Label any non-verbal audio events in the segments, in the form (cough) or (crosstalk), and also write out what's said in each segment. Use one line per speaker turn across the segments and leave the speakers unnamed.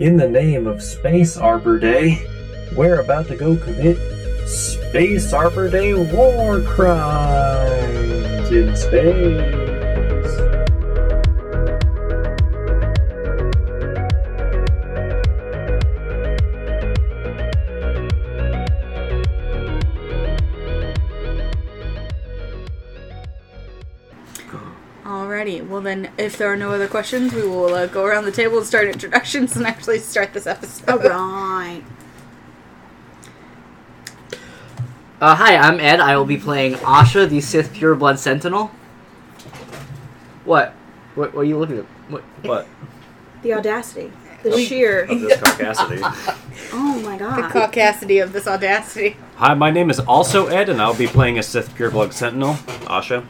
In the name of Space Arbor Day, we're about to go commit Space Arbor Day war crimes in space.
Alrighty, well then, if there are no other questions, we will uh, go around the table and start (laughs) introductions and actually start this episode.
All right.
Uh, hi, I'm Ed. I will be playing Asha, the Sith Pureblood Sentinel. What? What, what are you looking at? What?
What?
The audacity. The sheer.
Of this caucasity.
Oh my
The
god.
caucasity of this audacity.
Hi, my name is also Ed, and I'll be playing a Sith Pureblood Sentinel, Asha.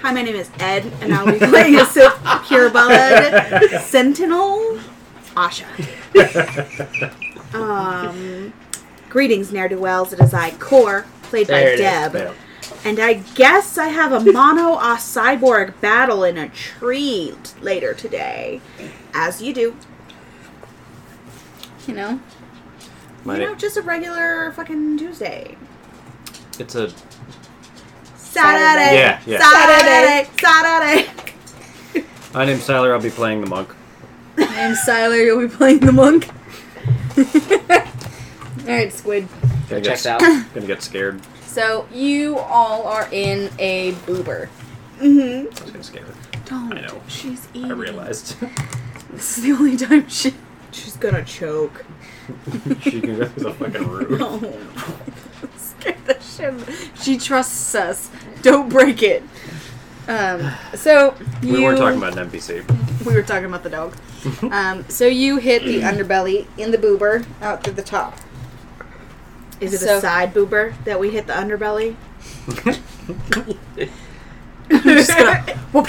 Hi, my name is Ed, and I'll be playing a Sith Pureblood Sentinel, Asha. um, greetings, ne'er do wells. It is I, Core, played
There
by
it is.
Deb. And I guess I have
(laughs)
a mono a cyborg battle in a tree t- later today. As you do.
You know,
My
you
na-
know, just a regular fucking Tuesday.
it's a.
Saturday.
Yeah, yeah.
Saturday. Saturday.
My name's Tyler. I'll be playing the monk.
I'm Siler. You'll be playing the monk. (laughs) All right, Squid.
Gonna
Checked
get, (laughs)
out.
Gonna get scared.
So you all are in a boober.
Mm-hmm.
I was gonna scare her.
Don't.
I know.
She's
I
eating.
realized. (laughs)
This is the only time she.
She's gonna choke.
she can go through the
(laughs)
fucking roof.
Oh.
Scared the shit. out of me. (laughs) She trusts us. Don't break it. Um. So you.
We weren't talking about an NPC.
We were talking about the dog. um. So you hit the underbelly in the boober out through the (laughs) top.
Is it
So-
a side boober that we hit the
(laughs)
underbelly? (laughs)
I'm just (laughs) gonna whoop- (laughs)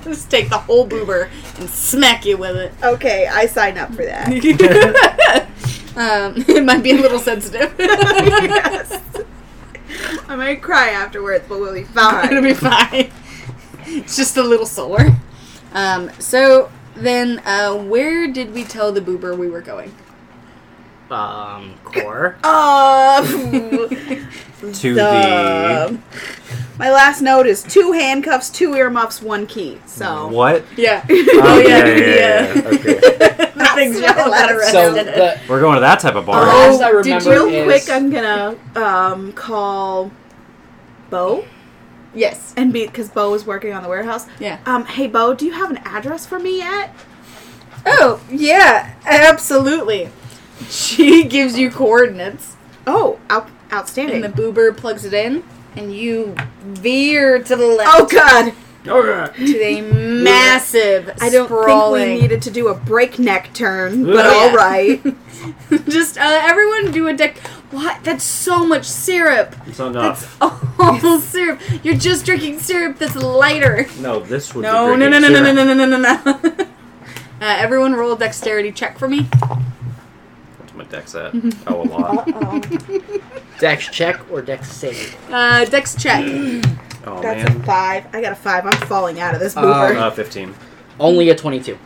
just take the whole boober and smack you with (laughs) it.
Okay, I sign up for that.
um, (laughs) it might be a little sensitive. (laughs)
yes. I might cry afterwards, but we'll be
It'll
fine. (laughs)
be fine. It's just a little sore. Um, so then, uh, where did we tell the boober we were going?
Um, core.
Uh,
(laughs) To
the- my last note is two handcuffs, two earmuffs, one key. So (laughs)
What?
(laughs) Yeah.
Oh,
yeah, (laughs)
Okay.
the things
That's
y'all
what
got
I
arrested
So
in.
the
We're going to that type of bar.
Oh.
last I
did
remember
real
is
quick, I'm gonna um, call Bo
yes.
and be because Bo is working on the warehouse.
Yeah.
Um, hey Bo, do you have an address for me yet?
Oh, yeah, absolutely. She (laughs) gives you coordinates.
Oh, out- outstanding.
And the boober plugs it in, and you veer to the left
oh God,
to
(laughs)
a massive
Oh, I don't
sprawling.
think we needed to do a breakneck turn,
(laughs) Yeah.
but all right.
(laughs) Just uh, everyone do a deck. What? That's so much syrup. (laughs)
It's enough.
That's all syrup. You're just drinking syrup that's lighter.
No, this would
No,
be
no, no, no,
drinking
no, no,
syrup.
no, no, no, no, no. (laughs) Uh, everyone roll a dexterity check for me.
What's my dex at? Oh, a
(laughs)
lot.
Dex check or Dex save.
Uh, dex check.
Oh,
That's a
man.
five. I got a five. I'm falling out of this
Um,
boober.
Uh, 15.
Only a 22.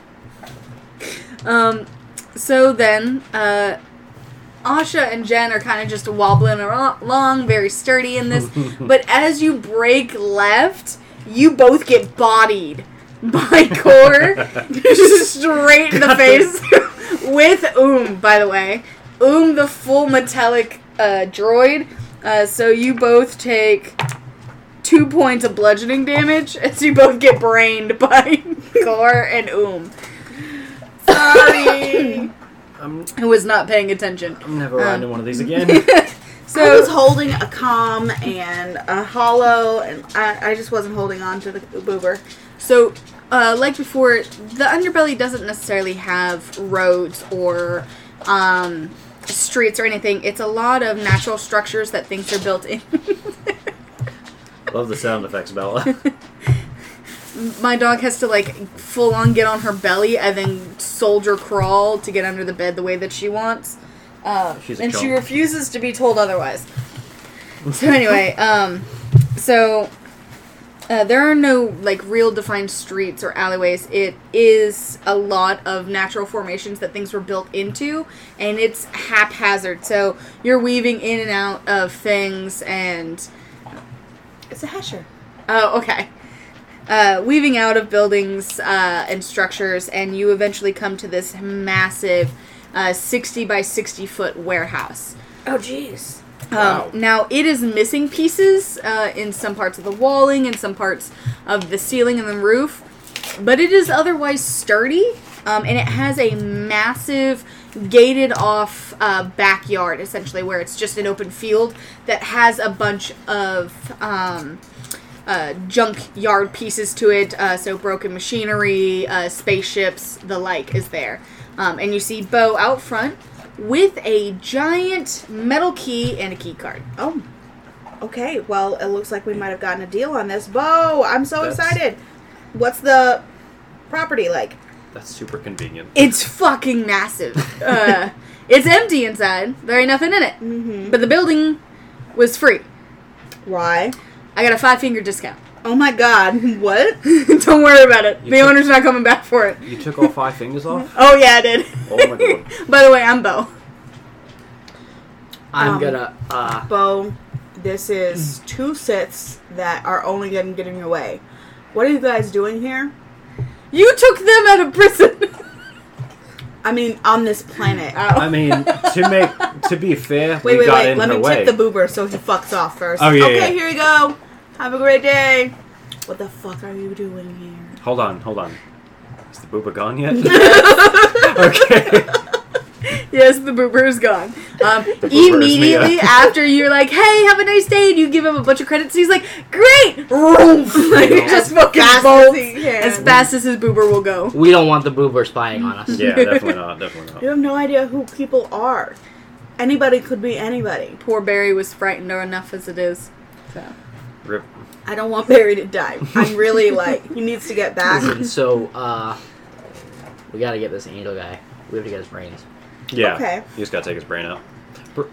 Um, so then, uh, Asha and Jen are kind of just wobbling aro- along, very sturdy in this. but as you break left, you both get bodied by (laughs) Core straight in the face (laughs) with Oom, by the way. Oom, the full metallic uh, droid. Uh, so you both take two points of bludgeoning damage as you both get brained (laughs) by Core and Oom. Sorry.
I'm,
(laughs) Who was not paying attention.
I'm never
Um,
riding one of these again.
(laughs)
I was
So
holding a com and a hollow, and I, I just wasn't holding on to the boober.
So, uh, like before, the underbelly doesn't necessarily have roads or um, streets or anything. It's a lot of natural structures that things are built in. (laughs)
Love the sound effects,
(laughs)
Bella.
My dog has to like full on get on her belly and then soldier crawl to get under the bed the way that she wants. Um,
She's a
and she
chump. (laughs)
refuses to be told otherwise. So anyway, um, so Uh, there are no like real defined streets or alleyways. It is a lot of natural formations that things were built into, and it's haphazard. So you're weaving in and out of things, and
It's a hesher.
oh, okay, uh, weaving out of buildings uh, and structures, and you eventually come to this massive uh, sixty by sixty foot warehouse.
Oh, jeez.
Um, Now it is missing pieces uh, in some parts of the walling and some parts of the ceiling and the roof, but it is otherwise sturdy, um, and it has a massive gated off uh, backyard essentially where it's just an open field that has a bunch of um, uh, junk yard pieces to it. Uh, so broken machinery, uh, spaceships, the like is there. Um, and you see Bo out front with a giant metal key and a key card.
Oh. Okay, well, it looks like we might have gotten a deal on this. Bo, I'm so
That's-
excited. What's the property like?
That's super convenient.
It's fucking massive. Uh, it's empty inside. There ain't nothing in it.
Mm-hmm.
But the building was free.
Why?
I got a five finger discount. (laughs)
Oh my god, (laughs) what?
Don't worry about it.
You
the
took-
owner's not coming back for it.
You took all five fingers off?
Oh yeah, I did.
Oh my god.
(laughs) By the way, I'm Bo.
I'm
Um,
gonna. Uh,
Bo, this is two sits that are only getting getting away. What are you guys doing here?
You took them out of
(laughs)
prison.
I mean, on this planet.
I mean, to make to be fair,
wait,
we
wait,
got
wait.
in
Let
her
me
way.
tip the boober so he fucks off first.
Oh, yeah,
okay,
yeah.
here you go. Have a great day. What the fuck are you doing here?
hold on, hold on. Is the booba gone
(laughs)
yet? okay.
Yes, the boober is gone. Um,
boober is me,
immediately
yeah.
after you're like, "Hey, have a nice day," and you give him a bunch of credits, he's like, "Great!" (laughs) like,
Yeah.
just fucking
Fast as
bolts
he can.
as fast as his boober will go.
we don't want the boober spying on
(laughs)
us.
Yeah, definitely not, definitely not.
You have no idea who people are. Anybody could be anybody.
Poor Barry was frightened enough as it is. So
Rip.
I don't want (laughs) Barry to die.
(laughs)
I'm really like he needs to get back.
Listen, so uh, we gotta get this angel guy. We have to get his brains.
Yeah.
Okay.
You just gotta take his brain out.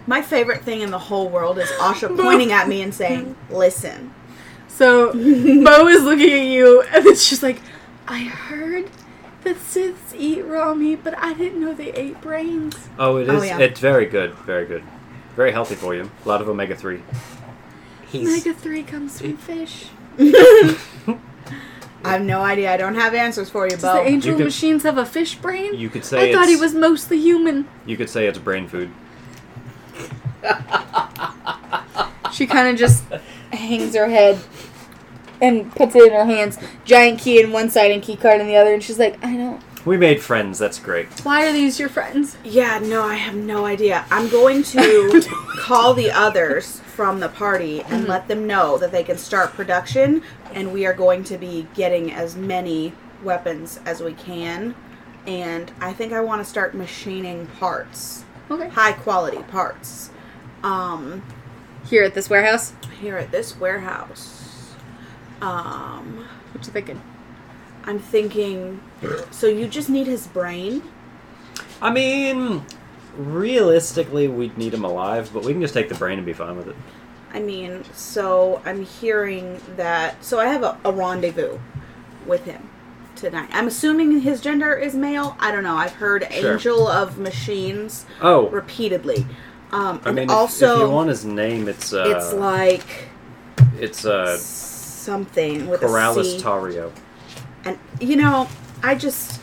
My favorite thing in the whole world
(laughs)
is Asha pointing at me and saying, "Listen."
So (laughs) Bo is looking at you, and then she's like, "I heard that Siths eat raw meat, but I didn't know they ate brains."
Oh, it
Oh,
is.
yeah.
It's very good. Very good. Very healthy for you. A lot of omega three.
He's
Mega three comes from fish.
I have no idea. I don't have answers for you,
Does the
Bo.
angel
could-
machines have a fish brain?
You could say
I thought he
it's-
was mostly human.
You could say it's brain food.
She kind of just hangs her head and puts it in her hands. Giant key in one side and key card in the other, and she's like, "I don't.
We made friends. That's great.
Why are these your friends?"
Yeah, no, I have no idea. I'm going to call the others from the party and let them know that they can start production, and we are going to be getting as many weapons as we can. And I think I want to start machining parts,
Okay.
high quality parts, um,
Here at this warehouse,
here at this warehouse. Um,
what you thinking?
I'm thinking. So you just need his brain.
I mean, realistically, we'd need him alive, but we can just take the brain and be fine with it.
I mean, so I'm hearing that. So I have a, a rendezvous with him tonight. I'm assuming his gender is male. I don't know. I've heard
Sure.
Angel of Machines
Oh,
repeatedly. Um,
I
and
mean, if-
also,
if, you want his name, it's uh,
it's like
it's uh,
something with a
Corrales
C.
Tario.
and you know, I just.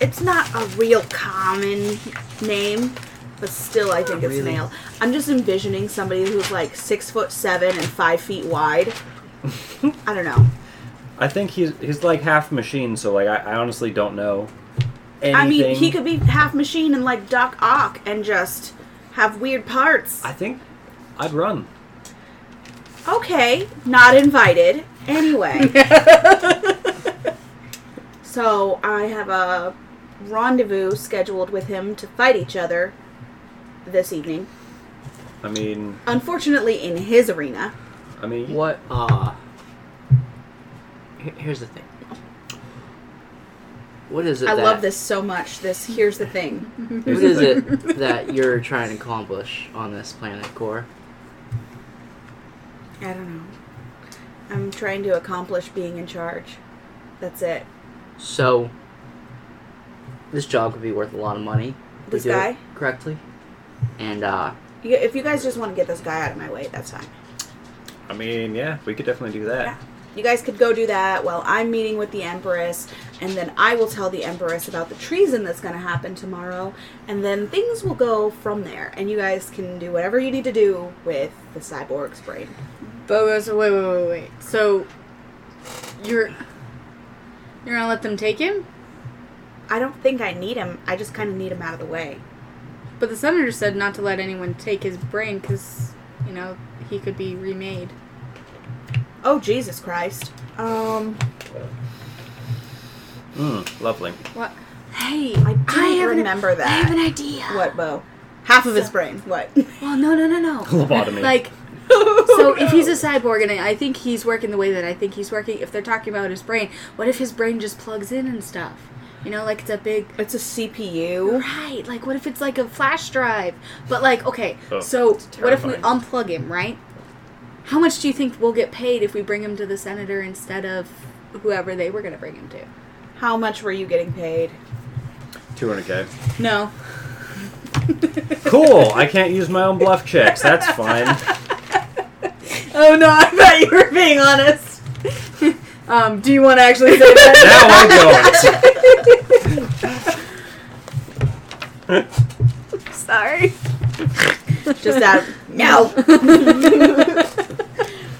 It's not a real common name, but still, I think it's
Really?
male. I'm just envisioning somebody who's like six foot seven and five
(laughs)
feet wide. I don't know.
I think he's he's like half machine, so like I, I honestly don't know anything.
I mean, he could be half machine and like Doc Ock and just have weird parts.
I think I'd run.
Okay, not invited.
(laughs)
Anyway, so I have a rendezvous scheduled with him to fight each other this evening.
I mean,
Unfortunately, in his arena.
I mean,
what? Uh, he- here's the thing. What is it?
I
that,
love this so much. This here's the thing.
Here's
What
the
is
thing.
(laughs)
it that you're trying to accomplish on this planet, Core?
I don't know. I'm trying to accomplish being in charge. That's it.
So, this job could be worth a lot of money. if we
This
do it
guy?
correctly, and uh,
You, if you guys just want to get this guy out of my way, that's fine.
I mean, yeah, we could definitely do that.
You guys could go do that while I'm meeting with the Empress, and then I will tell the Empress about the treason that's going to happen tomorrow, and then things will go from there. And you guys can do whatever you need to do with the cyborg's brain.
Bogo's wait, wait, wait, wait. So you're you're gonna let them take him?
I don't think I need him. I just kind of need him out of the way.
But the senator said not to let anyone take his brain because you know he could be remade.
Oh Jesus Christ! Um,
Mm, lovely.
What? Hey,
I do remember that.
I have an idea.
What, Bo? Half of his brain. What?
Well, no, no, no, no.
Lobotomy.
Like,
(laughs) Oh,
so if he's a cyborg and I think he's working the way that I think he's working, if they're talking about his brain, what if his brain just plugs in and stuff? You know, like it's a big
it's a CPU.
Right. Like, what if it's like a flash drive? But like, okay,
Oh,
so
that's
what if we
terrifying.
unplug him? Right. How much do you think we'll get paid if we bring him to the senator instead of whoever they were going to bring him to?
How much were you getting paid?
200k.
No.
Cool. I can't use my own bluff checks.
(laughs)
That's fine.
Oh no! I thought you were being honest. (laughs) um, do you want to actually say that?
Now (laughs) I don't.
Sorry.
Just that (laughs) no.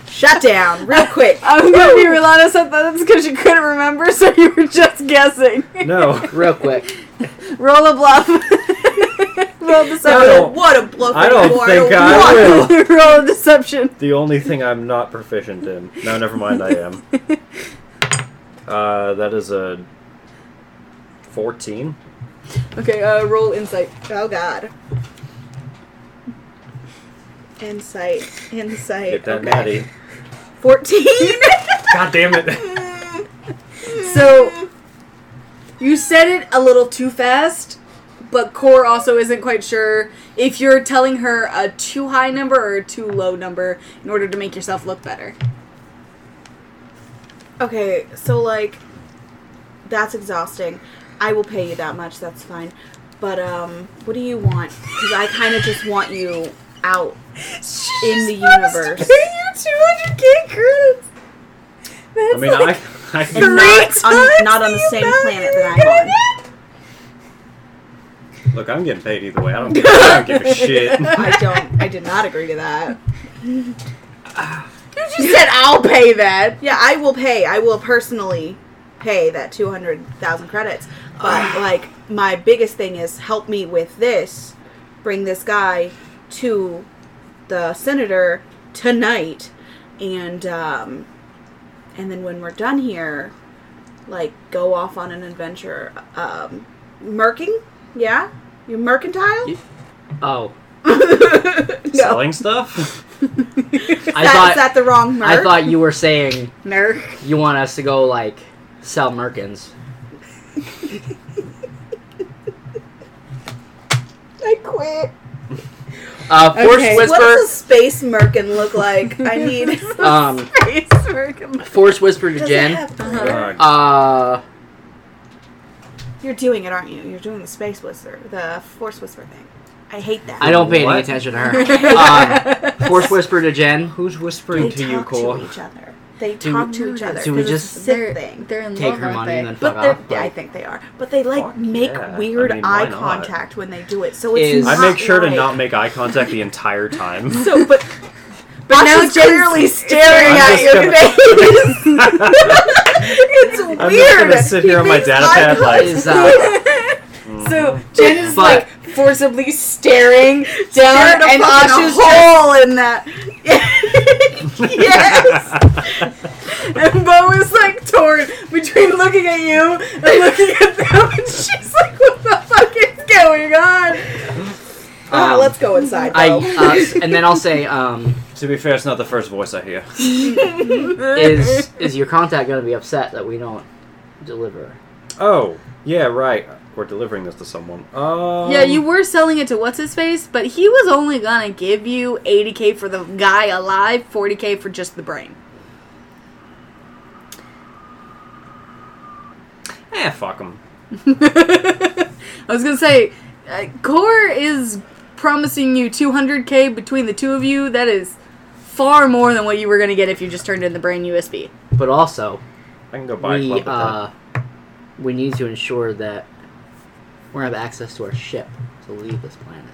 Shut down real quick.
I'm gonna be real honest. I thought that's because you couldn't remember, so you were just guessing.
No.
real quick,
(laughs)
Roll
(laughs)
a bluff. Roll
I
deception.
don't-
What a blow!
I don't
What a
think I
what-
will.
(laughs) Roll deception.
The only thing I'm not proficient in. No, never mind. I
(laughs)
am. Uh, that is a 14.
Okay. Uh, roll insight.
Oh God. Insight. Insight.
Get that
Okay.
natty.
Fourteen.
God damn
(laughs)
it.
Mm.
So you said it a little too fast, but Core also isn't quite sure if you're telling her a too high number or a too low number in order to make yourself look better.
Okay, so like that's exhausting. I will pay you that much, that's fine. But um what do you want? Cuz I kind of just want you out. In the universe.
you 200k credits. That's
I mean, I, (laughs) I
And
can,
not on,
times
not on the
the
same
amount
planet
you
that I'm on.
look. I'm getting paid either way. I don't give, I don't give a shit.
I don't I did not agree to that.
you said I'll pay that.
Yeah, I will pay. I will personally pay that 200,000 credits.
(sighs)
But like my biggest thing is help me with this. Bring this guy to the senator tonight and um and then when we're done here like go off on an adventure um merking? Yeah? You mercantile?
You- oh,
(laughs) no.
Selling stuff?
I
That-
thought
is that the wrong merc?
I thought you were saying
Nerf.
you want us to go like sell merkins.
I quit.
Uh, Force
Okay.
What does a
Whisper.
space merkin look
(laughs)
like? I need
Um,
(laughs)
Force Whisper to
Does it
Jen.
have-
Uh,
Uh,
You're doing it, aren't you? You're doing the space whisper, the force whisper thing. I hate that.
I don't pay
What?
any attention
(laughs)
to her. um, Force Whisper to Jen.
who's
They
whispering to
talk
you, Cole?
to each other. They
Do
talk
we-
to each other.
do we
There's
just-
a sick thing?
They're in
Take
love,
her
aren't
money
they?
and then fuck
But they're,
off.
yeah, I
like-
think they are. But they like
Fuck
make
yeah.
weird
I mean, why
eye
not?
contact when they do it. So it's
Is-
I
not
make sure to
right.
not make eye contact the entire time.
(laughs) So,
(laughs)
but
But now
Asha's
Jen's
clearly staring
I'm
at
just
your
gonna-
face.
(laughs) Mm.
it's weird.
I'm just gonna sit
He
here on my
makes
data
eye
pad like,
(laughs)
Is uh,
So Jen is
But-
like forcibly staring down,
Staring a
and
fucking
Asha's
hole in that. (laughs) yes.
And Bo is like torn between looking at you and looking
(laughs)
at them, and she's like, "What the fuck is going on?"
Ah,
Um,
let's go inside.
I
Bo.
uh,
(laughs)
s- and then I'll say um,
(laughs) to be fair, it's not the first voice I hear.
(laughs)
is is your contact going to be upset that we don't deliver?
Oh, yeah, right. We're delivering this to someone. Um,
Yeah, you were selling it to what's his face, but he was only gonna give you 80k for the guy alive, 40k for just the brain. (laughs)
Eh, fuck them.
I was gonna say, uh, Core is promising you 200k between the two of you. That is far more than what you were gonna get if you just turned in the brain USB.
But also,
I can go buy a
we
club with
uh, we need to ensure that we have access to our ship to leave this planet.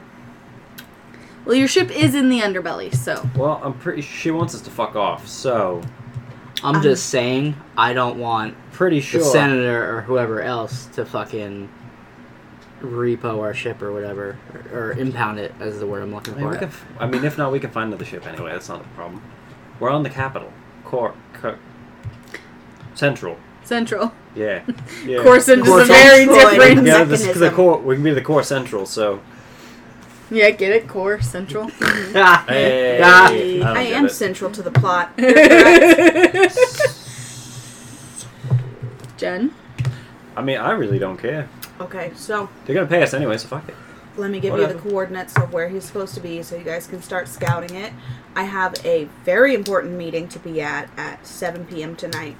Well, your ship is in the underbelly, so
that. Well, I'm pretty. She wants us to fuck off, so
I'm
Um,
just saying, I don't want
pretty sure.
the senator or whoever else to fucking repo our ship or whatever, or, or impound it as the word I'm looking
I mean,
for.
we can, f- I mean, if not, we can find another ship anyway. That's not the problem. We're on the capital, Cor, Cor- Central.
central.
(laughs)
Yeah, yeah.
Corson is
Corson.
a very
Troy.
different.
Yeah, this, the
Mechanism.
core. We can be the core central. So
Yeah, get it, Core (laughs) Central.
Ah, (laughs)
Hey,
ah.
don't
I
get
am
it.
central to the (laughs) plot. You're correct.
Jen,
I mean, I really don't care.
okay, so
They're gonna pay us anyway, so fuck it.
let me give you
Whatever.
the coordinates of where he's supposed to be so you guys can start scouting it. I have a very important meeting to be at at 7 p.m. tonight.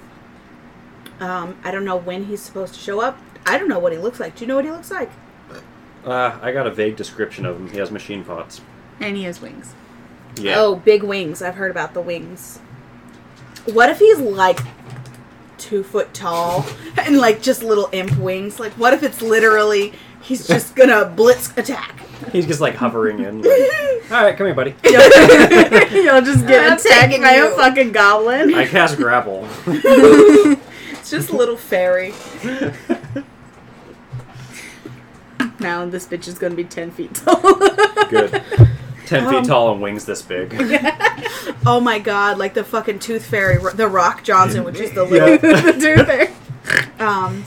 Um, I don't know when he's supposed to show up. I don't know what he looks like. Do you know what he looks like?
Uh, I got a vague description of him. He has machine parts.
and he
(laughs)
has wings. (laughs)
Yeah.
Oh, big wings. I've heard about the wings. What if he's like two foot tall (laughs) and like just little imp wings? Like, what if it's literally
(laughs)
he's just gonna blitz attack? (laughs)
He's just like hovering in. Like, All right, come here, buddy.
You'll just
I'm
get attacked
taking
by a
you.
fucking goblin.
I cast
(laughs)
grapple.
It's just a little fairy.
(laughs) Now this bitch is gonna be ten feet tall. (laughs)
Good. Ten
Um,
feet tall and wings this
(laughs)
big.
Oh my god, like the fucking tooth fairy, the Rock Johnson, which is the little.
Yeah.
the dude there.
Um,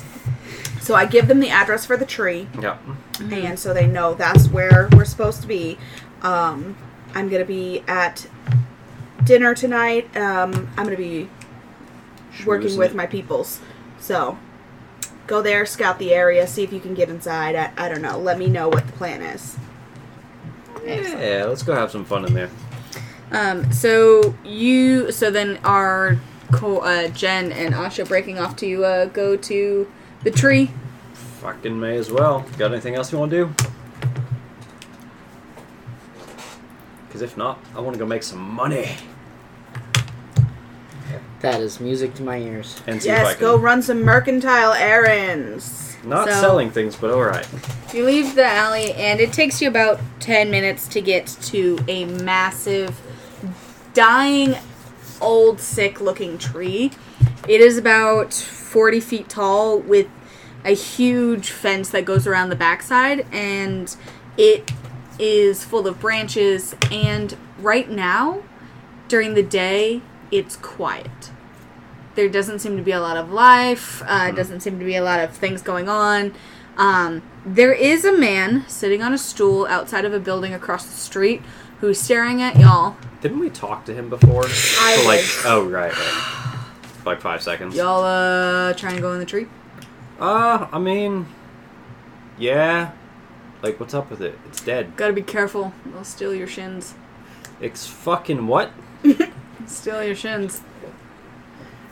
so I give them the address for the tree.
Yeah. Mm-hmm.
and so they know that's where we're supposed to be. Um, I'm gonna be at dinner tonight. Um, I'm gonna be working
Schmoozing
with
it.
my peoples, so go there, scout the area, see if you can get inside. I, I don't know. Let me know what the plan is.
Yeah, let's go have some fun in there.
Um, so you, so then our co- uh, Jen and Asha breaking off to uh, go to the tree.
Fucking may as well. Got anything else you want to do? Because if not, I want to go make some money
that is music to my ears.
and see if I
Yes,
can.
go run some mercantile errands.
Not
So-
selling things, but all right.
You leave the alley, and it takes you about ten minutes to get to a massive, dying, old, sick-looking tree. It is about forty feet tall, with a huge fence that goes around the backside, and it is full of branches. And right now, during the day, it's quiet. There doesn't seem to be a lot of life. Uh, Doesn't seem to be a lot of things going on. Um, there is a man sitting on a stool outside of a building across the street who's staring at y'all.
Didn't we talk to him before?
I
For like,
did.
oh right, right. For like five seconds.
Y'all uh, trying to go in the tree?
Uh, I mean, yeah. Like, what's up with it? It's dead.
Gotta be careful. They'll steal your shins.
It's fucking what?
Steal your shins.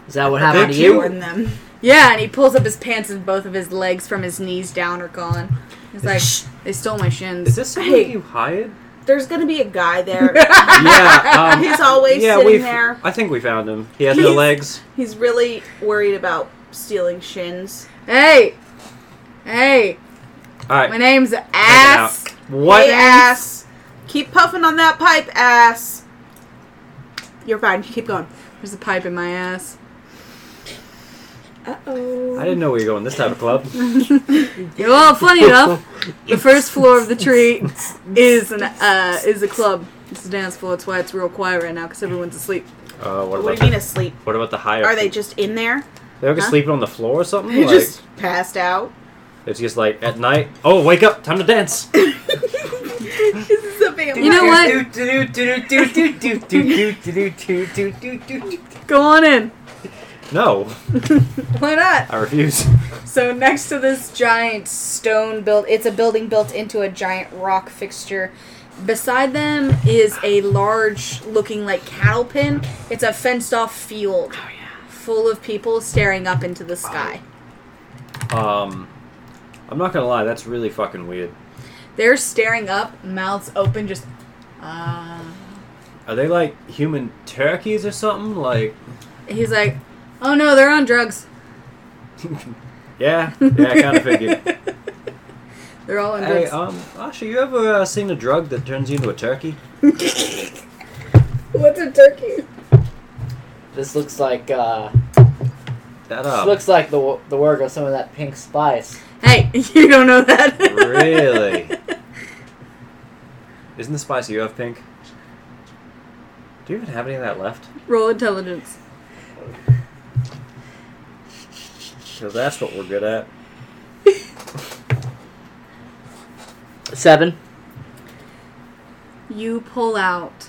Is that what
Thank
happened to
you.
you?
Warn them.
Yeah, and he pulls up his pants and both of his legs from his knees down are gone. He's like,
Shh.
they stole my shins.
Is this somebody
Hey.
you hired?
There's gonna be a guy there. (laughs)
yeah. Um,
He's always
yeah,
sitting
we've-
there.
I think we found him. He has no
He's-
legs.
He's really worried about stealing shins.
Hey! Hey!
All right.
My name's
check it
Ass!
out. What?
Hey, ass. Keep puffing on that pipe, ass. You're fine. Keep going.
There's a pipe in my ass.
Uh oh.
I didn't know we were going this type of
(laughs)
club.
Well, funny enough, the first floor of the tree is an uh, is a club. It's a dance floor. That's why it's real quiet right now because everyone's asleep.
Uh, what,
What
about
do you mean
the,
asleep?
what about the higher?
Are they
floor?
just in there?
They're just
huh?
sleeping on the floor or something.
They
Like,
(laughs) just passed out.
it's just like at night. Oh, wake up! Time to
(laughs)
dance.
this is a vampire.
You know what? Go on in.
no,
Why not?
I refuse.
So next to this giant stone built, it's a building built into a giant rock fixture. Beside them is a large looking like cattle pen. It's a fenced off field
Oh, yeah.
full of people staring up into the sky.
Um, I'm not gonna lie, that's really fucking weird.
They're staring up, mouths open, just. Uh,
Are they like human turkeys or something? Like, (laughs)
he's like, oh no, they're on drugs.
yeah, yeah, I kind of figured.
(laughs)
(laughs) They're all on
Hey,
drugs.
um, Asha, you ever uh, seen a drug that turns you into a turkey?
(laughs) What's a turkey?
(laughs) This looks like uh,
That uh,
this
up.
looks like the wo- the work of some of that pink spice.
Hey, (laughs) you don't know that.
Really? Isn't the spice you have pink? Do you even have any of that left?
(laughs) Roll intelligence.
Because that's what we're good at.
Seven.
You pull out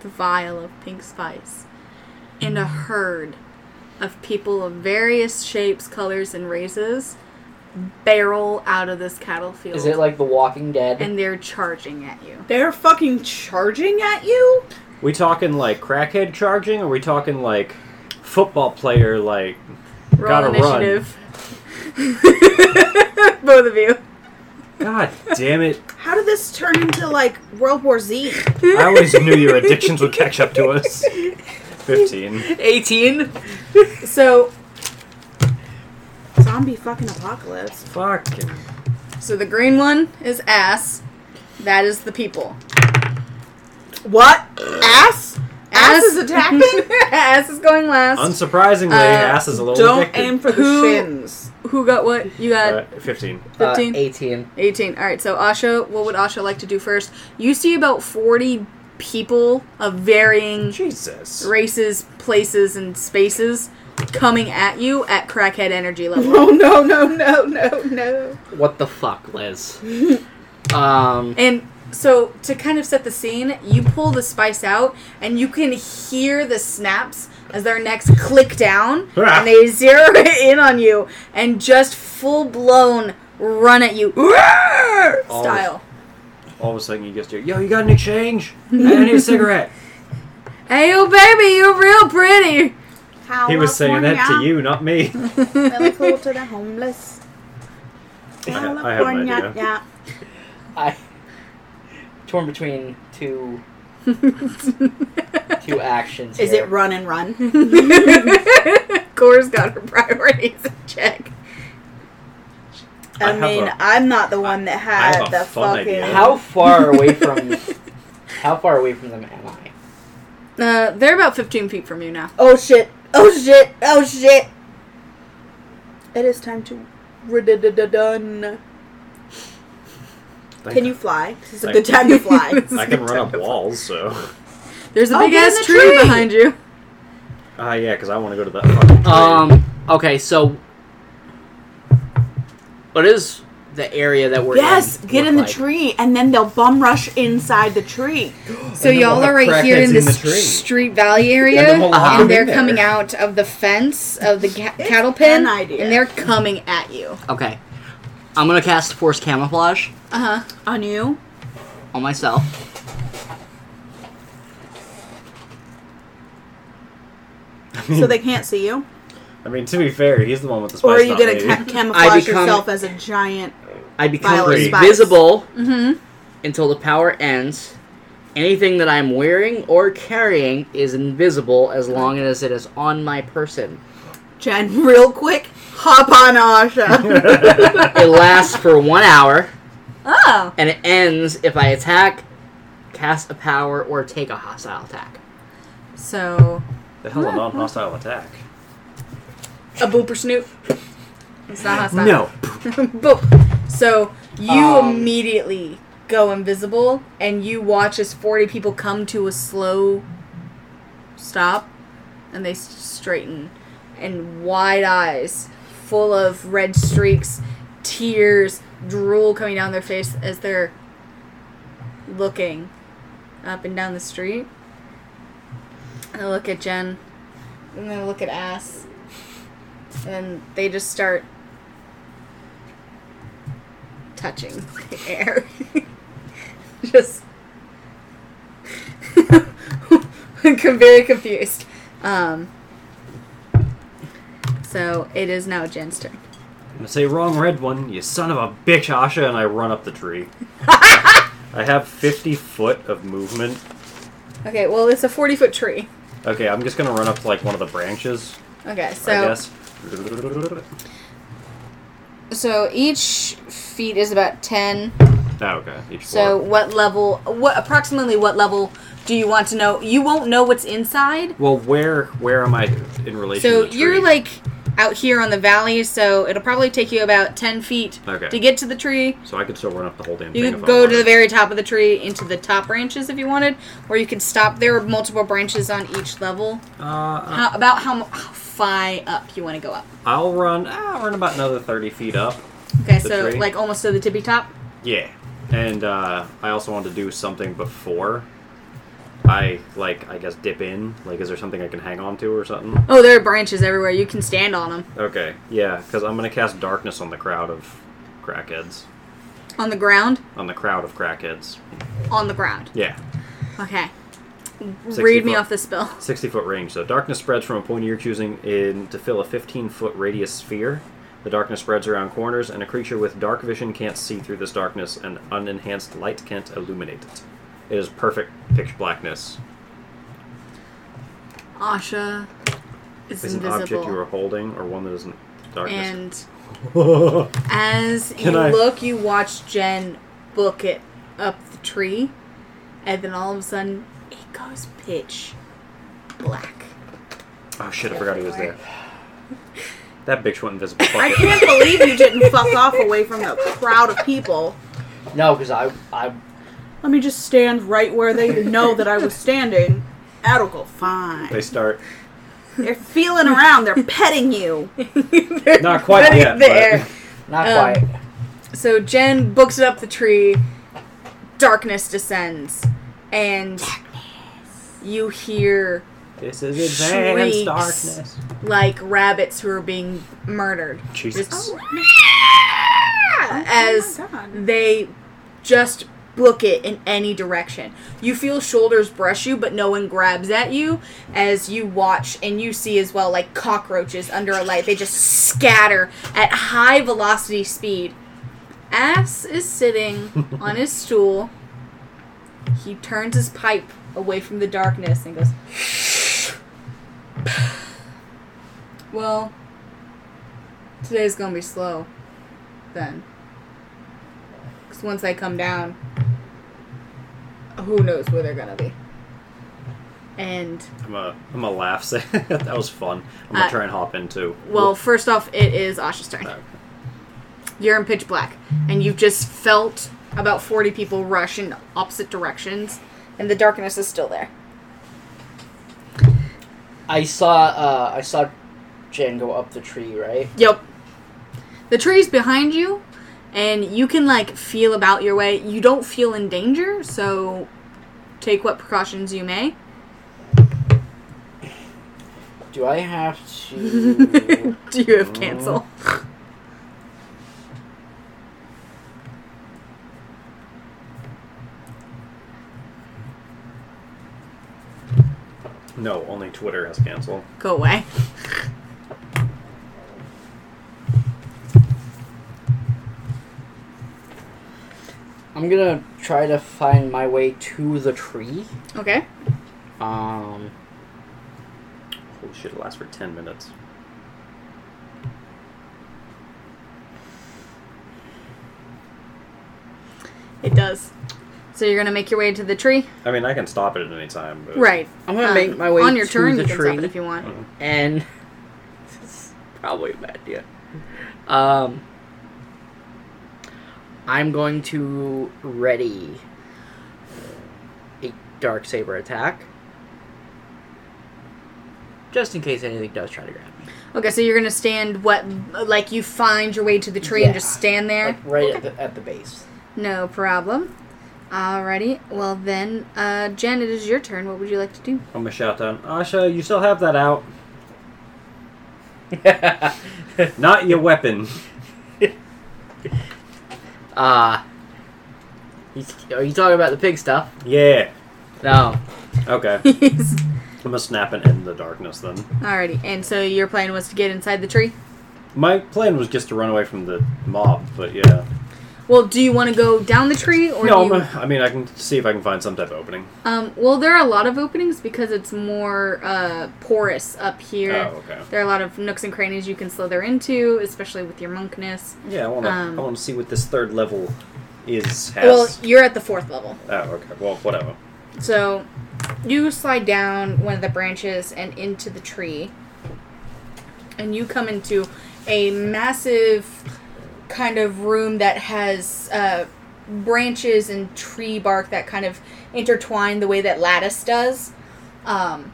the vial of pink spice, and a herd of people of various shapes, colors, and races barrel out of this cattle field.
Is it like The Walking Dead?
and they're charging at you.
They're fucking charging at you?
We talking like crackhead charging, or we talking like football player like?
Roll
Gotta run.
initiative. (laughs) Both of you.
God damn it!
How did this turn into like World War Z?
I always knew your addictions would catch up to us. Fifteen.
18?
So,
Zombie fucking apocalypse.
Fucking.
so the green one is ass. That is the people.
What? Ass? Ass is (laughs) attacking?
(laughs) ass is going last.
Unsurprisingly,
Uh,
ass is a little
Don't
addicted.
aim for the
Who-
shins.
Who got what? You got
Uh, Fifteen.
15?
18.
18. All right, so Asha, what would Asha like to do first? You see about 40 people of varying
Jesus.
races, places, and spaces coming at you at crackhead energy level.
Oh no, no, no, no, no.
What the fuck,
(laughs)
Liz? um,
and so, to kind of set the scene, you pull the spice out, and you can hear the snaps as their necks click down,
Ah.
and they zero (laughs) in on you, and just full blown run at you.
Oh.
Style.
All of a sudden, you just hear, "Yo, you got an exchange? I need a
(laughs)
cigarette."
Hey, oh baby, you're real pretty. (laughs)
How
He was saying that to
California,
you, not me.
Medical to the homeless.
Yeah, (laughs) I have an
California,
idea.
yeah.
I. Torn between two two actions.
Is
here.
it run and run?
Cora's got her priorities in check.
I
I,
have
mean,
a-
I'm not the one that
have
had
a
the
fun
fucking.
idea.
How far away from? how far away from them am I?
Uh, they're about 15 feet from you now.
Oh shit! Oh shit! Oh shit! It is time to done.
Thank
Can you fly? This is a
Thank
good
(laughs)
time to fly.
I can run up walls, so.
There's a
Oh,
big
get in
ass
the
tree,
tree!
behind you.
Ah, yeah, because I want to go to that fucking tree.
Um. Okay. So, what is the area that we're
yes,
in
get
look
in the
like?
tree, and then they'll bum rush inside the tree.
So
then
y'all
we'll
are
have
right here
crackheads
in
in
this
the tree.
street valley area,
then we'll lock
them
and they're
in there.
coming out of the fence of the ca- cattle pen,
an idea.
and they're coming at you.
Okay. I'm gonna cast force camouflage
Uh huh.
On you?
on myself.
So they can't see
(laughs)
you?
I mean, to be fair, he's the one with the spice.
or are you
not
gonna
me.
ca- camouflage
become-
yourself as a giant?
I become
Violet spice.
invisible
Mm-hmm.
Mm
until the power ends. Anything that I'm wearing or carrying is invisible as long as it is on my person.
Jen, (laughs) real quick, hop on
(laughs)
Asha.
It lasts for one hour
hmm. Oh.
and it ends if I attack, cast a power, or take a hostile attack.
So.
(laughs) The hell a non-hostile attack.
A booper snoop. It's not hostile.
No,
Boop. So you
Um,
immediately go invisible, and you watch as forty people come to a slow stop, and they s- straighten, and wide eyes, full of red streaks, tears, drool coming down their face as they're looking up and down the street. And they look at Jen, and they look at Ass, and they just start touching the air. (laughs) Just (laughs) I'm very confused. Um, so it is now Jen's turn.
gonna say wrong red one, you son of a bitch, Asha, and I run up the
(laughs)
tree. I have 50 foot of movement.
Okay, well, it's a 40 foot tree.
Okay, I'm just gonna run up to like one of the branches,
Okay,
I
so
guess.
so each feet is about 10.
Oh, okay. Each
So
floor.
what level? What approximately what level do you want to know? You won't know what's inside.
Well, where where am I in relation?
So
to the
you're
tree?
like out here on the valley, so it'll probably take you about 10 feet
Okay.
to get to the tree.
So I could still run up the whole damn
You
thing.
could
if I
go to
wanted.
the very top of the tree into the top branches if you wanted, or you could stop. There are multiple branches on each level.
Uh,
How, about how, mu- how high up you want to go up?
I'll run. I'll run about another thirty feet up.
Okay,
The
so
tree?
like almost to the tippy top.
Yeah, and uh, I also want to do something before I like. I guess dip in. Like, is there something I can hang on to or something?
Oh, there are branches everywhere. You can stand on them
Okay, yeah, because I'm gonna cast darkness on the crowd of crackheads.
on the ground.
On the crowd of crackheads.
On the ground.
Yeah.
Okay. Read me
foot.
off the spell.
60 foot range. So darkness spreads from a point of your choosing in to fill a 15 foot radius sphere. The darkness spreads around corners, and a creature with dark vision can't see through this darkness, and unenhanced light can't illuminate it. It is perfect pitch blackness.
Asha is
It's an
invisible.
object you are holding, or one that isn't
(laughs)
darkness.
and as
Can
you
I-
look, you watch Jen book it up the tree, and then all of a sudden, it goes pitch black. (laughs)
oh shit, I forgot he was there. That bitch went invisible. Fuck
I
it.
can't believe you didn't fuck off away from the crowd of people.
No, because I, I,
Let me just stand right where they know that I was standing. That'll go
They
fine.
start.
They're feeling around. They're petting (laughs) you.
Not quite
Right
yet,
there.
not
Um,
quite.
So Jen books it up the tree. Darkness descends, and you hear
This is
advanced
advanced
Shrieks.
darkness.
darkness." like rabbits who are being murdered.
Jesus.
Just-
As
as
Oh
they just book it in any direction. You feel shoulders brush you, but no one grabs at you as you watch and you see as well like cockroaches under a light. They just scatter at high velocity speed. Ass is sitting on his stool. He turns his pipe away from the darkness and goes Well, today's gonna be slow then. Because once they come down, who knows where they're gonna be. And
I'm a, I'm a laugh. Say (laughs) that was fun. I'm gonna
Uh,
try and hop into.
well, first off, it is Asha's turn.
Okay.
You're in pitch black, and you've just felt about 40 people rush in opposite directions, and the darkness is still there.
I saw, uh, I saw Jen go up the tree, right?
Yep. The tree's behind you, and you can like feel about your way. You don't feel in danger, so take what precautions you may. (laughs)
Do I have
(laughs)
to?
Do you have cancel?
No, only Twitter has cancel.
Go away.
I'm gonna try to find my way to the tree.
Okay.
Um,
Holy shit, it lasts for 10 minutes.
It does. So you're gonna make your way to the tree,
I mean, I can stop it at any time, but.
right?
I'm gonna
Um,
make my way
on your
to
turn.
the
you can
tree.
stop it if you want.
and (laughs) this is probably a bad idea. Um, I'm going to ready a dark saber attack, just in case anything does try to grab me.
Okay, so you're gonna stand what, like you find your way to the tree and
Yeah.
just stand there.
Like right at, the, at the base.
no problem. Alrighty. Well then, uh, Jen, it is your turn. What would you like to
(laughs)
do?
I'm gonna shout down, Asha, you still have that out. Not your weapon.
(laughs)
(laughs)
uh, you, are you talking about the pig stuff?
Yeah.
No.
(laughs)
Okay. I'm
Alrighty.
gonna snap and end the darkness then.
And so your plan was to get inside the tree.
My plan was just to run away from the mob, but yeah.
Well, do you want to go down the tree or
No,
do you,
I mean, I can see if I can find some type of opening.
um well there are a lot of openings because it's more uh porous up here.
Oh, okay.
There are a lot of nooks and crannies you can slither into, especially with your monkness.
Yeah, I want to.
Um,
I want to see what this third level is.
Well,
Has.
you're at the fourth level.
oh, okay. Well, whatever.
So you slide down one of the branches and into the tree. And you come into a massive kind of room that has uh, branches and tree bark that kind of intertwine the way that lattice does, um,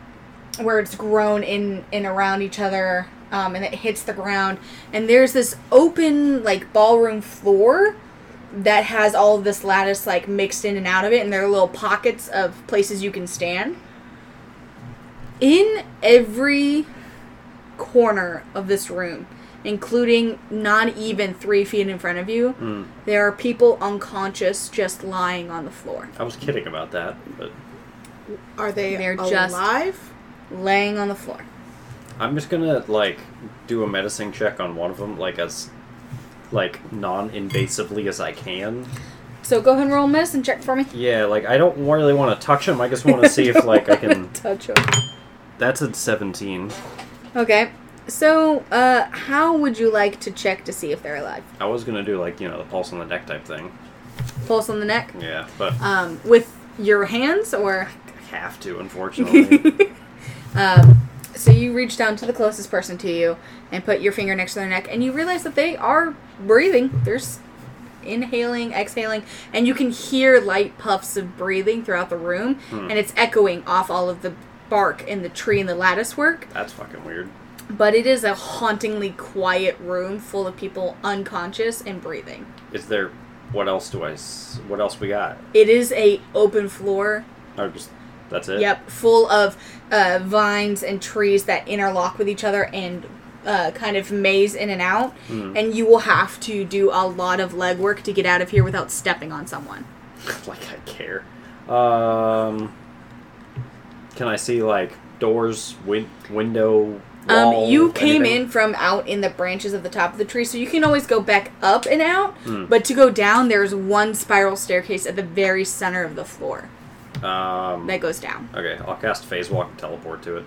where it's grown in and around each other. Um, and it hits the ground, and there's this open like ballroom floor that has all of this lattice like mixed in and out of it, and there are little pockets of places you can stand. In every corner of this room, including not even three feet in front of you,
Hmm.
there are people unconscious just lying on the floor.
I was kidding about that, but
Are they
They're just-
alive?
Laying on the floor.
I'm just gonna like do a medicine check on one of them, like as like non-invasively as I can.
So go ahead and roll a medicine check for me.
Yeah, like I don't really want to touch him. I just
(laughs)
want to see if like I can.
touch him.
That's a 17.
Okay. So, uh, how would you like to check to see if they're alive?
I was gonna do like you know the pulse on the neck type thing.
Pulse on the neck?
Yeah, but
Um, with your hands or
I have to unfortunately.
(laughs) Um, so you reach down to the closest person to you and put your finger next to their neck, and you realize that they are breathing. They're s- inhaling, exhaling, and you can hear light puffs of breathing throughout the room, and it's echoing off all of the bark and the tree and the lattice work.
That's fucking weird.
But it is a hauntingly quiet room full of people unconscious and breathing.
Is there? What else do I? s- What else we got?
It is a open floor
Or just that's it.
Yep, full of uh, vines and trees that interlock with each other and uh, kind of maze in and out.
Mm.
And you will have to do a lot of legwork to get out of here without stepping on someone.
(laughs) like I care. Um, can I see like doors, win- window?
Um,
wall,
you came
anything?
in from out in the branches of the top of the tree, so you can always go back up and out.
Mm.
But to go down, there's one spiral staircase at the very center of the floor
Um,
that goes down.
okay, I'll cast phase walk and teleport to it.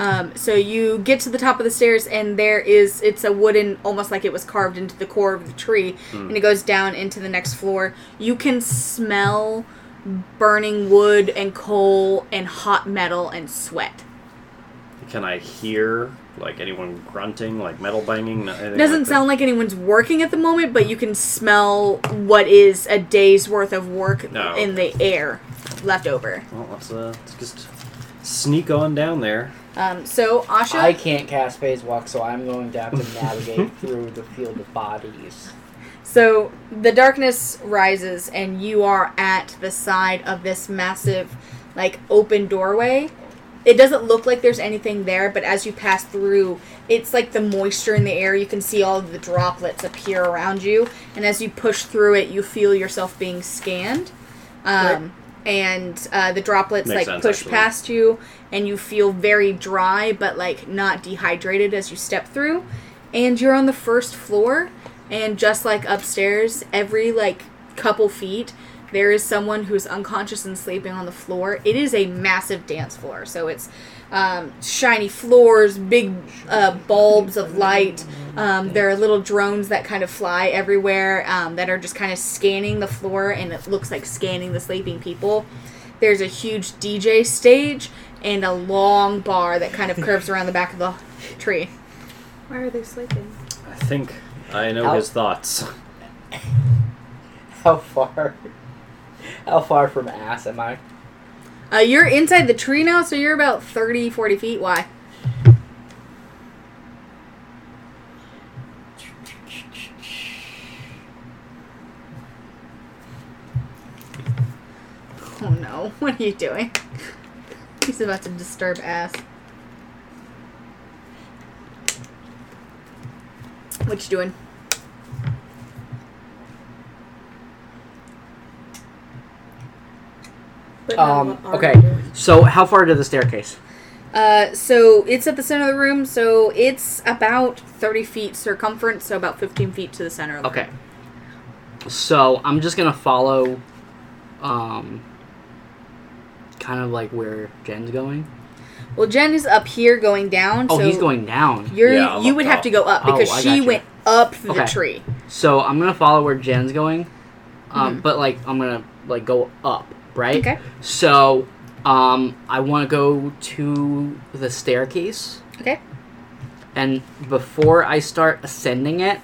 Um, so you get to the top of the stairs, and there is it's a wooden, almost like it was carved into the core of the tree, and it goes down into the next floor. You can smell burning wood and coal and hot metal and sweat.
Can I hear like anyone grunting, like metal banging? No- anything
It doesn't
like that?
sound like anyone's working at the moment, but you can smell what is a day's worth of work
No.
in the air left over.
Well, let's, uh, let's just sneak on down there.
Um, so Asha,
I can't cast phase walk, so I'm going to have to (laughs) navigate through the field of bodies.
So the darkness rises, and you are at the side of this massive, like, open doorway. It doesn't look like there's anything there, but as you pass through, it's like the moisture in the air. You can see all of the droplets appear around you, and as you push through it, you feel yourself being scanned. Um, and uh, the droplets
Makes
like
sense,
push
actually.
past you, and you feel very dry, but like not dehydrated as you step through. And you're on the first floor, and just like upstairs, every like couple feet, there is someone who's unconscious and sleeping on the floor. It is a massive dance floor, so it's um, shiny floors, big uh, bulbs of light. Um, there are little drones that kind of fly everywhere um, that are just kind of scanning the floor, and it looks like scanning the sleeping people. There's a huge DJ stage and a long bar that kind of curves around the back of the tree.
Why are they sleeping?
I think I know
How-
his thoughts. (laughs)
How far? How far from ass am I?
Uh, you're inside the tree now, so you're about 30, 40 feet. Why? Oh no, (laughs) what are you doing? He's about to disturb ass. What you doing?
But
Um,
what are
okay,
they doing?
Um,
um,
so how far to the staircase?
Uh, so it's at the center of the room, so it's about 30 feet circumference, so about 15 feet to the center of the
Okay. So I'm just gonna follow, um, kind of like where Jen's going.
room. Well, Jen is up here going down.
Oh,
so
he's going down.
You're,
Yeah, I'm
you
up
would
top.
have to go up
Oh,
because
I
she
gotcha.
went up the
Okay.
tree.
So I'm gonna follow where Jen's going, um, but like I'm gonna like go up, right?
Mm-hmm. Okay.
So, um, I want to go to the staircase,
Okay.
and before I start ascending it,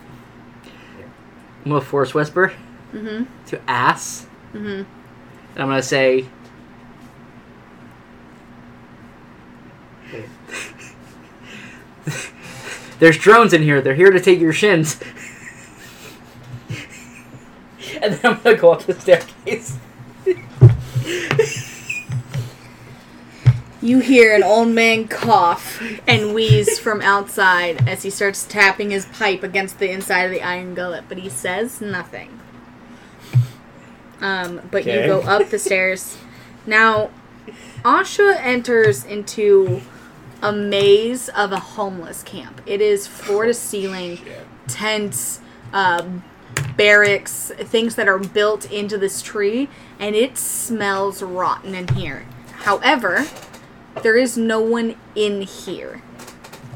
I'm gonna force whisper
Mm
to ass,
hmm. Mm hmm.
and I'm gonna say. There's drones in here. They're here to take your shins. (laughs) and then I'm gonna go up the staircase.
You hear an old man cough and wheeze from outside as he starts tapping his pipe against the inside of the iron gullet, but he says nothing. Um, but
Okay.
you go up the stairs. Now, Asha enters into a maze of a homeless camp. It is floor to ceiling, tents, uh, barracks, things that are built into this tree, and it smells rotten in here. However, there is no one in here.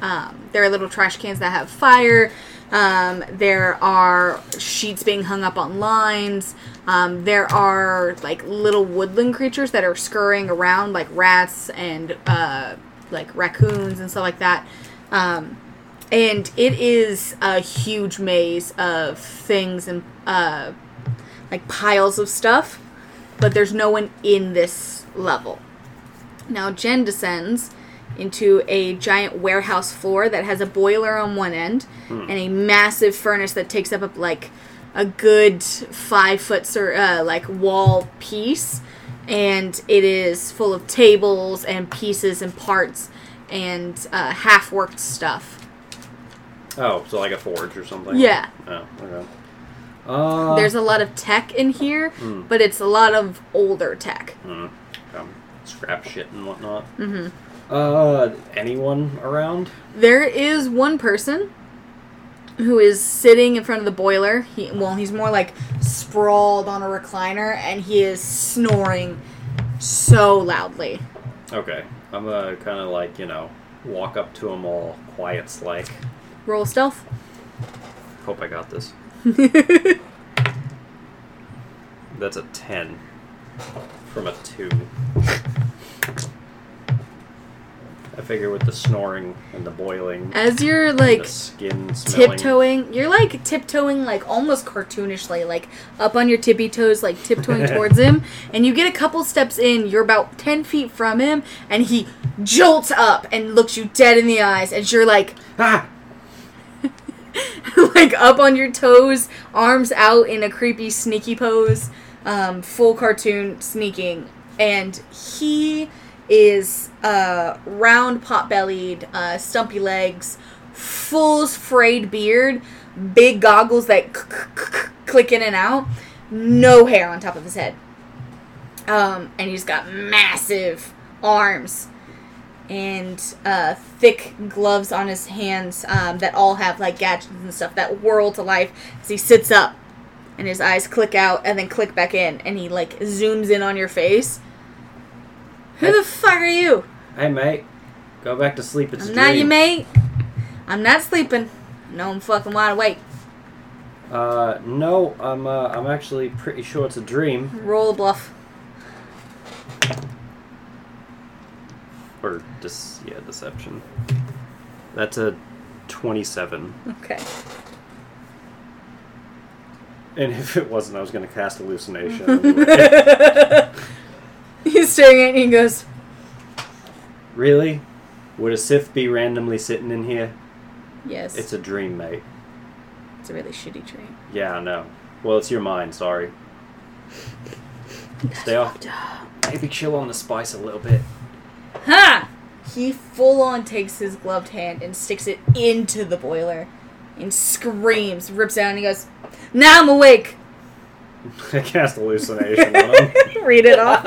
Um, there are little trash cans that have fire. Um, there are sheets being hung up on lines. Um, there are like little woodland creatures that are scurrying around, like rats and uh, like raccoons and stuff like that. Um, and it is a huge maze of things and uh, like piles of stuff, but there's no one in this level. Now Jen descends into a giant warehouse floor that has a boiler on one end
Hmm.
and a massive furnace that takes up like a good five foot cir- uh, like wall piece, and it is full of tables and pieces and parts and uh, half worked stuff.
Oh, so like a forge or something.
Yeah.
Oh, okay. Uh,
There's a lot of tech in here,
Hmm.
but it's a lot of older tech.
mm, um, scrap shit and whatnot.
hmm
Uh, anyone around?
There is one person who is sitting in front of the boiler. He well, he's more like sprawled on a recliner and he is snoring so loudly.
Okay, I'm gonna kind of like you know walk up to them all quiets like.
Roll stealth.
Hope I got
(laughs)
this.
okay.
That's a ten from a two. I figure with the snoring and the boiling,
As you're
and
like
the skin smelling.
tiptoeing, you're like tiptoeing like almost cartoonishly, like up on your tippy toes, like tiptoeing towards him, and you get a couple steps in, you're about 10 feet from him, and he jolts up and looks you dead in the eyes, and you're like,
Ah!
(laughs) like up on your toes, arms out in a creepy sneaky pose, um, full cartoon sneaking, and he is uh, round, pot bellied, uh, stumpy legs, full frayed beard, big goggles that c- c- c- click in and out, no hair on top of his head, um, and he's got massive arms and uh, thick gloves on his hands um, that all have like gadgets and stuff that whirl to life as he sits up and his eyes click out and then click back in and he like zooms in on your face. Who the fuck are you?
Hey mate, go back to sleep. It's a
I'm not your
dream.
mate. I'm not sleeping. No, I'm fucking wide awake.
Uh, no, I'm uh, I'm actually pretty sure it's a dream.
Roll a bluff.
Or dis- yeah, deception. That's a twenty-seven. (laughs)
Okay. (laughs)
And if it wasn't, I was gonna cast hallucination.
(laughs)
anyway.
He's staring at you and goes,
really? Would a Sith be randomly sitting in here?
Yes.
It's a dream, mate.
it's a really shitty dream.
Yeah, I know. Well, it's your mind. Sorry. Stay off. Maybe chill on the spice a little bit. (laughs)
Ha! He full on takes his gloved hand and sticks it into the boiler and screams, rips it out, and he goes, Now I'm awake! (laughs)
I cast hallucination on him.
(laughs)
Read it off.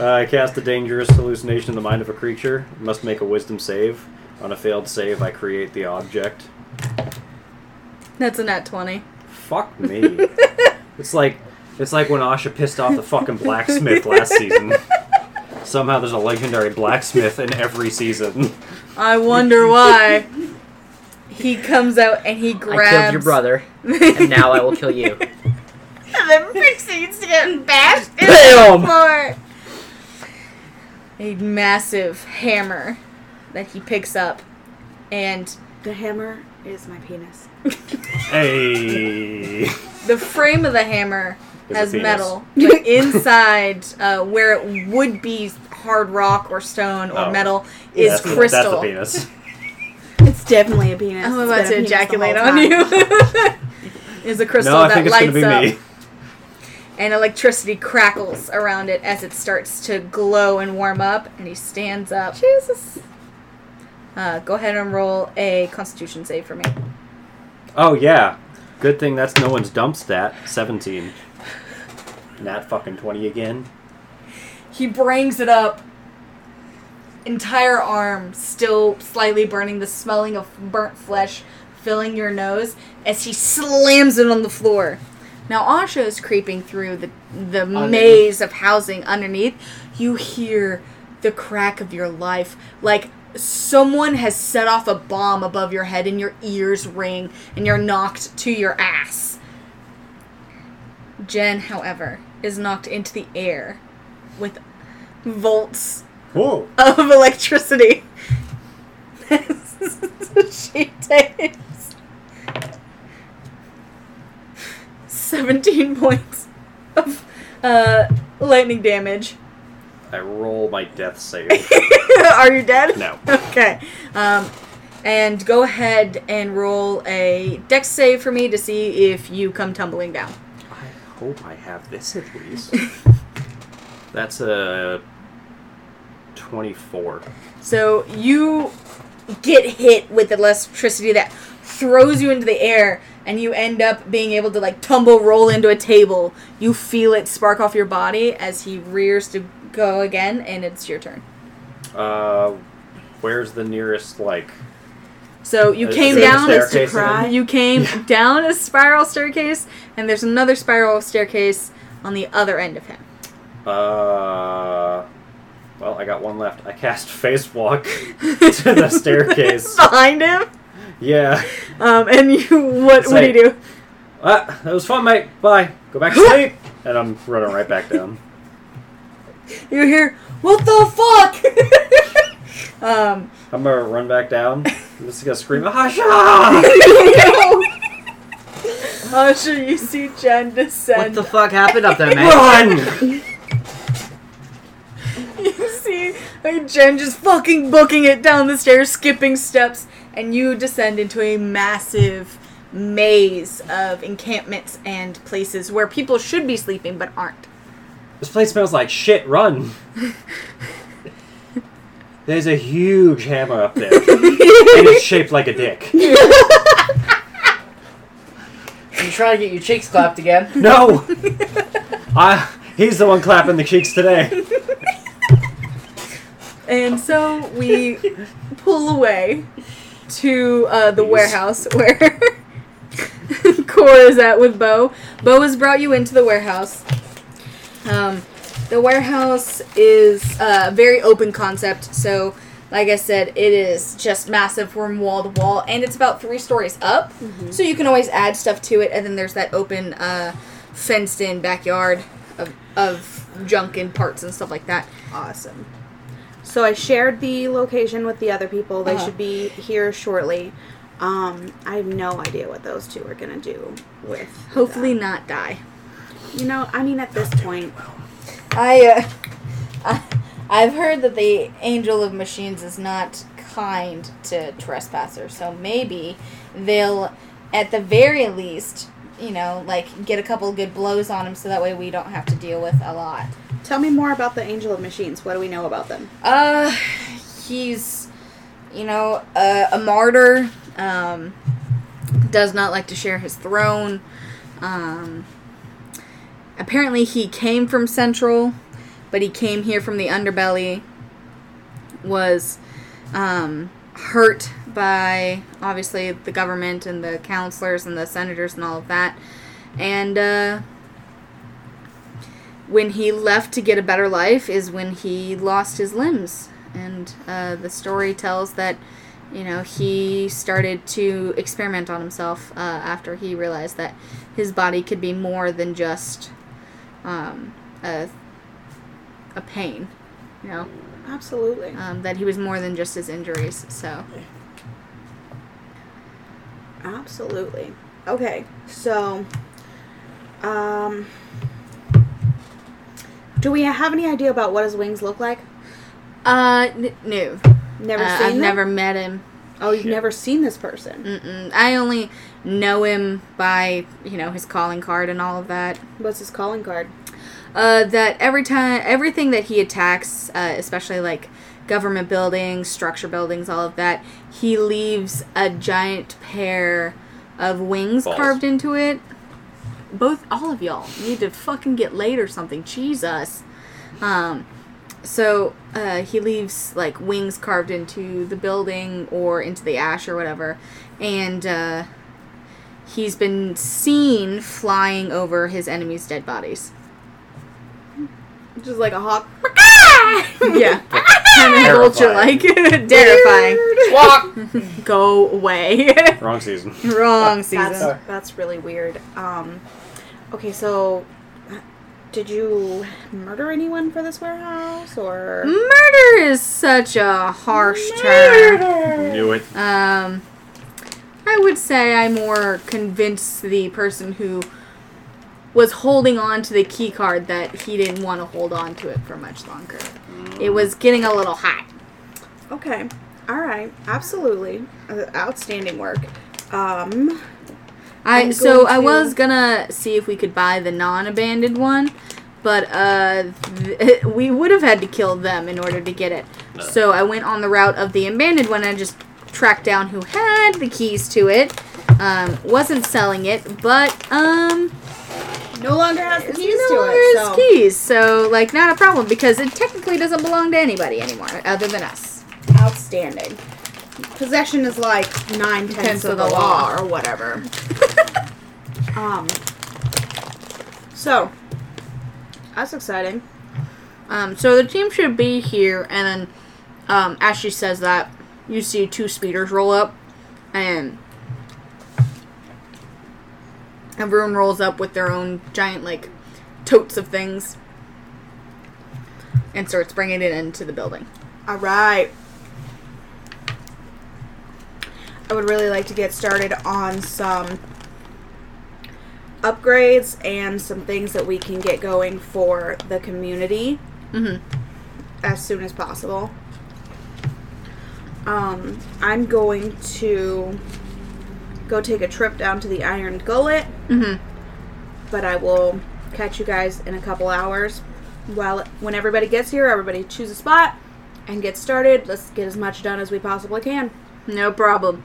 Uh, I cast a dangerous hallucination in the mind of a creature. It must make a wisdom save. On a failed save, I create the object.
That's a nat 20.
Fuck
(laughs)
me. it's like it's like when Asha pissed off the fucking blacksmith last season. Somehow there's a legendary blacksmith in every season. (laughs)
I wonder why. he comes out and he grabs.
I killed your
(laughs)
brother, and now I will kill you.
And then proceeds to get bashed in
Bam!
floor. A massive hammer that he picks up and
The hammer is my penis.
Hey.
the frame of the hammer
Is a
has
penis.
(laughs) metal but inside uh, where it would be hard rock or stone or
Oh.
metal is
that's, the- That's
crystal
the penis.
It's definitely a penis.
i'm
It's
about
been
to
a penis the
ejaculate
whole
on
time. (laughs)
you (laughs) is a crystal
no, I
that
think it's
lights
gonna be
up
me.
and electricity crackles around it as it starts to glow and warm up and he stands up jesus uh, go ahead and roll a constitution save for me
Oh yeah. Good thing that's no one's dump stat. Seventeen. Not fucking twenty again.
He brings it up. Entire arm still slightly burning, the smelling of burnt flesh filling your nose as he slams it on the floor. Now Asha is creeping through the the maze of housing underneath. You hear the crack of your life, like someone has set off a bomb above your head, and your ears ring, and you're knocked to your ass. Jen, however, is knocked into the air with volts
Whoa.
of (laughs) electricity. (laughs) she takes 17 points of uh, lightning damage. (laughs)
I roll my death save.
Are you dead?
No.
(laughs) Okay. Um, and go ahead and roll a dex save for me to see if you come tumbling down.
I hope I have this at least. That's a twenty-four.
So you get hit with electricity that throws you into the air, and you end up being able to like tumble, roll into a table. You feel it spark off your body as he rears to go again, and it's your turn.
Uh, where's the nearest like?
So you
is- is
came
there a
down.
Just to
staircase in
cry.
it?
You came (laughs) down a spiral staircase, and there's another spiral staircase on the other end of him.
Uh, well, I got one left. I cast face walk (laughs) to the
(laughs)
staircase.
behind him.
Yeah.
Um, and you (laughs) what?
It's
What do you do?
Ah, that was fun, mate. Bye. Go back to sleep. And I'm running right back down.
You hear what the fuck? (laughs) um,
I'm gonna run back down. I'm just gonna scream, Hasha!
Asha, you see Jen
What
descend.
the fuck happened up there, man?
Run!
you see like, Jen just fucking booking it down the stairs, skipping steps, and you descend into a massive maze of encampments and places where people should be sleeping but aren't.
This place smells like shit. Run! There's a huge hammer up there. and it's shaped like a dick.
You trying to get your cheeks
(laughs)
clapped again?
No! I, he's the one clapping the cheeks today.
And so we pull away to uh, the
Please.
warehouse where (laughs) Cora is at with Bo. Bo has brought you into the warehouse. Um, the warehouse is uh, a very open concept, so like I said, it is just massive from wall to wall, and it's about three stories up, so you can always add stuff to it. And then there's that open, uh, fenced-in backyard of, of junk and parts and stuff like that.
Awesome. So I shared the location with the other people. They
Uh-huh.
should be here shortly. Um, I have no idea what those two are gonna do with.
Hopefully, not die.
you know. I mean, at this point,
I, uh, (laughs) I, I've heard that the Angel of Machines is not kind to trespassers, so maybe they'll, at the very least, you know, like get a couple good blows on him, so that way we don't have to deal with a lot.
tell me more about the Angel of Machines. What do we know about them?
Uh, he's, you know, a, a martyr. Um, does not like to share his throne. Um, apparently he came from Central, but he came here from the underbelly, was um, hurt by obviously the government and the counselors and the senators and all of that. And uh, when he left to get a better life is when he lost his limbs. And uh, the story tells that, you know, he started to experiment on himself uh, after he realized that his body could be more than just um, a, a pain, you know,
Absolutely.
um, that he was more than just his injuries. So,
Absolutely. Okay, so, um, do we have any idea about what his wings look like?
uh, n- no.
Never
Uh,
seen
I've
them?
never met him.
Oh, you've
Shit.
never seen this person.
Mm-mm. I only know him by, you know, his calling card and all of that.
What's his calling card?
uh, that every time everything that he attacks, uh, especially like government buildings, structure buildings, all of that, he leaves a giant pair of wings
Balls.
carved into it. Both all of y'all need to fucking get laid or something. Jesus. Um, so uh, he leaves like wings carved into the building or into the ash or whatever, and uh, he's been seen flying over his enemies' dead bodies.
Just like a hawk.
yeah, kind of vulture like, (laughs) terrifying. Go away. (laughs)
Wrong season.
Wrong
That's,
season.
that's really weird. Um, okay, so, did you murder anyone for this warehouse, or?
Murder is such a harsh term.
Knew it.
Um, I would say I more convinced the person who was holding on to the key card that he didn't want to hold on to it for much longer. It was getting a little hot. Hmm?
Okay. All right. Absolutely. Uh, outstanding work. Um,
I
I'm
so
going
I
to-
was gonna see if we could buy the non-abandoned one, but uh, th- (laughs) we would have had to kill them in order to get it.
No.
So I went on the route of the abandoned one and just tracked down who had the keys to it. Um, wasn't selling it, but um,
no longer has the keys
no,
to it.
there's
So.
keys, so like not a problem because it technically doesn't belong to anybody anymore other than us.
Outstanding. Possession is like nine tenths of the law or (laughs) whatever. um. So that's exciting.
Um, so the team should be here, and then um, as she says that, you see two speeders roll up, and everyone rolls up with their own giant like totes of things, and starts bringing it into the building.
All right. I would really like to get started on some upgrades and some things that we can get going for the community
Mhm.
as soon as possible. Um, I'm going to go take a trip down to the Iron Gullet,
Mhm.
but I will catch you guys in a couple hours. Well, when everybody gets here, everybody choose a spot and get started. Let's get as much done as we possibly can.
No problem.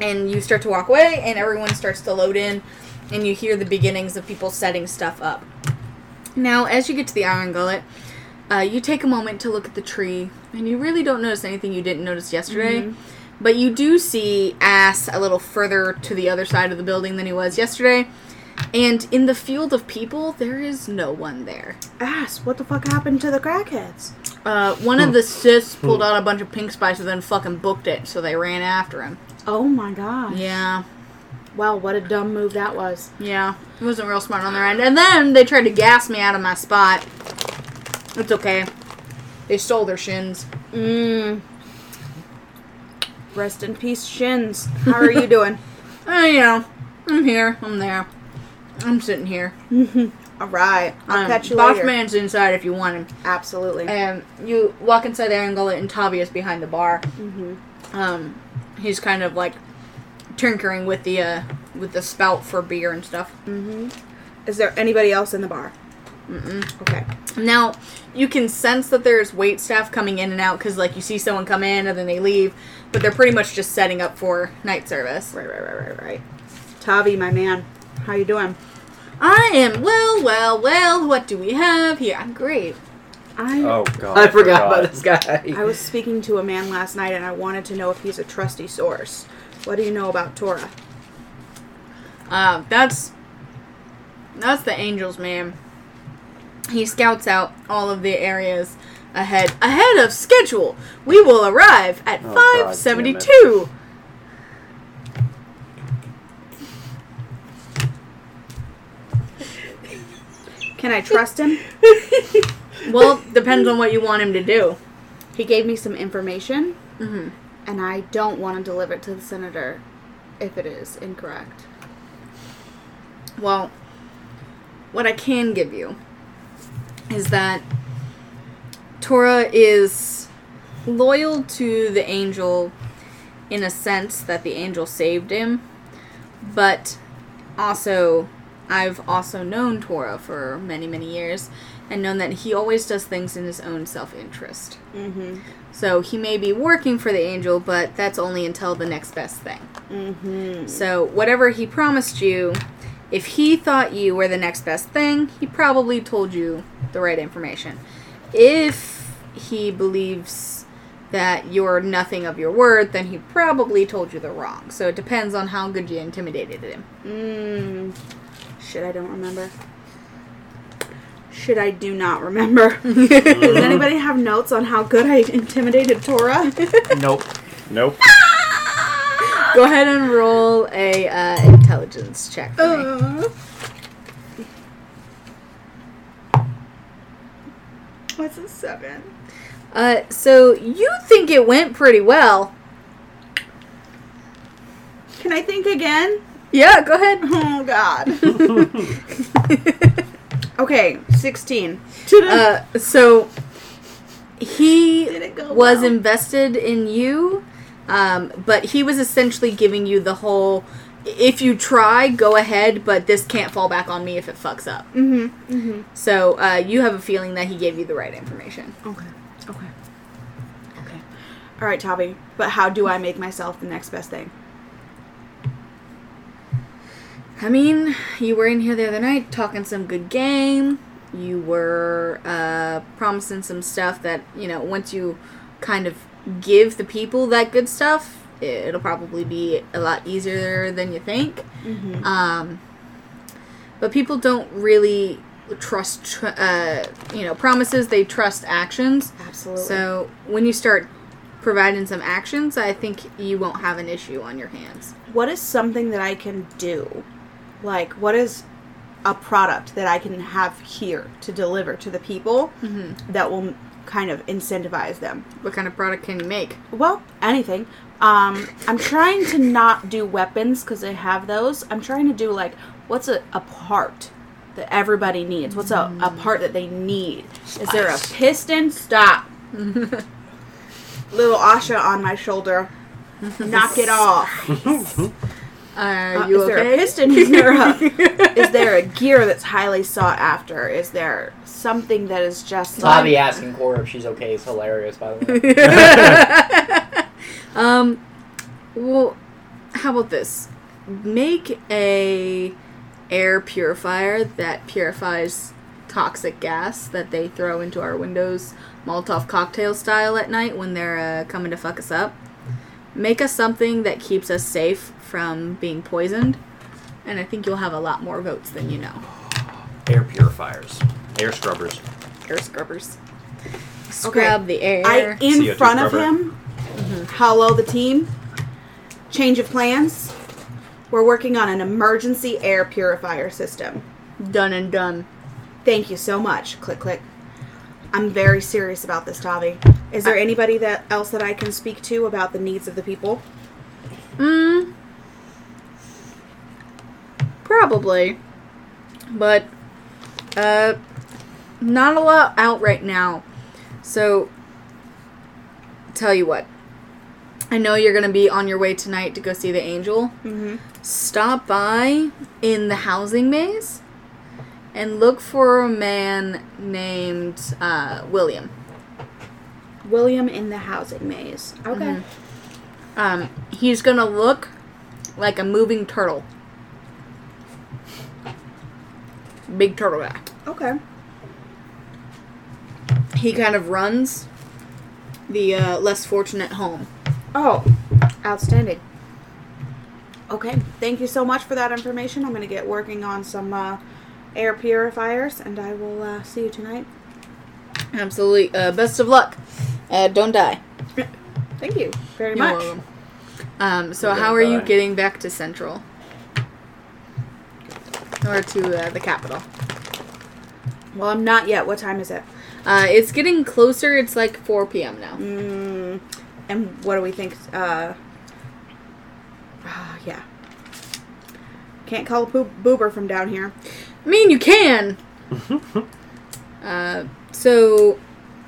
And you start to walk away, and everyone starts to load in, and you hear the beginnings of people setting stuff up. Now, as you get to the Iron Gullet, uh, you take a moment to look at the tree, and you really don't notice anything you didn't notice yesterday. But you do see Ass a little further to the other side of the building than he was yesterday. And in the field of people, there is no one there.
Ass, what the fuck happened to the crackheads?
Uh, one of the sis pulled out a bunch of pink spice and then fucking booked it, so they ran after him.
Oh my god.
Yeah.
Wow, what a dumb move that was.
Yeah, it wasn't real smart on their end. And then they tried to gas me out of my spot. It's okay. They stole their shins.
Mmm. Rest in peace, shins. How are you (laughs) doing?
Uh, you know, I'm here. I'm there. I'm sitting here.
All right. I'll
Um,
catch you
Boss
later.
man's inside if you want him.
Absolutely.
And you walk inside the Angola, and Tavia's behind the bar.
Mhm.
Um, he's kind of like tinkering with the uh, with the spout for beer and stuff.
Is there anybody else in the bar? Mm-mm. Okay.
Now, you can sense that there's wait staff coming in and out because, like, you see someone come in and then they leave, but they're pretty much just setting up for night service.
Right, right, right, right, right. Tavi, my man. How you doing?
I am well, well, well. What do we have here? I'm great.
I
Oh god.
I forgot about this guy.
I was speaking to a man last night and I wanted to know if he's a trusty source. What do you know about Torah?
Uh, that's that's the angels, ma'am. He scouts out all of the areas ahead ahead of schedule. We will arrive at
Oh, God
five seventy two.
Can I trust him?
Well, depends on what you want him to do.
He gave me some information
hmm
and I don't want to deliver it to the senator if it is incorrect.
Well, what I can give you is that Torah is loyal to the angel in a sense that the angel saved him, but also I've also known Torah for many, many years and known that he always does things in his own self interest.
Mm-hmm.
So he may be working for the angel, but that's only until the next best thing.
Mm-hmm.
So, whatever he promised you, if he thought you were the next best thing, he probably told you the right information. If he believes that you're nothing of your word, then he probably told you the wrong. So, it depends on how good you intimidated him. (laughs)
Mm. Shit, I don't remember. Shit, I do not remember. (laughs) Does anybody have notes on how good I intimidated Torah?
nope.
Nope.
Go ahead and roll a uh, intelligence check. For me.
Uh. (laughs) What's a seven?
Uh, so, you think it went pretty well.
Can I think again?
Yeah, go ahead.
Oh
(laughs)
God. okay, sixteen.
(laughs) Uh, so he
Did it go
was
well?
invested in you, um, but he was essentially giving you the whole if you try, go ahead, but this can't fall back on me if it fucks up.
Mm-hmm. Mm-hmm.
So uh, you have a feeling that he gave you the right information.
Okay. Okay. Okay. All right, Toby. But how do I make myself the next best thing?
I mean, you were in here the other night talking some good game. You were uh, promising some stuff that, you know, once you kind of give the people that good stuff, it'll probably be a lot easier than you think.
Mm-hmm.
Um, but people don't really trust, tr- uh, you know, promises. They trust actions.
Absolutely.
So when you start providing some actions, I think you won't have an issue on your hands.
what is something that I can do? Like, what is a product that I can have here to deliver to the people
hmm
that will kind of incentivize them?
What kind of product can you make?
Well, anything. Um, I'm trying to not do weapons because I have those. I'm trying to do like what's a, a part that everybody needs. What's a, a part that they need? Is there a piston? Stop. Little Asha on my shoulder. Knock it off.
Are
Uh,
you
is
okay?
there a piston here?
(laughs)
(laughs) is there a gear that's highly sought after? Is there something that is just
Bobby
like,
asking Cora if she's okay is hilarious, by the
(laughs)
way.
um, well, how about this? Make a air purifier that purifies toxic gas that they throw into our windows, Molotov cocktail style at night when they're uh, coming to fuck us up. Make us something that keeps us safe from being poisoned, and I think you'll have a lot more votes than you know.
Air purifiers. Air scrubbers.
Air scrubbers. Scrub the air.
I in
CO2
front of
rubber.
him. Hello, the team. Change of plans. We're working on an emergency air purifier system.
done and done.
Thank you so much. Click click. I'm very serious about this, Tavi. Is there anybody that else that I can speak to about the needs of the people?
Mm. Probably. But uh not a lot out right now. So tell you what. I know you're going to be on your way tonight to go see the angel.
Mm-hmm.
Stop by in the housing maze and look for a man named uh, William.
William in the housing maze. Okay.
Mhm. Um, he's gonna look like a moving turtle. Big turtle guy.
Okay.
he kind of runs the uh, less fortunate home.
Oh, outstanding. Okay, thank you so much for that information. I'm going to get working on some uh, air purifiers, and I will uh, see you tonight.
Absolutely. Uh, best of luck. Uh, don't die.
Thank you very
You're
much.
welcome. Um, so
Don't
how are you
die.
getting back to Central? Or to uh, the capital?
Well, I'm not yet. What time is it?
Uh, it's getting closer. It's like 4 p.m. now.
Mm, and what do we think? Uh, (sighs) ah, yeah. Can't call a poop- boober from down here.
I mean, you can. uh, so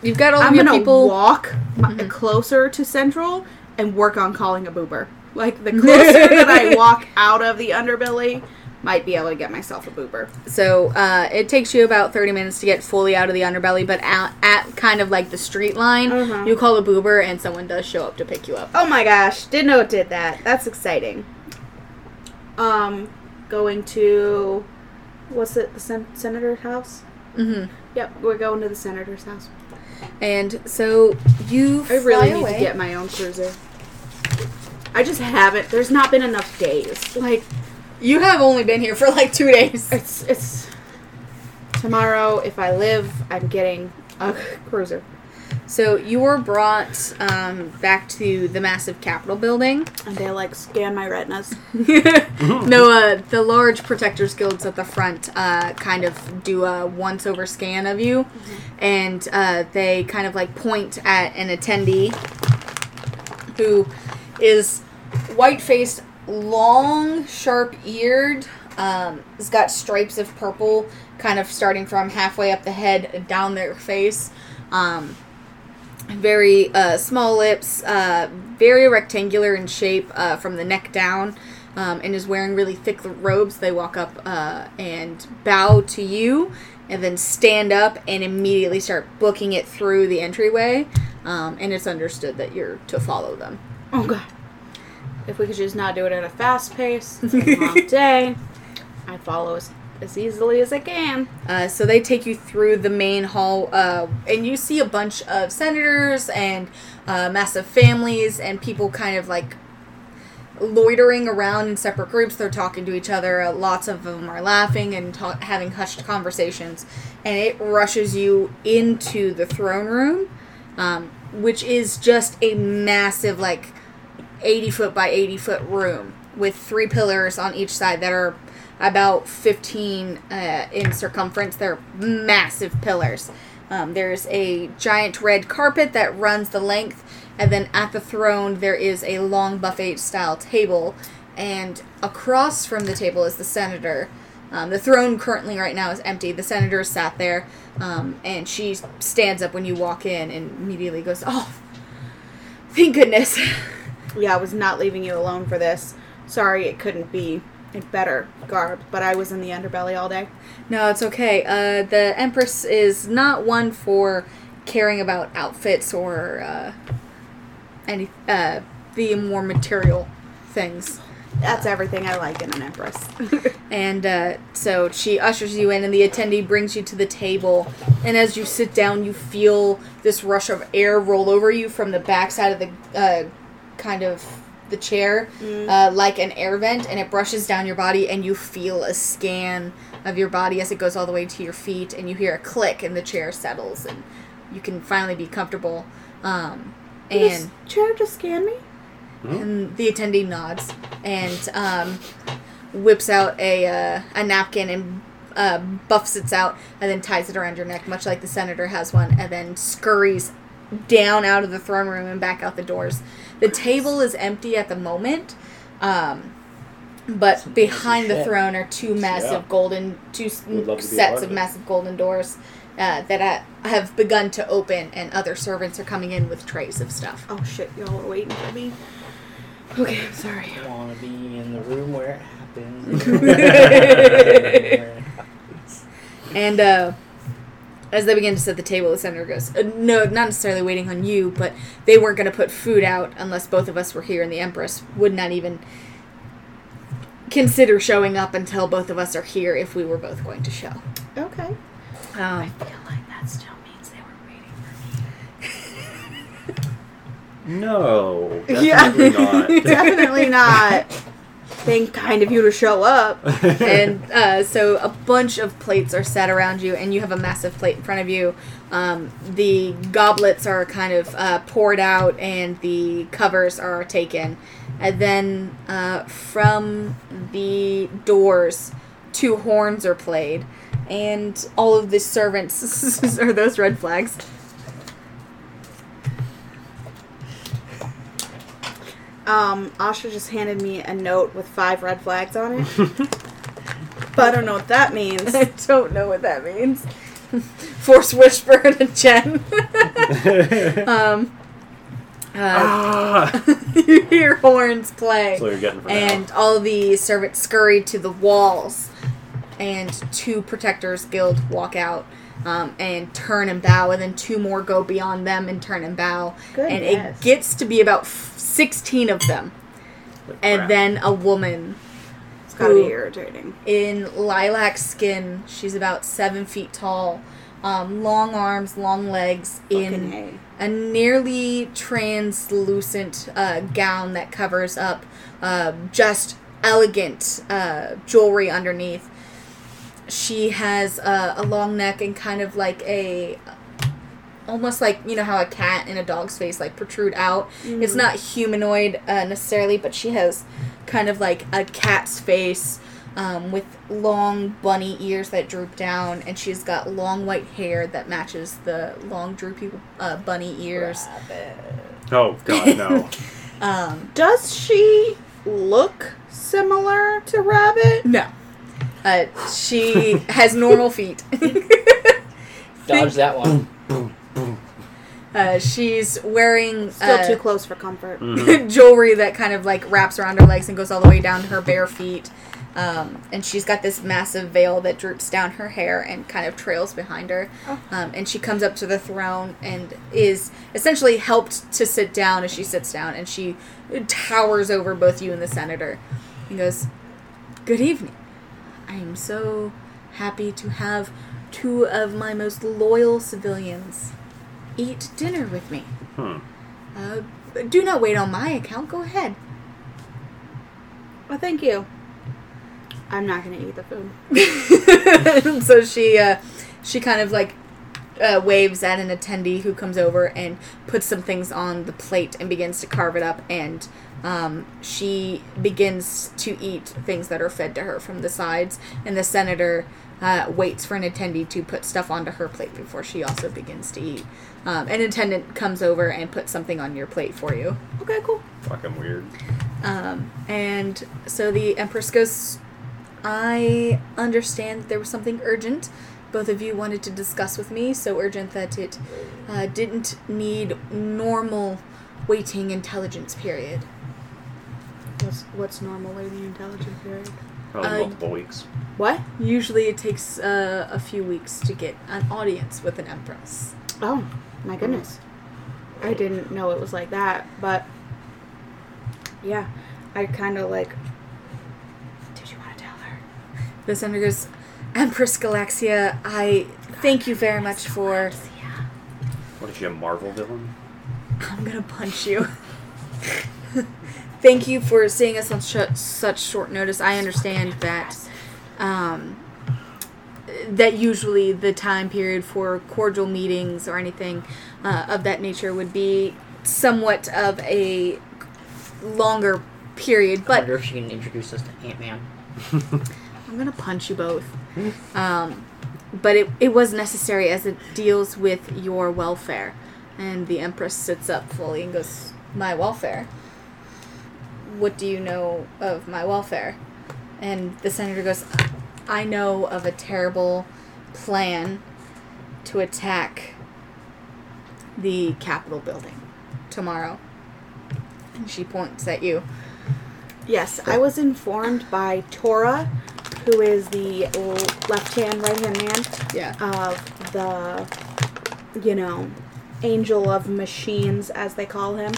you've got all
I'm
of your
gonna
people.
walk my, closer to Central and work on calling a boober. Like the closer that (laughs) I walk out of the underbelly, might be able to get myself a boober.
So uh, it takes you about 30 minutes to get fully out of the underbelly, but out, at kind of like the street line,
Uh-huh.
you call a boober and someone does show up to pick you up.
Oh my gosh! Didn't know it did that. That's exciting. Um, going to what's it? The sen- senator's house.
hmm
Yep, we're going to the senator's house.
And so you
I
fly
really need
away.
to get my own cruiser. I just haven't. There's not been enough days. Like
You have only been here (laughs) for like
(laughs)
two days.
it's it's tomorrow. If I live, I'm getting a cruiser.
So you were brought um, back to the massive Capitol building.
And they like scan my retinas.
(laughs) no, uh, the large protectors guilds at the front uh, kind of do a once over scan of you, and uh, they kind of like point at an attendee who is white faced, long, sharp eared. Um, has got stripes of purple, kind of starting from halfway up the head down their face. Um, very uh, small lips, uh, very rectangular in shape uh, from the neck down, um, and is wearing really thick robes. They walk up uh, and bow to you, and then stand up and immediately start booking it through the entryway. Um, and it's understood that you're to follow them.
Oh god. If we could just not do it at a fast (laughs) pace, it's been a long day. I follow as, as easily as I can.
Uh, so they take you through the main hall, uh, and you see a bunch of senators and uh, massive families and people kind of like loitering around in separate groups. They're talking to each other. Uh, lots of them are laughing and ta- having hushed conversations. And it rushes you into the throne room, um, which is just a massive, like, 80 foot by 80 foot room with three pillars on each side that are about 15 uh, in circumference. They're massive pillars. Um, there's a giant red carpet that runs the length, and then at the throne, there is a long buffet style table. And across from the table is the senator. Um, the throne currently, right now, is empty. The senator sat there, um, and she stands up when you walk in and immediately goes, Oh, thank goodness. (laughs)
Yeah, I was not leaving you alone for this. Sorry it couldn't be in better garb, but I was in the underbelly all day.
No, it's okay. Uh, the Empress is not one for caring about outfits or uh, any uh, the more material things.
That's everything I like in an (laughs) empress.
And uh, so she ushers you in, and the attendee brings you to the table. And as you sit down, you feel this rush of air roll over you from the backside of the uh, kind of the chair, uh, like an air vent, and it brushes down your body, and you feel a scan of your body as it goes all the way to your feet, and you hear a click, and the chair settles, and you can finally be comfortable. Um, and
This chair just scanned me?
and the attendee nods and um, whips out a, uh, a napkin and uh, buffs it out and then ties it around your neck, much like the senator has one, and then scurries down out of the throne room and back out the doors. The table is empty at the moment, um, but behind the
shit.
throne are two massive
Yeah.
golden, two s-
Would love to be a
sets
part
of
of it.
massive golden doors. Uh, that I have begun to open, and other servants are coming in with trays of stuff.
Oh shit, y'all are waiting for me. Okay, I'm sorry.
I want to be in the room where it
(laughs)
happens. (laughs) Where it happens.
And uh, as they begin to set the table, the senator goes, uh, "No, not necessarily waiting on you, but they weren't going to put food out unless both of us were here, and the empress would not even consider showing up until both of us are here if we were both going to show."
Okay.
Um,
feel like that still means they were waiting for
No,
Yeah.
definitely not.
Definitely not. Thank kind of you to show up.
(laughs)
(laughs)
and uh, so a bunch of plates are set around you, and you have a massive plate in front of you. Um, the goblets are kind of uh, poured out, and the covers are taken. And then uh, from the doors, two horns are played, and all of the servants (laughs) are those red flags.
Um, Asha just handed me a note with five red flags on it. but I don't know what that (laughs) means.
(laughs) I don't know what that means. (laughs) Force whisper to Jen. (laughs) um, uh, (laughs)
ah!
you hear horns play.
That's what you're getting from
and all the servants scurry to the walls and two protectors guild walk out um, and turn and bow and then two more go beyond them and turn and bow and
Goodness.
it gets to be about f- 16 of them
Like
and
crap.
then a woman
It's gotta be
Ooh.
irritating.
in lilac skin she's about seven feet tall um, long arms long legs in
Fucking A.
a nearly translucent uh, gown that covers up uh, just elegant uh, jewelry underneath. She has uh, a long neck and kind of like a almost like you know how a cat and a dog's face like protrude out. It's not humanoid uh, necessarily, but she has kind of like a cat's face um, with long bunny ears that droop down, and she's got long white hair that matches the long droopy uh, bunny ears.
oh god, no.
Um,
Does she look similar to Rabbit?
no, uh,
(laughs)
she has normal feet. (laughs)
Dodge that one.
uh, she's wearing
Still
uh,
too close for comfort.
mm. (laughs) jewelry that kind of like wraps around her legs and goes all the way down to her bare feet. Um, and she's got this massive veil that droops down her hair and kind of trails behind her. Um, and she comes up to the throne and is essentially helped to sit down as she sits down. And she towers over both you and the senator and goes, Good evening. I am so happy to have two of my most loyal civilians eat dinner with me.
Hmm.
Uh, do not wait on my account. Go ahead.
Well, thank you. I'm not gonna eat the food.
(laughs) so she uh, she kind of like uh, waves at an attendee who comes over and puts some things on the plate and begins to carve it up and um, she begins to eat things that are fed to her from the sides and the senator uh, waits for an attendee to put stuff onto her plate before she also begins to eat um, an attendant comes over and puts something on your plate for you
Okay, cool.
Fucking weird.
Um, and so the Empress goes, I understand that there was something urgent both of you wanted to discuss with me, so urgent that it uh, didn't need normal waiting intelligence period.
What's what's normal waiting intelligence period?
Probably
Uh,
multiple weeks.
What?
Usually it takes uh, a few weeks to get an audience with an Empress.
Oh my goodness. I didn't know it was like that, but yeah, I kind of like. Did you want to tell her?
The senator goes, Empress Galaxia, I thank you very much for.
What is she, a Marvel villain?
I'm gonna punch you. Thank you for seeing us on sh- such short notice. I understand that um, that usually the time period for cordial meetings or anything uh, of that nature would be somewhat of a longer period,
I
but
wonder if she can introduce us to Ant Man.
I'm gonna punch you both. Um, but it, it was necessary as it deals with your welfare. And the Empress sits up fully and goes, My welfare? What do you know of my welfare? And the senator goes, I know of a terrible plan to attack the Capitol building tomorrow. And she points at you.
Yes, I was informed by Tora, who is the left hand, right hand man
Yeah.
of the, you know, angel of machines, as they call him,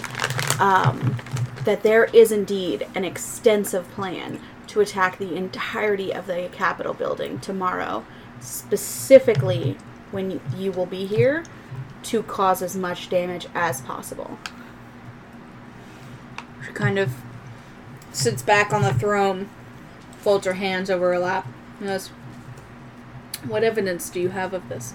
um, that there is indeed an extensive plan to attack the entirety of the Capitol building tomorrow, specifically when you will be here, to cause as much damage as possible.
kind of sits back on the throne, folds her hands over her lap, and goes, What evidence do you have of this?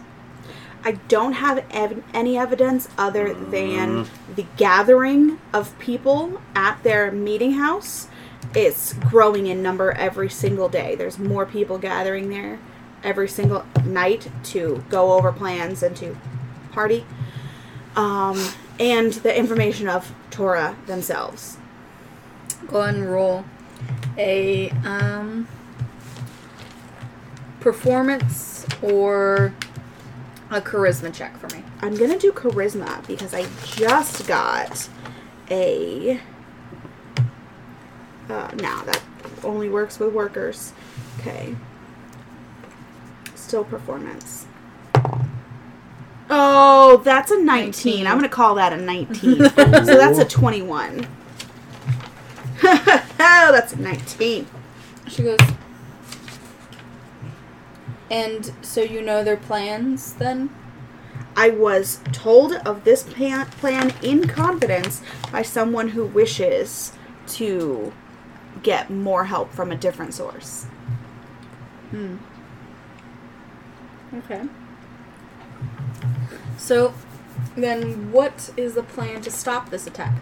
I don't have ev- any evidence other than the gathering of people at their meeting house. It's growing in number every single day. There's more people gathering there every single night to go over plans and to party. Um, and the information of Torah themselves.
Go ahead and roll a um, performance or a charisma check for me.
I'm gonna do charisma because I just got a. Uh, no, that only works with workers. Okay. Still performance. Oh, that's a 19.
19.
I'm gonna call that a 19. so that's a 21. (laughs) oh, that's a 19.
She goes, And so you know their plans then?
I was told of this plan, plan in confidence by someone who wishes to get more help from a different source.
Hmm. Okay. So, then what is the plan to stop this attack?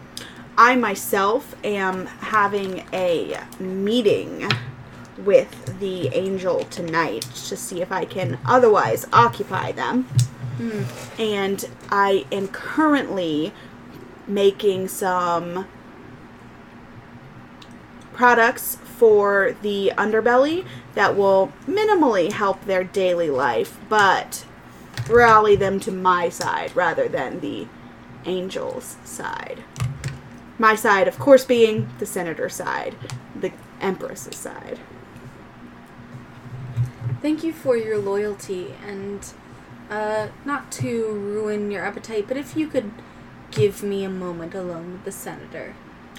I myself am having a meeting with the angel tonight to see if I can otherwise occupy them.
Hmm.
and I am currently making some products for the underbelly that will minimally help their daily life, but rally them to my side rather than the angel's side. My side, of course, being the senator's side, the empress's side.
Thank you for your loyalty and uh, not to ruin your appetite, but if you could give me a moment alone with the senator,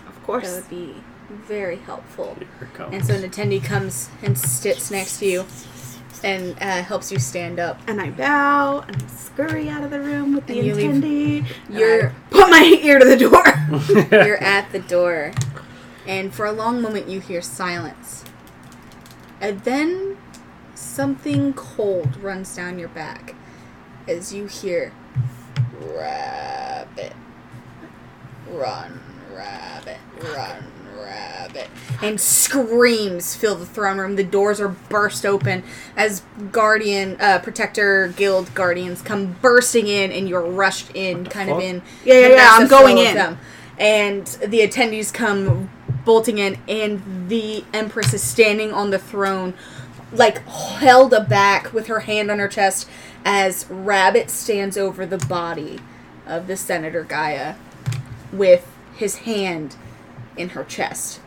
Of
that
course.
would be very helpful.
Here it comes.
And so
(laughs)
Natendi comes and sits next to you and uh, helps you stand up.
And I bow and I scurry out of the room with the
And you leave.
intendee. and
You're
I put my ear to the door. (laughs)
You're at the door, and for a long moment you hear silence. And then something cold runs down your back as you hear rabbit, run, rabbit, run, rabbit. And screams fill the throne room. The doors are burst open as guardian, uh, protector, guild guardians come bursting in, and you're rushed in,
the
kind of
fuck?
in.
Yeah, yeah,
the
yeah, I'm
massive
going
flow of
in.
them. And the attendees come bolting in, and the Empress is standing on the throne, like held aback with her hand on her chest, as Rabbit stands over the body of the Senator Gaia with his hand in her chest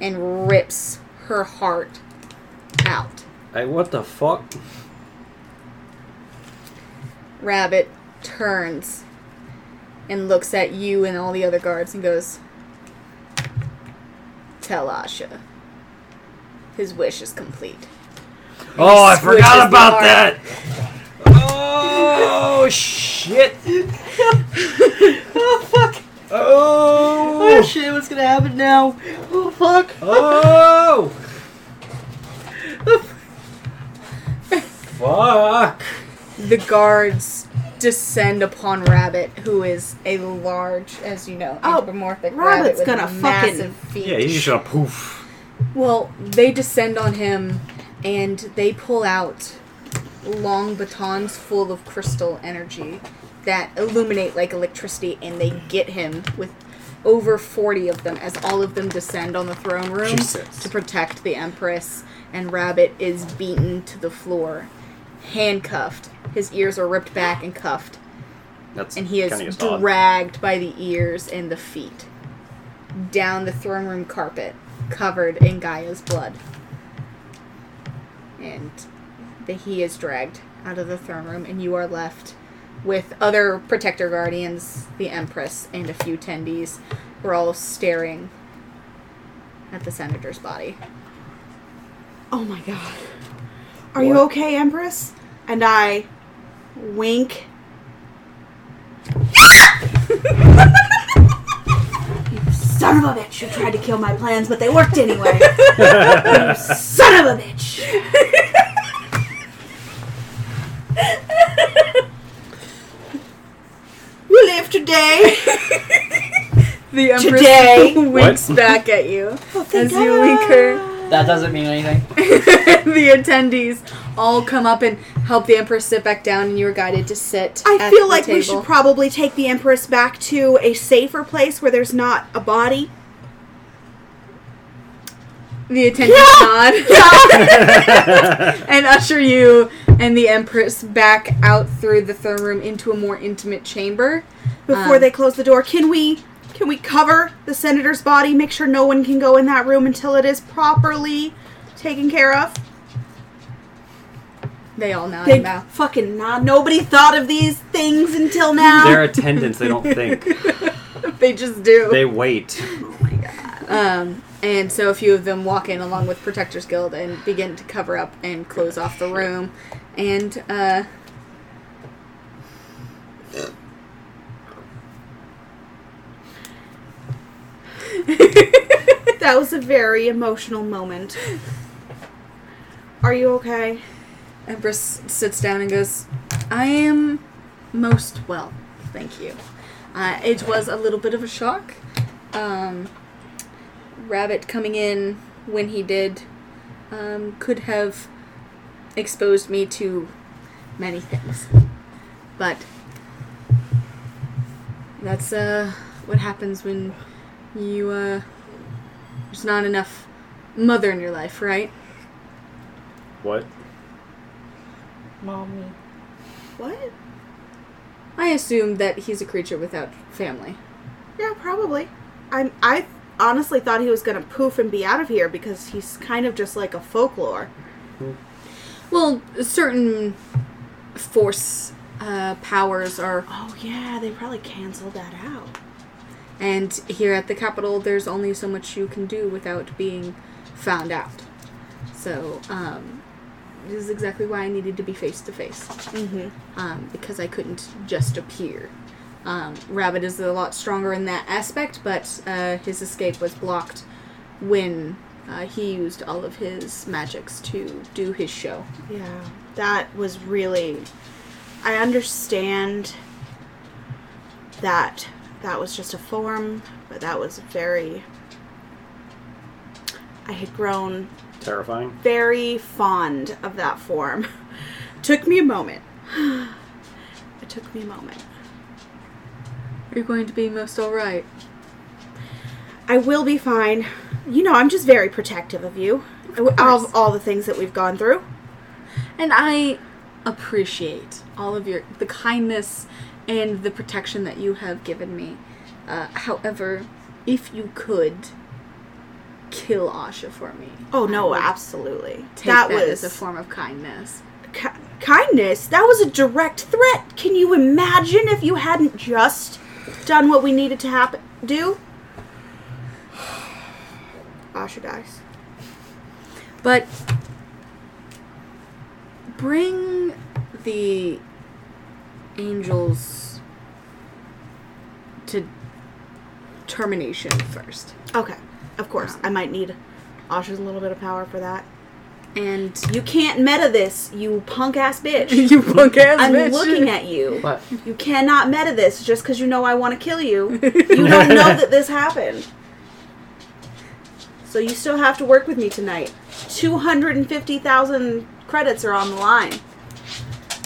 and rips her heart out.
Hey, what the
(laughs)
fuck?
Rabbit turns and looks at you and all the other guards and goes, Tell Asha. His wish is complete.
Oh, I
Switches the
forgot about
art.
that.
(laughs)
Oh shit.
Oh fuck! Oh
Oh.
shit! What's gonna happen now? Oh fuck!
Oh. Fuck.
The guards descend upon Rabbit, who is a large, as you know,
Oh,
anthropomorphic
Rabbit's
rabbit
gonna
with
fucking-
massive
(laughs)
feet.
Yeah, he's just gonna poof.
Well, they descend on him and they pull out long batons full of crystal energy that illuminate like electricity and they get him with over 40 of them as all of them descend on the throne room
Jesus.
to protect the empress and rabbit is beaten to the floor handcuffed his ears are ripped back and cuffed
That's
and he
kinda
is
just odd. (laughs)
dragged by the ears and the feet down the throne room carpet, covered in Gaia's blood. And the, he is dragged out of the throne room, and you are left with other protector guardians, the Empress, and a few tendees who are all staring at the senator's body.
Oh my god. Are you okay, Empress? And I wink. you son son of a bitch who tried to kill my plans, but they worked
(laughs)
anyway. You son of a bitch. We live today.
The Empress
Today.
(laughs)
Oh,
winks back at
(laughs)
you as you wink her.
That doesn't mean anything.
(laughs) the attendees all come up and help the Empress sit back down, and you are guided to sit.
I
at
feel
the
like we
table.
should probably take the Empress back to a safer place where there's not a body.
the attendees nod
(laughs)
(laughs) and usher you and the Empress back out through the throne room into a more intimate chamber.
before
Um,
they close the door. Can we can we cover the senator's body? Make sure no one can go in that room until it is properly taken care of.
They all nod
They
and bow.
fucking not. Nobody thought of these things until now.
(laughs)
Their attendants, they don't think.
They just do.
They
(laughs)
wait.
Um, and so a few of them walk in along with Protectors Guild and begin to cover up and close off the room. And uh,
that was a very emotional moment. Are you okay?
Empress sits down and goes, "I am most well, thank you. Uh, it was a little bit of a shock. Um, Rabbit coming in when he did um, could have exposed me to many things, but that's uh, what happens when you uh, there's not enough mother in your life, right?"
What?
Mommy. What?
I assume that he's a creature without family.
Yeah, probably. I'm I honestly thought he was gonna poof and be out of here because he's kind of just like a folklore.
Well, certain force uh, powers are,
Oh yeah, they probably canceled that out.
and here at the capital, there's only so much you can do without being found out. So, um, this is exactly why I needed to be face to face,
Mm-hmm.
um, because I couldn't just appear. Um, Rabbit is a lot stronger in that aspect, but uh, his escape was blocked when uh, he used all of his magics to do his show.
Yeah, that was really. I understand that that was just a form, but that was very. I had grown
Terrifying.
very fond of that form. (laughs) took me a moment. (sighs) it took me a moment.
You're going to be most alright.
I will be fine. You know, I'm just very protective of you.
Of course.
of all the things that we've gone through.
And I appreciate all of your the kindness and the protection that you have given me. Uh, however, if you could kill Asha for me,
Oh no,
I would
absolutely.
take
That,
that,
was
as a form of kindness.
Ki- kindness that was a direct threat can you imagine if you hadn't just done what we needed to happen do (sighs) asha dies
But bring the angels to termination first.
okay of course i might need asha's a little bit of power for that
And
you can't meta this you punk ass bitch
(laughs) you punk ass
i'm looking at you
But
you cannot meta this just because you know i want to kill you you
(laughs)
don't know that this happened so you still have to work with me tonight 250000 credits are on the line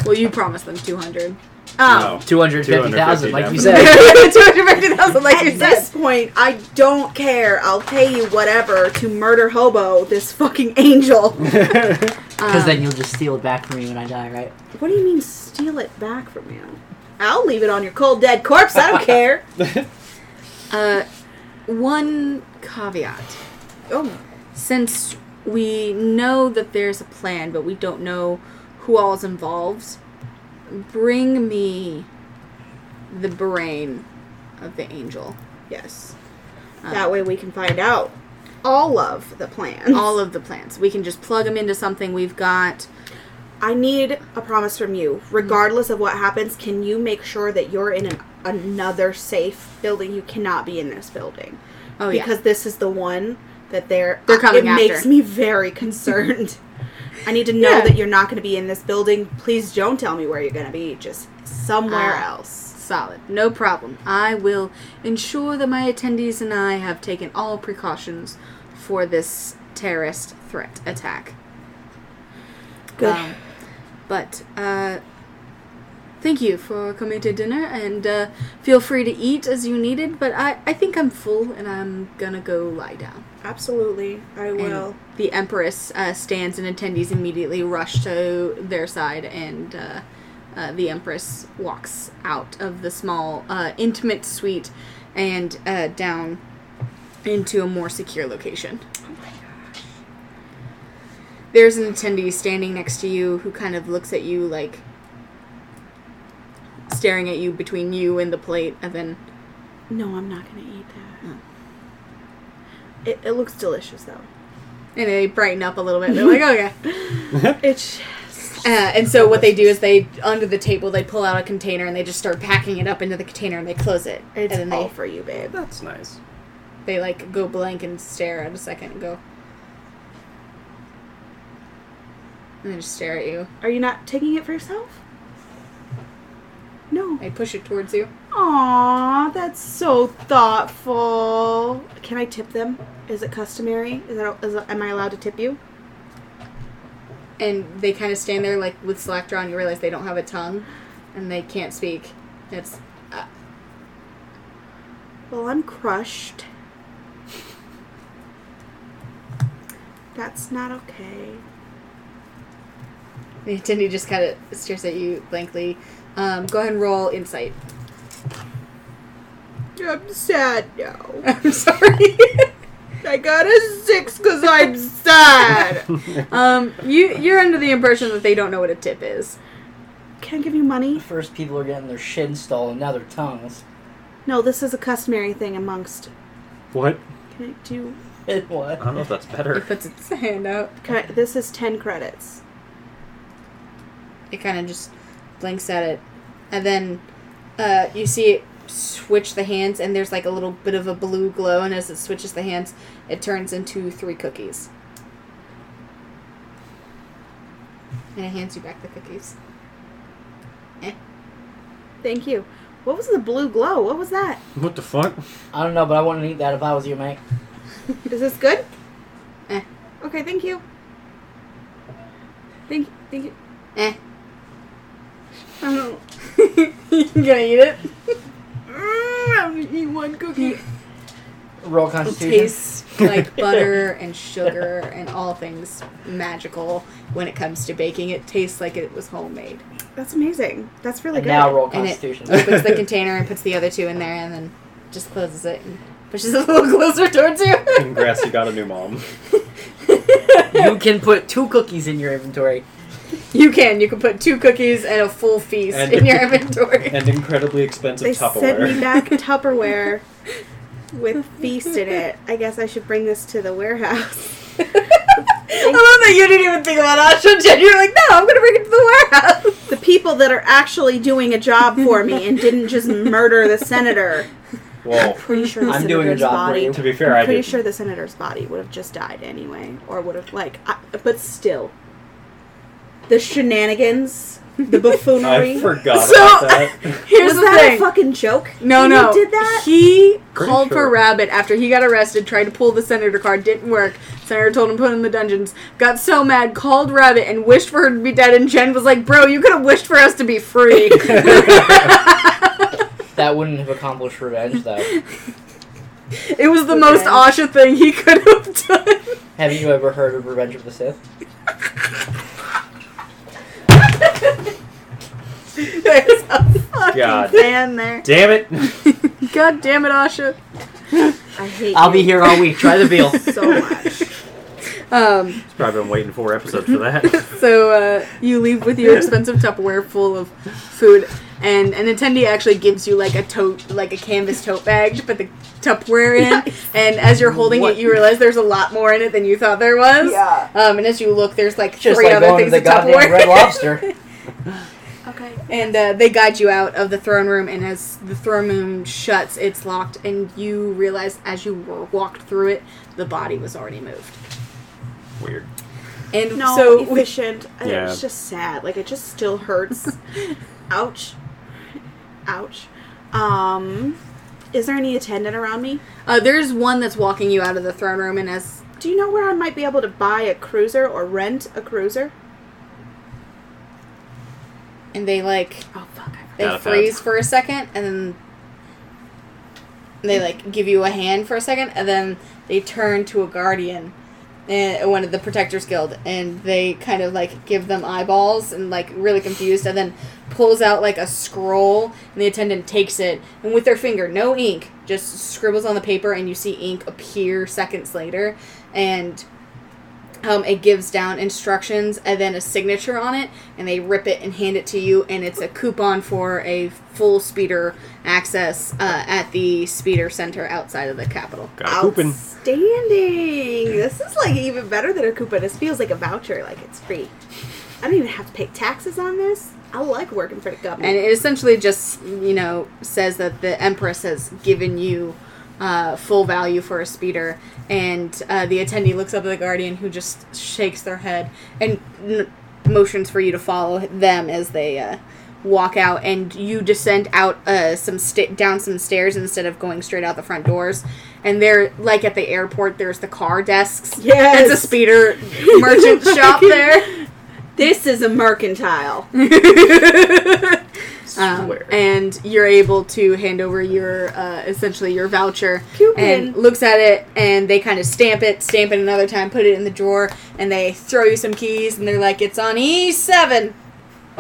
Well, you promised them 200. (laughs) Ah.
Um,
two hundred fifty thousand, like you
250,000.
(laughs) said.
250,000, like you
At this
said.
point, I don't care. I'll pay you whatever to murder hobo this fucking angel.
Because then you'll just steal it back from me when I die, right?
what do you mean steal it back from you? I'll leave it on your cold dead corpse. I don't care.
Uh, one caveat.
Oh,
Since we know that there's a plan, but we don't know who all's involved, bring me the brain of the (laughs) angel.
yes. that way we can find out all of the plans.
All of the plans. We can just plug them into something we've got.
I need a promise from you.
Mm-hmm.
Regardless of what happens, can you make sure that you're in an, another safe building? You cannot be in this building.
Oh yeah.
because this is the one that they're
They're coming
It
after.
makes me very concerned. I
(laughs)
need to know
Yeah.
that you're not going to be in this building. Please don't tell me where you're going to be. Just somewhere
Ah.
else.
Solid. No problem. I will ensure that my attendees and I have taken all precautions for this terrorist threat attack.
Good.
Um, but uh, thank you for coming to dinner, and uh, feel free to eat as you needed. But I, I think I'm full, and I'm gonna go lie down.
Absolutely, I
And
will.
the Empress uh, stands, and attendees immediately rush to their side, and uh, uh, the Empress walks out of the small, uh, intimate suite and uh, down into a more secure location. There's an attendee standing next to you who kind of looks at you like staring at you between you and the plate, and then
No, I'm not going to eat that. It, it looks delicious though.
and they brighten up a little bit. They're like, (laughs) okay.
It's
Uh, and so what they do is they under the table they pull out a container and they just start packing it up into the container and they close it
it's
and then
all
they,
for you,
(laughs)
babe.
That's nice.
they like go blank and stare at a second and go and they just stare at you
Are you not taking it for yourself? No.
they push it towards you
Aw, that's so thoughtful. Can I tip them? Is it customary? Is that is, am I allowed to tip you?
and they kind of stand there like with slack draw and you realize they don't have a tongue and they can't speak it's uh, (laughs)
Well, I'm crushed. That's not okay.
the attendee just kind of stares at you blankly um, go ahead and roll insight (laughs)
I'm sad now.
i'm sorry (laughs)
I got a six because I'm sad.
um, you you're under the impression that they don't know what a tip is
Can I give you money?
First, people are getting their shit stolen, now their tongues. (laughs)
No, this is a customary thing amongst.
What?
Can I do?
I don't know if that's
It
better.
puts its hand out.
Can I, this is ten credits.
It kind of just blinks at it. And then uh, you see it switch the hands, and there's like a little bit of a blue glow. And as it switches the hands, it turns into three cookies. And it hands you back the cookies.
Thank you. What was the blue glow? What was that?
(laughs) What the fuck?
I don't know, but I wouldn't eat that if I was you, mate.
Is this good?
Eh.
Okay, thank you. Thank, thank you.
Eh. (laughs) I don't know. you gonna eat it?
Mm, I'm gonna eat one cookie.
Roll
It
Constitution.
tastes like butter and sugar and all things magical when it comes to baking. It tastes like it was homemade.
That's amazing. That's really
and
good.
now roll
And it-
Constitution.
opens the container and puts the other two in there and then just closes it and pushes (laughs) it a little closer towards you.
Congrats, you got a new mom.
you can put two cookies in your inventory.
(laughs) You can. You can put two cookies and a full feast
And-
in your inventory.
And incredibly expensive
they sent me
Tupperware.
(laughs)
back Tupperware with feast in it. I guess I should bring this to the warehouse.
I (laughs) love that you didn't even think about Asha Jen. You're like, no, I'm gonna bring it to the warehouse.
The people that are actually doing a job for me and didn't just murder the senator.
Whoa.
Pretty sure the
I'm
senator's
doing a job for
body.
you.
To be fair, I
I'm pretty
did.
sure the senator's body would have just died anyway, or would have like, I, but still, the shenanigans, the
(laughs)
buffoonery.
I forgot
So-
about that.
(laughs) was
Here's the
that
thing.
a fucking joke?
no,
You
no.
did (laughs) that?
He
Pretty
called for
sure.
Rabbit after he got arrested, tried to pull the senator card, didn't work. Senator told him put him in the dungeons. Got so mad, called Rabbit and wished for her to be dead. And Jen was like, "Bro, you could have wished for us to
(laughs)
be free."
That wouldn't have accomplished revenge, though.
It was the most
Okay.
Asha thing he could have done.
have you ever heard of Revenge of the Sith?
There's a fucking
God.
fan there.
Damn it!
God damn it, Asha.
I hate.
I'll be
you
here all week. Try the
(laughs)
(laughs)
veal.
so much.
Um,
Probably been waiting four episodes for
(laughs)
that.
so uh, you leave
(laughs)
with your expensive Tupperware full of food, and an attendee actually gives you like a tote, like a canvas tote bag to put the Tupperware in. And as you're holding
What?
it, you realize there's a lot more in it than you thought there was.
Yeah.
Um, and as you look, there's like
Just
three
like
other
going to
things
the
in Tupperware.
goddamn Red Lobster.
Okay.
(laughs) And uh, they guide you out of the throne room, and as the throne room shuts, it's locked, and you realize as you were walked through it, the body was already moved.
Weird.
And
No,
so,
(laughs) efficient. I-
Yeah.
It's just sad. Like it just still
(laughs)
hurts. Ouch. Ouch. Um, is there any attendant around me?
uh, there's one that's walking you out of the throne room, and as
Do you know where I might be able to buy a cruiser or rent a cruiser?
and they like
Oh fuck! I forgot.
they
Got a pad.
freeze for a second, and then they like give you a hand for a second, and then they turn to a guardian, and one of the protectors guild, and they kind of like give them eyeballs and like really confused, and then pulls out like a scroll, and the attendant takes it, and with their finger, no ink, just scribbles on the paper, and you see ink appear seconds later, and. Um, it gives down instructions and then a signature on it, and they rip it and hand it to you, and it's a coupon for a full speeder access uh, at the speeder center outside of the capital.
Got a coupon.
Outstanding. This is like even better than a coupon. This feels like a voucher. Like it's free. I don't even have to pay taxes on this. I like working for the government.
And it essentially just, you know, says that the Empress has given you uh, full value for a speeder. And uh, the attendee looks up at the Guardian, who just shakes their head and n- motions for you to follow them as they uh, walk out. And you descend out uh, some sta- down some stairs instead of going straight out the front doors. And they're like at the airport. There's the car desks.
Yes.
it's a speeder merchant shop there.
this is a mercantile.
Um,
Swear.
and you're able to hand over your uh, essentially your voucher
Coupon.
and looks at it and they kind of stamp it stamp it another time put it in the drawer and they throw you some keys and they're like it's on E e7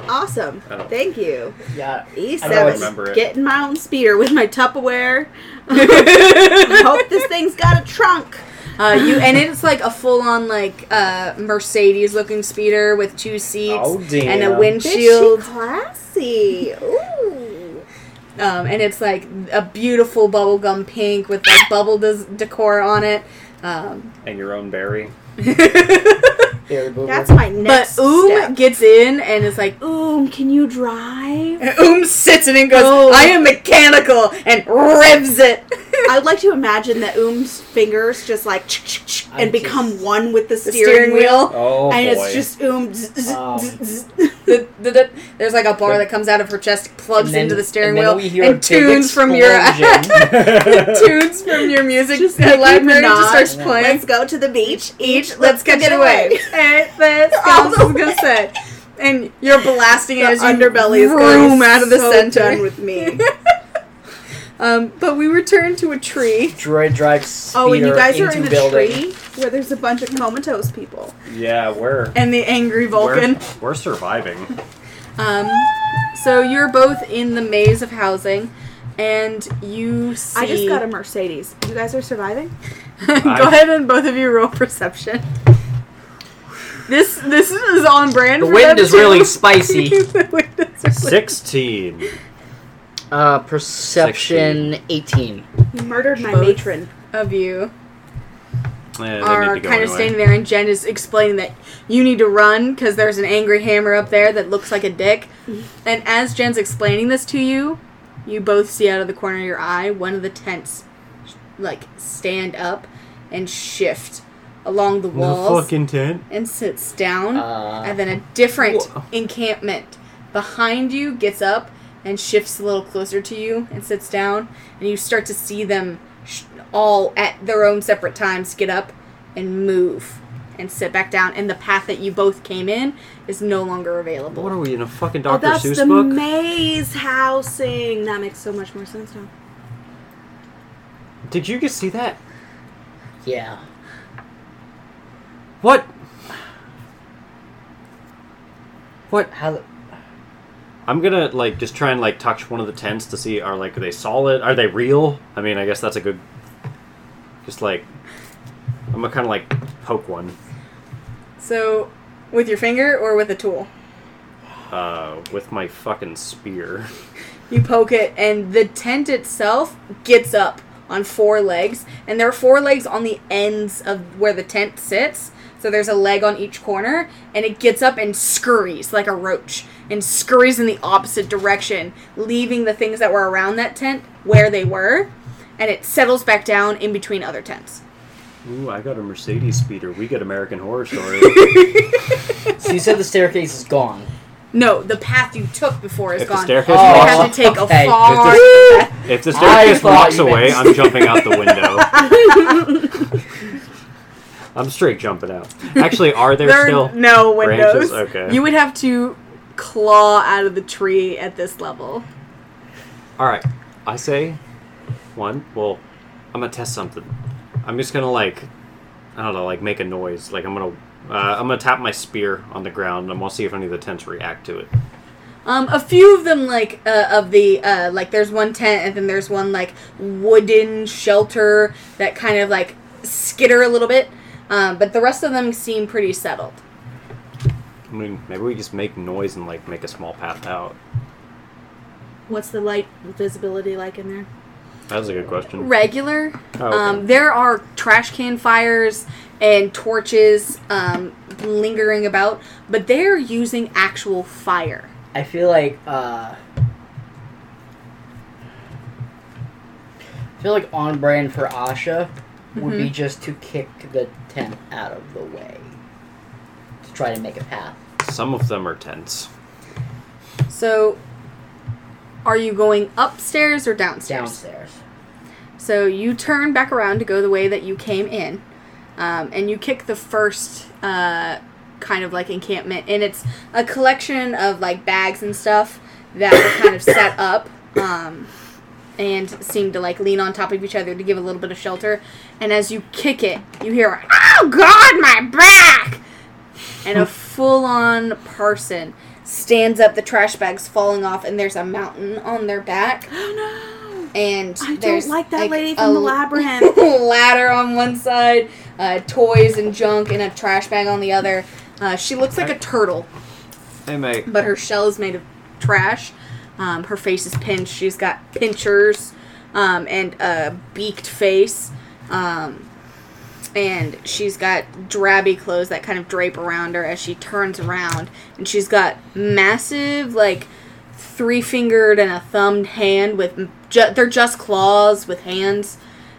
Awesome.
I don't-
Thank you.
Yeah.
E
Oh. I don't
seven.
remember it.
Getting my own speeder with my Tupperware. Hope this thing's got a trunk.
uh, you and it's like a full-on like uh, mercedes looking speeder with two seats
Oh, damn.
and a
Bitch, she
windshield
classy. Ooh.
um, and it's like a beautiful bubblegum pink with like bubble des- decor on it um, (laughs)
And your own berry.
That's my next
but oom
step.
gets in and is like
Oom, can you drive?
And Oom sits in and goes,
Oh.
I am mechanical, and revs (laughs) it.
I'd like to imagine that Oom's fingers just like and
I
become
just-
one with the
the
steering,
steering wheel.
Oh
And
boy.
it's just (laughs) Oom. zzz, zzz,
Um,
zzz, zzz.
(laughs) The- the- the- There's like a bar that comes out of her chest, plugs
And then-
into the steering
and then
wheel,
we hear a
and
big
tunes from your (laughs)
explosion. (laughs)
tunes from your music
Just
uh,
Nicki
library
Minaj.
just starts playing.
Let's go to the beach.
Each, let's get
get
it away. (laughs) Hey, let's go.
All
I was
the
gonna (laughs)
way.
say. And you're blasting it
The
as you
underbelly is
vroom
going
out of the
so done
center.
with
(laughs)
me.
um, but we return to a tree.
Droid drives speeder
Oh, and you guys
into
are in a
building.
tree where there's a bunch of comatose people.
(laughs) yeah, we're
And the angry Vulcan.
we're, we're surviving.
(laughs)
Um, so you're both in the maze of housing, and you see.
I just got a Mercedes. You guys are surviving?
(laughs) Go ahead and both of you roll perception. This this is on brand.
The
for
wind
them,
is really
(laughs) too.
spicy.
The wind is really-
Sixteen. Eh,
Uh, perception 18.
You murdered my
Both.
matron.
of you
Eh, they need
are
to go
kind of
anyway.
standing there, and Jen is explaining that you need to run because there's an angry hammer up there that looks like a dick. And as Jen's explaining this to you, you both see out of the corner of your eye one of the tents, like stand up and shift along the walls
tent.
and sits down,
Uh,
and then a different
Whoa.
encampment behind you gets up and shifts a little closer to you and sits down, and you start to see them sh- all at their own separate times get up and move and sit back down, and the path that you both came in is no longer available.
What are we in a fucking
Oh,
Dr.
that's
Seuss
the
book?
maze housing. That makes so much more sense now.
Did you just see that?
yeah.
What? What?
How the,
I'm gonna like just try and like touch one of the tents to see are like are they solid? Are they real? I mean, I guess that's a good. Just like, I'm gonna kind of like poke one
So, with your finger or with a tool?
uh, with my fucking spear.
You poke it, and the tent itself gets up on four legs, and there are four legs on the ends of where the tent sits, So there's a leg on each corner, and it gets up and scurries like a roach and scurries in the opposite direction, leaving the things that were around that tent where they were, and it settles back down in between other tents.
Ooh, I got a Mercedes speeder. We get American Horror (laughs) Story.
So you said the staircase is gone.
No, the path you took before is
If the
gone.
staircase
you
Oh,
walks-
have to take
Okay.
a far.
(laughs) if the
I
staircase
thought
walks
you meant-
away,
(laughs)
I'm jumping out the window. I'm straight jumping out. Actually, are there,
there are
still?
no windows.
branches? Okay.
You would have to claw out of the tree at this level.
All right, I say one. Well, I'm gonna test something. I'm just gonna like, I don't know, like make a noise. Like I'm gonna, uh, I'm gonna tap my spear on the ground, and we'll see if any of the tents react to it.
Um, a few of them, like uh, of the uh, like, there's one tent, and then there's one like wooden shelter that kind of like skitter a little bit. Um, but the rest of them seem pretty settled.
I mean, maybe we just make noise and like make a small path out.
What's the light visibility like in there?
That was a good question.
Regular.
Oh, okay.
Um, there are trash can fires and torches um, lingering about, but they're using actual fire.
I feel like uh I feel like on brand for Asha would
Mm-hmm.
be just to kick the tent out of the way. To try to make a path.
Some of them are tents.
So, are you going upstairs or downstairs?
Downstairs.
So you turn back around to go the way that you came in, um, and you kick the first uh, kind of like encampment, and it's a collection of like bags and stuff that were kind of set up. Um, and seem to like lean on top of each other to give a little bit of shelter. And as you kick it, you hear, "Oh God, my back!" And
(laughs)
a full-on person stands up, the trash bags falling off, and there's a mountain on their back.
(gasps) Oh
And
I don't
there's,
like that lady from the labyrinth.
(laughs) ladder on one side, uh, toys and junk, and a trash bag on the other. Uh, she looks like a turtle,
Hey, mate.
but her shell is made of trash. Um, her face is pinched. She's got pinchers um, and a beaked face. Um, and she's got drabby clothes that kind of drape around her as she turns around. And she's got massive, like, three fingered and a thumbed hand with. Ju- they're just claws with hands.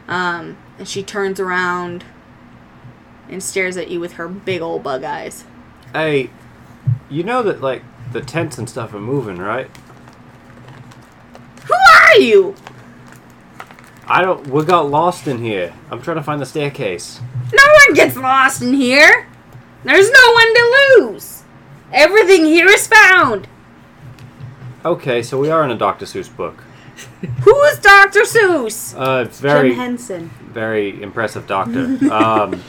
Um, and she turns around and stares at you with her big old bug eyes.
Hey, you know that like the tents and stuff are moving, right?
Who are you?
I don't. We got lost in here. I'm trying to find the staircase.
No one gets lost in here. There's no one to lose. Everything here is found.
Okay, so we are in a Dr. Seuss book.
Who is Dr. Seuss?
Uh, it's very,
Jim Henson.
very impressive doctor. Um,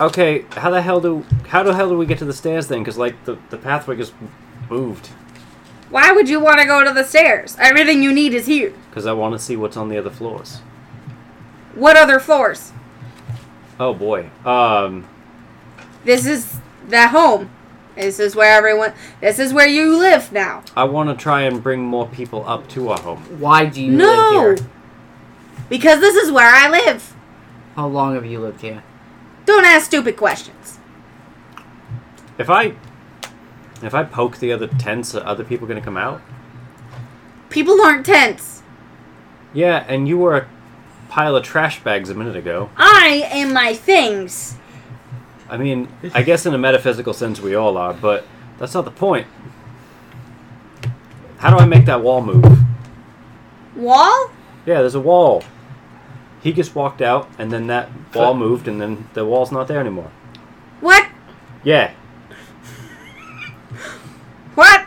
okay, how the hell do how the hell do we get to the stairs then? Because like the the pathway just moved.
Why would you want to go to the stairs? Everything you need is here.
Because I want to see what's on the other floors.
What other floors?
Oh boy. Um.
This is the home. This is where everyone. This is where you live now.
I want to try and bring more people up to our home.
Why do you
No!
live here?
Because this is where I live.
How long have you lived here?
Don't ask stupid questions.
If I if I poke the other tents, are other people gonna come out?
People aren't tense.
Yeah, and you were a pile of trash bags a minute ago.
I am my things.
I mean, I guess in a metaphysical sense we all are, but that's not the point. How do I make that wall move?
Wall?
Yeah, there's a wall. He just walked out, and then that wall moved, and then the wall's not there anymore.
What?
Yeah.
What?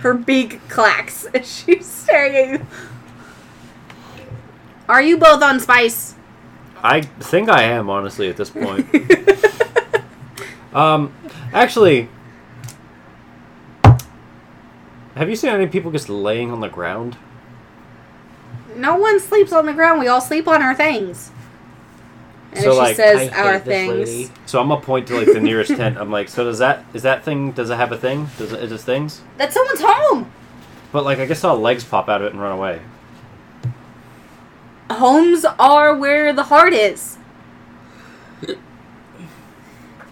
Her beak clacks as she's staring at you. Are you both on spice?
(laughs)
I think I am, honestly, at this point. um, actually, have you seen any people just laying on the ground?
No one sleeps on the ground. We all sleep on our things. And
So,
if she
like,
I
says
hate
our
this
things.
lady.
So I'm gonna point to like the nearest tent. I'm like, so does that is that thing? Does it have a thing? Does it is it things?
That's someone's home.
But like, I guess saw legs pop out of it and run away.
Homes are where the heart is.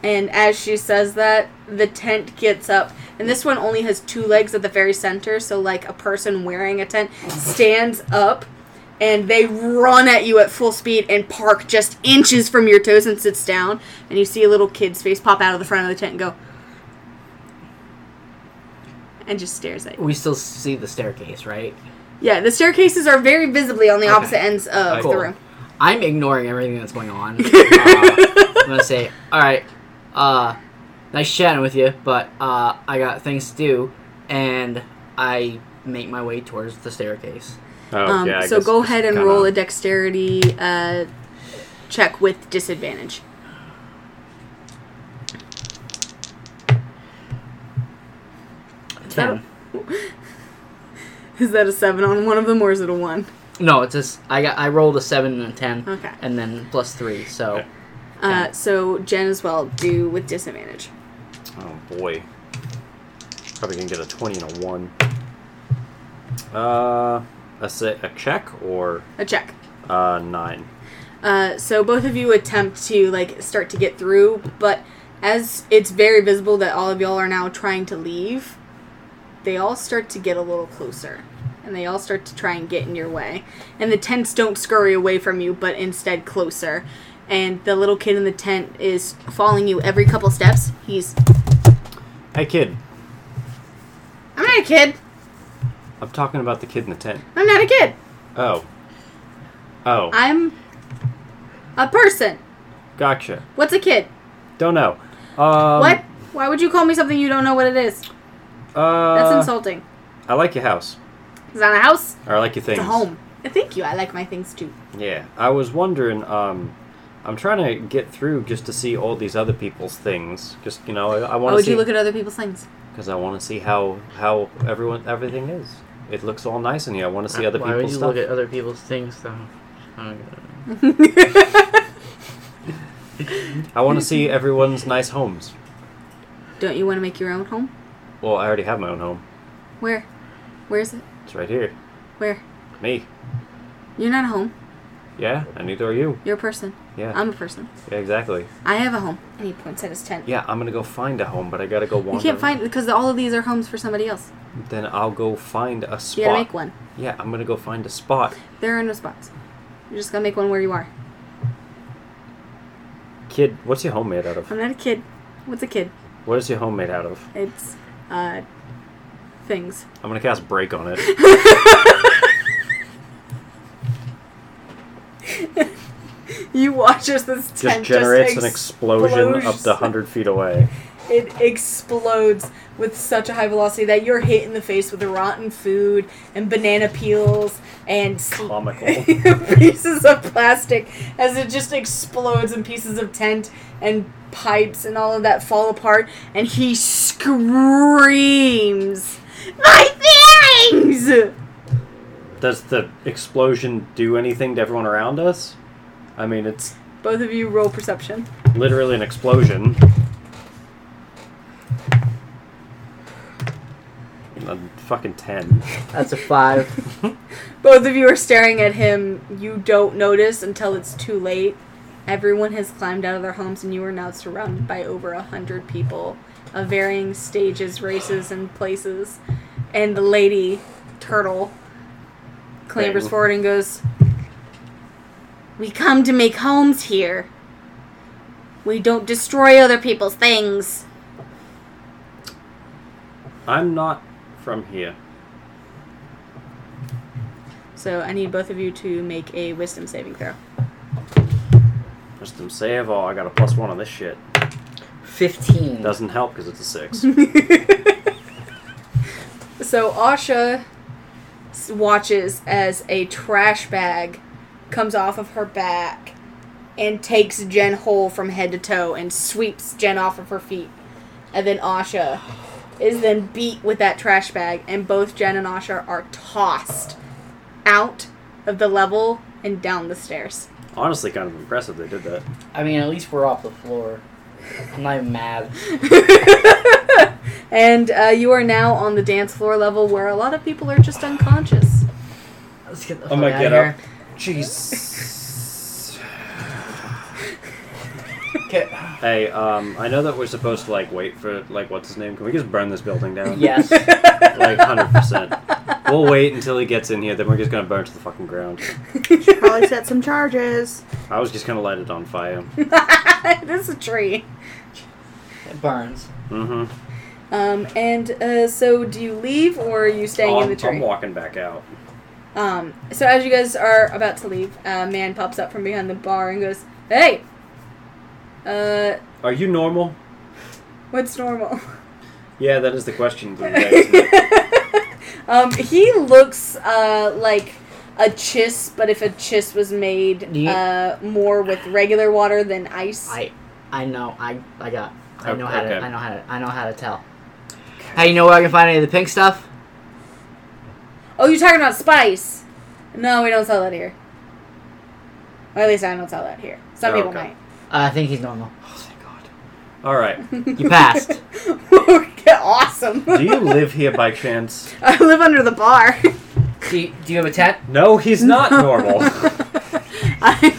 And as she says that, the tent gets up. And this one only has two legs at the very center, so like a person wearing a tent stands up and they run at you at full speed and park just inches from your toes and sits down. And you see a little kid's face pop out of the front of the tent and go and just stares at you.
We still see the staircase, right?
Yeah, the staircases are very visibly on the
Okay.
opposite ends of
Cool.
the room.
I'm ignoring everything that's going
(laughs)
on. Uh, I'm gonna say, all right, uh, nice chatting with you, but uh, I got things to do, and I make my way towards the staircase.
Oh,
Um,
yeah, I
so
guess
go
it's
ahead and
kinda-
roll a dexterity uh, check with disadvantage.
Ten.
(laughs) Is that a seven on one of them, or is it a one?
No, it's just I got I rolled a seven and a ten,
Okay.
and then plus three. So
Okay.
Uh, so Jen as well do with disadvantage.
Oh boy. Probably gonna get a twenty and a one. Uh, a se- a check or
A check.
uh nine.
Uh, so both of you attempt to like start to get through, but as it's very visible that all of y'all are now trying to leave, they all start to get a little closer, and they all start to try and get in your way. And the tents don't scurry away from you, but instead closer. And the little kid in the tent is following you every couple steps. He's
Hey kid,
I'm not a kid.
I'm talking about the kid in the tent.
I'm not a kid.
Oh. Oh,
I'm a person.
gotcha.
What's a kid?
Don't know. Um,
what? Why would you call me something you don't know what it is?
Uh,
That's insulting.
I like your house.
It's not a house.
Or I like your things.
It's a home. Thank you. I like my things too.
Yeah, I was wondering. Um, I'm trying to get through just to see all these other people's things. Just you know, I, I
Why
want to
Oh, would
see
you look at other people's (laughs) things?
because I want to see how how everyone everything is. It looks all nice in here. I want to see other
Why would
people's
you
stuff.
look at other people's things though? I don't get it.
I
(laughs)
want to see everyone's nice homes.
Don't you want to make your own home?
Well, I already have my own home.
Where? Where is it?
It's right here.
Where?
Me.
You're not a home.
Yeah, and neither are you.
You're a person.
Yeah.
I'm a person.
yeah, exactly.
I have a home. And he points at his tent.
Yeah, I'm gonna go find a home, but I gotta go wander.
You can't find because all of these are homes for somebody else.
Then I'll go find a spot.
You gotta make one.
Yeah, I'm gonna go find a spot.
There are no spots. You're just gonna make one where you are.
Kid, what's your home made out of?
I'm not a kid. What's a kid?
What is your home made out of?
It's uh things. (laughs)
I'm gonna cast break on it.
You watch as this tent
just generates an
ex-
explosion up
explodes.
to 100 feet
(laughs)
away.
it explodes with such a high velocity that you're hit in the face with rotten food and banana peels and s-
Comical.
(laughs) pieces of plastic as it just explodes and pieces of tent and pipes and all of that fall apart and he screams my things
Does the explosion do anything to everyone around us? I mean, it's
both of you roll perception
literally an explosion. A fucking 10.
That's a five.
both of you are staring at him you don't notice until it's too late everyone has climbed out of their homes and you are now surrounded by over a hundred people of varying stages races and places and the lady turtle clambers
Thing.
forward and goes we come to make homes here we don't destroy other people's things
I'm not from here.
so i need both of you to make a wisdom saving throw
Wisdom save. Oh, I got a plus one on this shit.
Fifteen.
Doesn't help because it's a six.
So Asha s- watches as a trash bag comes off of her back and takes Jen whole from head to toe and sweeps Jen off of her feet. And then Asha is then beat with that trash bag, and both Jen and Asha are tossed out of the level and down the stairs.
Honestly, kind of impressive they did that.
I mean, at least we're off the floor. I'm not even mad.
And uh, you are now on the dance floor level where a lot of people are just unconscious. (laughs)
Let's get the
I'm
fuck
gonna
out
get
of here.
up. Jeez.
it.
Hey, um, I know that we're supposed to like wait for like what's his name. Can we just burn this building
(laughs)
down?
Yes.
like hundred percent. We'll wait until he gets in here. Then we're just gonna burn it to the fucking ground.
Probably set some charges.
I was just gonna light it on fire.
this is a tree.
It burns.
Mm-hmm.
Um, and uh, so do you leave or are you staying in
I'm,
the
I'm
tree?
walking back out.
Um, so as you guys are about to leave, a man pops up from behind the bar and goes, "Hey, uh,
Are you normal?
what's normal?" (laughs)
Yeah, that is the question. of the day, isn't it?
um, he looks uh, like a chiss, but if a chiss was made
Do you-
uh, more with regular water than ice.
I, I know. I, I got. I know how
Oh, Okay.
to. I know how to. I know how to tell. Hey, you know where I can find any of the pink stuff?
oh, you're talking about spice? No, we don't sell that here. Or at least I don't sell that here. Some
Oh,
people
okay.
might.
Uh, I think he's normal. Oh, thank God.
All right.
You passed. (laughs)
(laughs) Okay, awesome.
Do you live here by chance?
I live under the bar.
do, you, do you have a tent?
No, he's (laughs) not
(laughs)
normal.
I,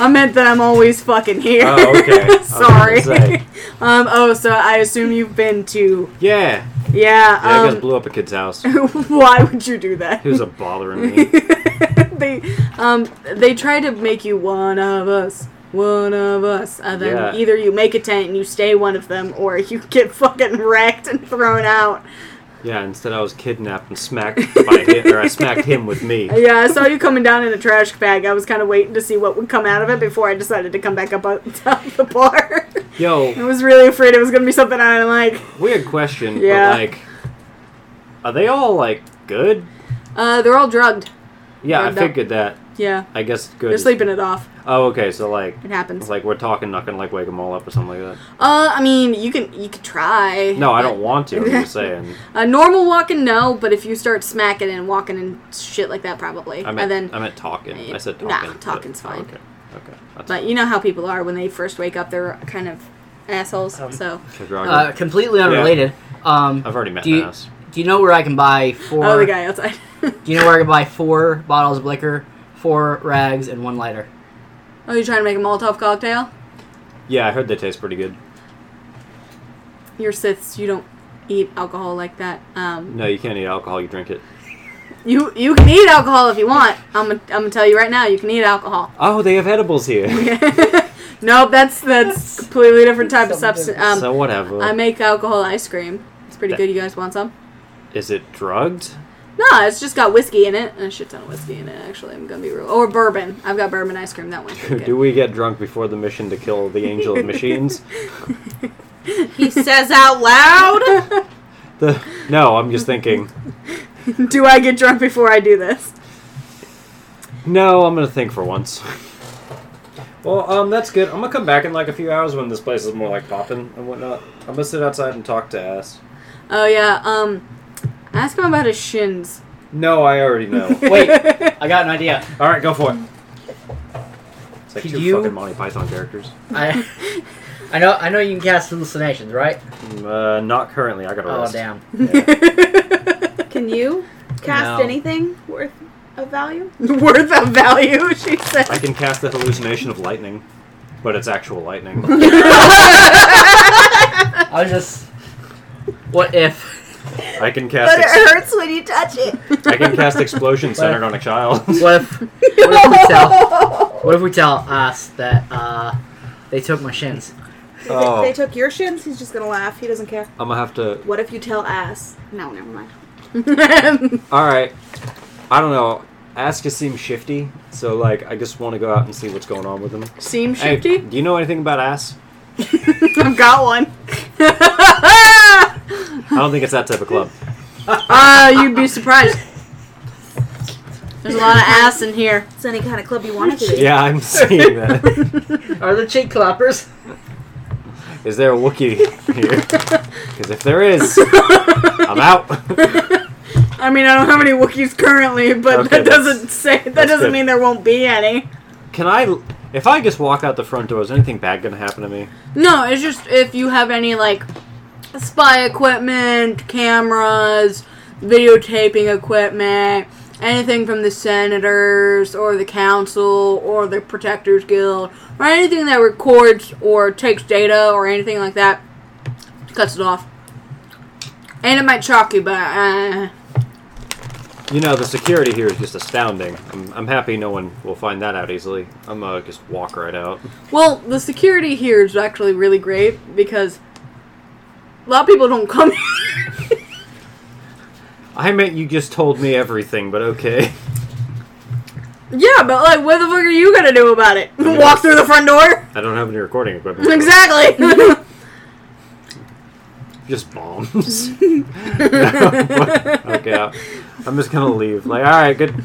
I meant that I'm always fucking here.
Oh,
(laughs)
okay. I was
Sorry.
gonna say.
Um. Oh, so I assume you've been to.
yeah. Yeah, I
Yeah.
guys blew up a kid's house.
um. (laughs) why would you do that?
He
(laughs)
was a bothering me.
they, um, they try to make you one of us. One of us. And then
Yeah.
either you make a tent and you stay one of them, or (laughs) you get fucking wrecked and thrown out.
Yeah, instead I was kidnapped and smacked by him, or I smacked him with me.
Yeah, I saw you coming down in a trash bag. I was kind of waiting to see what would come out of it before I decided to come back up on (laughs) top of the bar. I
Yo,
was really afraid it was gonna be something I didn't like.
weird question,
Yeah.
but like, are they all like good?
Uh, they're all drugged.
Yeah, I
Drugged up.
figured that.
Yeah,
I guess good. Uh,
they're
is-
sleeping it off.
Oh, okay. So like,
It happens.
it's like we're talking, not gonna like wake them all up or something like
Uh, I mean, you can you could try.
that. No, I don't want to. I'm
(laughs)
just saying.
A normal walking, no. But if you start smacking and walking and shit like that, probably.
I uh, meant,
and then,
I meant talking. I said
Nah,
talking. but- Oh,
talking's fine.
Okay. Okay. That's
but you know how people are when they first wake up, they're kind of assholes. so.
okay, Drago.
Uh, completely unrelated. Um,
I've already met
do you-
Mass.
do you know where I can buy four?
Oh, the guy outside. (laughs) Oh,
Do you know where I can buy four bottles of liquor, four rags, and one lighter?
oh, you trying to make a Molotov cocktail?
Yeah, I heard they taste pretty good.
You're Siths. You don't eat alcohol like that. Um,
No, you can't eat alcohol. You drink it.
you you can eat alcohol if you want. I'm gonna, I'm gonna tell you right now, you can eat alcohol. (laughs)
Oh, they have edibles here.
nope, that's that's completely different type of
Something
substance. (laughs) Um,
so whatever.
I make alcohol ice cream. It's pretty
That-
good. You guys want some?
Is it drugged?
No, it's just got whiskey in it. And a shit ton of whiskey in it, actually. I'm gonna be real. Or bourbon. I've got bourbon ice cream. That one's
(laughs)
pretty
Do
good.
we get drunk before the mission to kill the angel
(laughs)
of machines?
He says out loud.
(laughs) The, no, I'm just thinking.
do I get drunk before I do this?
No, I'm gonna think for once. (laughs) Well, um, that's good. I'm gonna come back in like a few hours when this place is more like popping and whatnot. I'm gonna sit outside and talk to Ass.
Oh, yeah. Um, ask him about his shins.
No, I already
(laughs)
know.
(laughs)
Wait, I got an idea.
All right, go for it. It's like
Could
two
you-
fucking Monty Python characters.
I, I know, I know you can cast hallucinations, right?
Mm, Uh, not currently. I got
Oh
arrested.
damn!
Yeah.
Can (laughs) you cast
No.
anything worth of value?
Worth of value, she said.
(laughs)
(laughs)
I can cast the hallucination of lightning, but it's actual
(laughs)
lightning.
I was just. What if?
I can cast. Ex-
hurts when you touch (laughs) it.
I can cast explosion centered on a child. (laughs)
What if? What if (laughs) we tell?
(laughs)
What if we tell us that uh, they took my shins?
Oh.
They took your shins. He's just gonna laugh. He doesn't care.
I'm gonna have to.
What if you tell ass? No, never mind.
All right. I don't know. Aska seems shifty, so like I just want to go out and see what's going on with him.
Seems
Hey,
shifty. (laughs)
do you know anything about ass?
I've got one. (laughs)
(laughs) I don't think it's that type of club.
Ah, you'd be surprised. There's a lot of ass
(laughs)
in here.
It's any kind of club you want it to be.
Yeah, I'm seeing that.
Are the cheek clappers?
Is there a Wookiee here? Because if there is, I'm out. (laughs)
I mean, I don't have any Wookiees currently, but
Okay,
that doesn't say that
that's
doesn't
good.
mean there won't be any.
Can I? If I just walk out the front door, is anything bad gonna happen to me?
No, it's just if you have any like spy equipment, cameras, videotaping equipment, anything from the senators or the council or the protectors guild or anything that records or takes data or anything like that cuts it off and it might shock you but uh,
You know, the security here is just astounding. I'm, I'm happy no one will find that out easily. I'm gonna just walk right out.
well the security here is actually really great because a lot of people don't come (laughs) here
I meant you just told me everything, but okay. (laughs)
yeah but like what the fuck are you gonna do about it
mean,
walk through the front door (laughs)
I don't have any recording equipment. (laughs)
exactly (laughs)
Just bombs. (laughs) okay, I- I'm just gonna leave. Like, all right, good,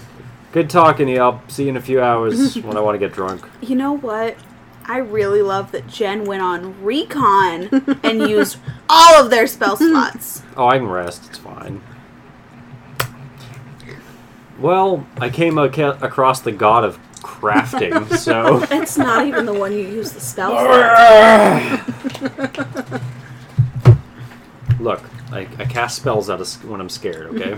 good talking to you. I'll see you in a few hours when I want to get drunk.
You know what? I really love that Jen went on recon and used all of their spell slots.
Oh, I can rest. It's fine. Well, I came aca- across the god of crafting,
(laughs)
so.
It's not even the one you used
(laughs)
the spell for.
Look, I, I cast spells out of s- when I'm scared. Okay,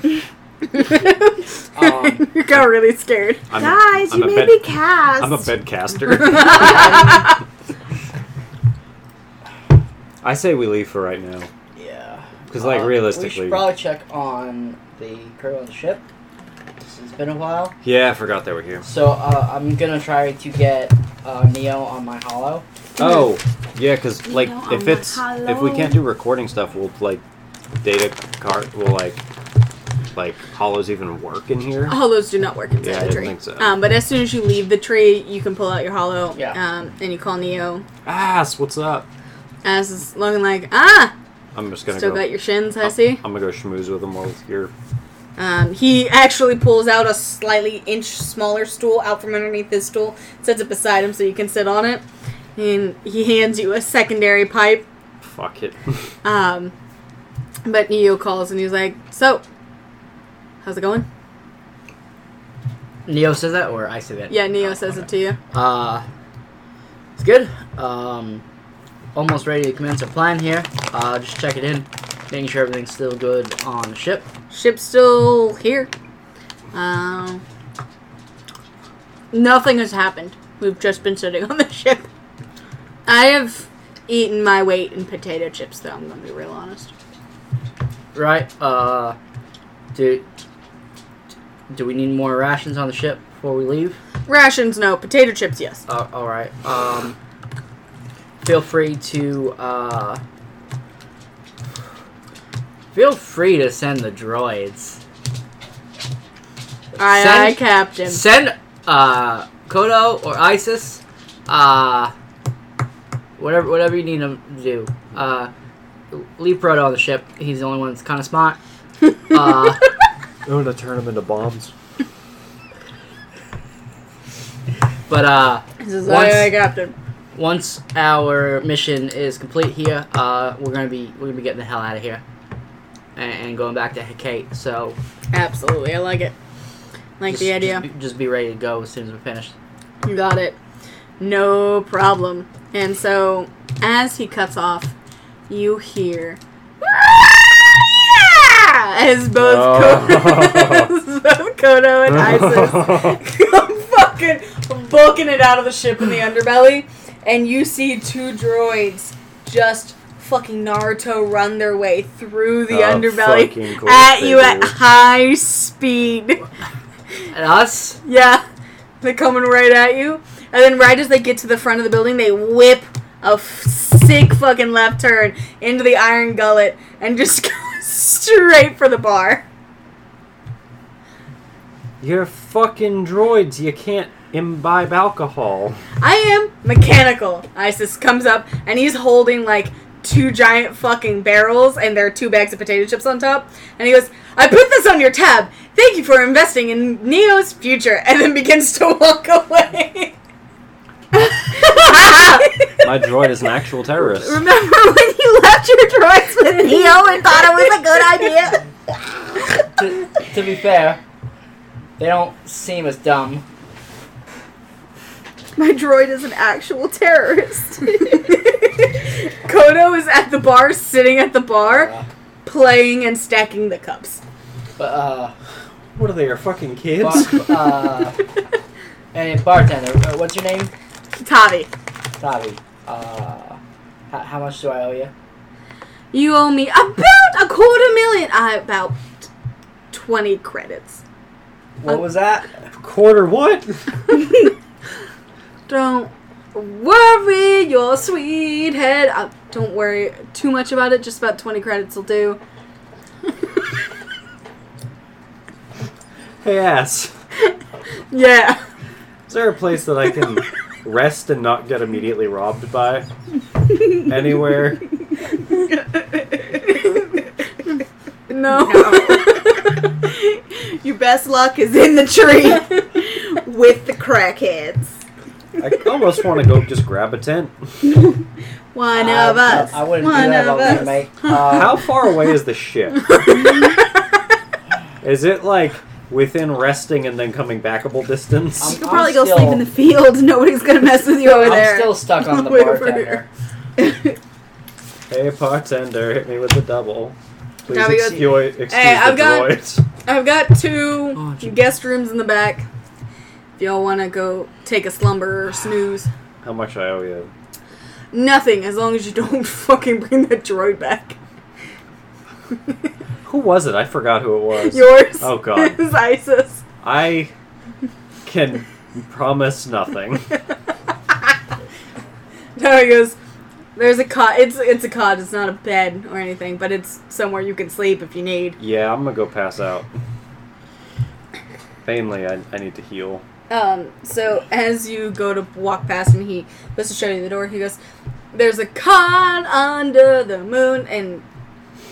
Um,
you got really scared
I'm,
Guys,
I'm
you
a
made
bed-
me cast.
I'm a bedcaster. I say we leave for right now
(laughs) yeah.
because, like,
Uh, we
realistically,
should probably check on the crew of the ship. This has been a while.
yeah, I forgot they were here.
So uh, I'm gonna try to get uh, Neo on my hollow.
Oh, yeah, because
You
like
know,
if
I'm a
it's if we
hollow.
can't do recording stuff, we'll like data card will like like hollows even work in here.
Hollows do not work inside
Yeah, I
the
didn't
tree.
think so.
Um, but as soon as you leave the tree, you can pull out your hollow.
Yeah.
Um, and you call Neo.
Ass, what's up?
As is looking like, ah,
I'm just gonna
still
go.
got your shins. I see.
I'm gonna go schmooze with him while you're.
Um, he actually pulls out a slightly inch smaller stool out from underneath his stool, sets it beside him so you can sit on it, and he hands you a secondary pipe.
Fuck it. (laughs)
Um, but Neo calls and he's like, "So, how's it going?"
Neo says that, or I say that.
Yeah, Neo says it to you.
Uh, it's good. Um, almost ready to commence our plan here. Uh, just checking in, making sure everything's still good on the ship.
Ship's still here. Um, nothing has happened. We've just been sitting on the (laughs) ship. I have eaten my weight in potato chips, though. I'm gonna be real honest.
Right. Uh, do do we need more rations on the ship before we leave?
Rations, no. Potato chips, yes.
Uh, all right. Um, feel free to uh, feel free to send the droids.
Aye,
Send-
aye, Captain.
Send uh, Kodo or Isis, uh, whatever whatever you need them to do. Uh, leave Proto on the ship. He's the only one that's kind of smart. Uh,
I'm gonna turn him into bombs.
but uh,
This is
once-
aye, aye, Captain.
once our mission is complete here, uh, we're gonna be we're gonna be getting the hell out of here and, and going back to Hecate. So
Absolutely, I like it. Like
just,
the idea.
Just be, just be ready to go as soon as we're finished.
You Got it. No problem. And so, as he cuts off, you hear. "Ah, As both,
Oh.
Kodo, as (laughs) both Kodo and Isis
(laughs)
come fucking booking it out of the ship in the underbelly, and you see two droids just fucking Naruto run their way through the
Of Oh, fucking
underbelly
course
at
they
you at
do.
high speed.
And us,
Yeah, they're coming right at you. And then right as they get to the front of the building, they whip a f- sick fucking left turn into the iron gullet and just (laughs) go straight for the bar.
You're fucking droids. You can't imbibe alcohol.
I am mechanical. Isis comes up and he's holding like two giant fucking barrels and there are two bags of potato chips on top. And he goes, I put this on your tab. Thank you for investing in Neo's future. And then begins to (laughs) walk away. (laughs)
My droid is an actual terrorist.
Remember when you left your droids with (laughs) Neo and thought it was a good idea?
to, to be fair, they don't seem as dumb.
(laughs) My droid is an actual terrorist. (laughs) Kodo is at the bar, sitting at the bar,
Uh,
playing and stacking the cups.
but uh,
What are they, our fucking
(laughs)
kids?
Bar- uh, and bartender, uh, what's your name?
Tavi,
Tavi. Uh, how, how much do I owe you?
you owe me about a quarter million. Uh, about twenty credits.
What was that?
(laughs) Quarter what?
Don't worry, your sweet head. Uh, don't worry too much about it. Just about twenty credits will (laughs) do.
Hey ass.
Yeah.
Is there a place that I can rest and not get immediately robbed by? Anywhere?
No.
(laughs) Your best luck is in the tree with the crackheads.
I almost want to go just grab a tent.
One
Uh,
of us.
I wouldn't
One
do that
of
about
us. (laughs)
anime. Uh,
How far away is the ship? Is it like within resting and then coming backable distance?
You could
I'm
probably go
still-
sleep in the field. (laughs) Nobody's gonna mess with you over
I'm
there.
still stuck on
(laughs)
the
Wait for
bartender.
Hey, bartender, hit me with the double. Please
Now we go-
excuse, excuse
Hey,
the
I've got-
droids.
(laughs) I've got two
Oh, gee.
guest rooms in the back. If y'all want to go take a slumber or snooze,
How much I owe you?
nothing as long as you don't (laughs) fucking bring that droid back. (laughs)
Who was it? I forgot who it was.
Yours.
Oh,
(laughs)
God.
Is ISIS.
I can promise nothing.
No, he goes. There's a cot. It's it's a cot. It's not a bed or anything, but it's somewhere you can sleep if you need.
Yeah, I'm gonna go pass out. Mainly, I, I need to heal.
Um, so as you go to walk past him, he goes to show you the door. He goes, "There's a con under the moon," and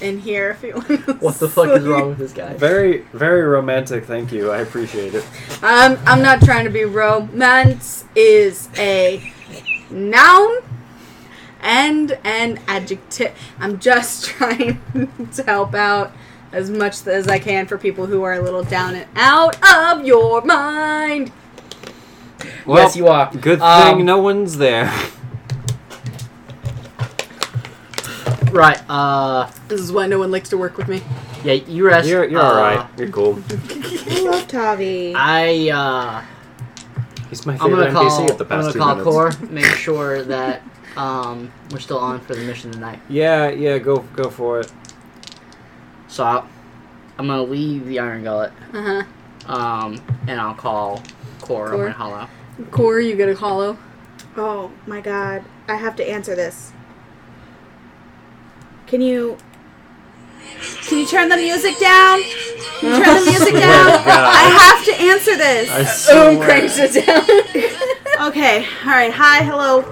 in here, if you want. to
(laughs) What the fuck is
sleep.
wrong with this guy?
Very, very romantic. Thank you. I appreciate it.
I'm I'm not trying to be romance is a noun and an adjective. I'm just (laughs) trying to help out as much as I can for people who are a little down and out of your mind.
yes, you are.
Good
Um,
thing no one's there.
Right. Uh,
This is why no one likes to work with me.
yeah, you rest.
You're, you're
uh,
all right. You're cool.
I love Tavi.
I uh,
He's my
I'm
favorite
gonna call.
NPC at the
I'm
past
gonna
two
call
minutes.
Core.
(laughs)
Make sure that um we're still on for the mission tonight.
Yeah, yeah. Go, go for
(laughs)
it.
So I'll, I'm gonna leave the Iron Gullet.
Uh huh.
Um, and I'll call Core. I'm
Core.
gonna hollow.
Core, you get a hollow.
oh my god. I have to answer this. Can you. Can you turn the music down? Can you turn the music
Swear to
down?
God.
I have to answer this.
I
Boom,
swear.
cranks it down.
Okay, alright. Hi, hello.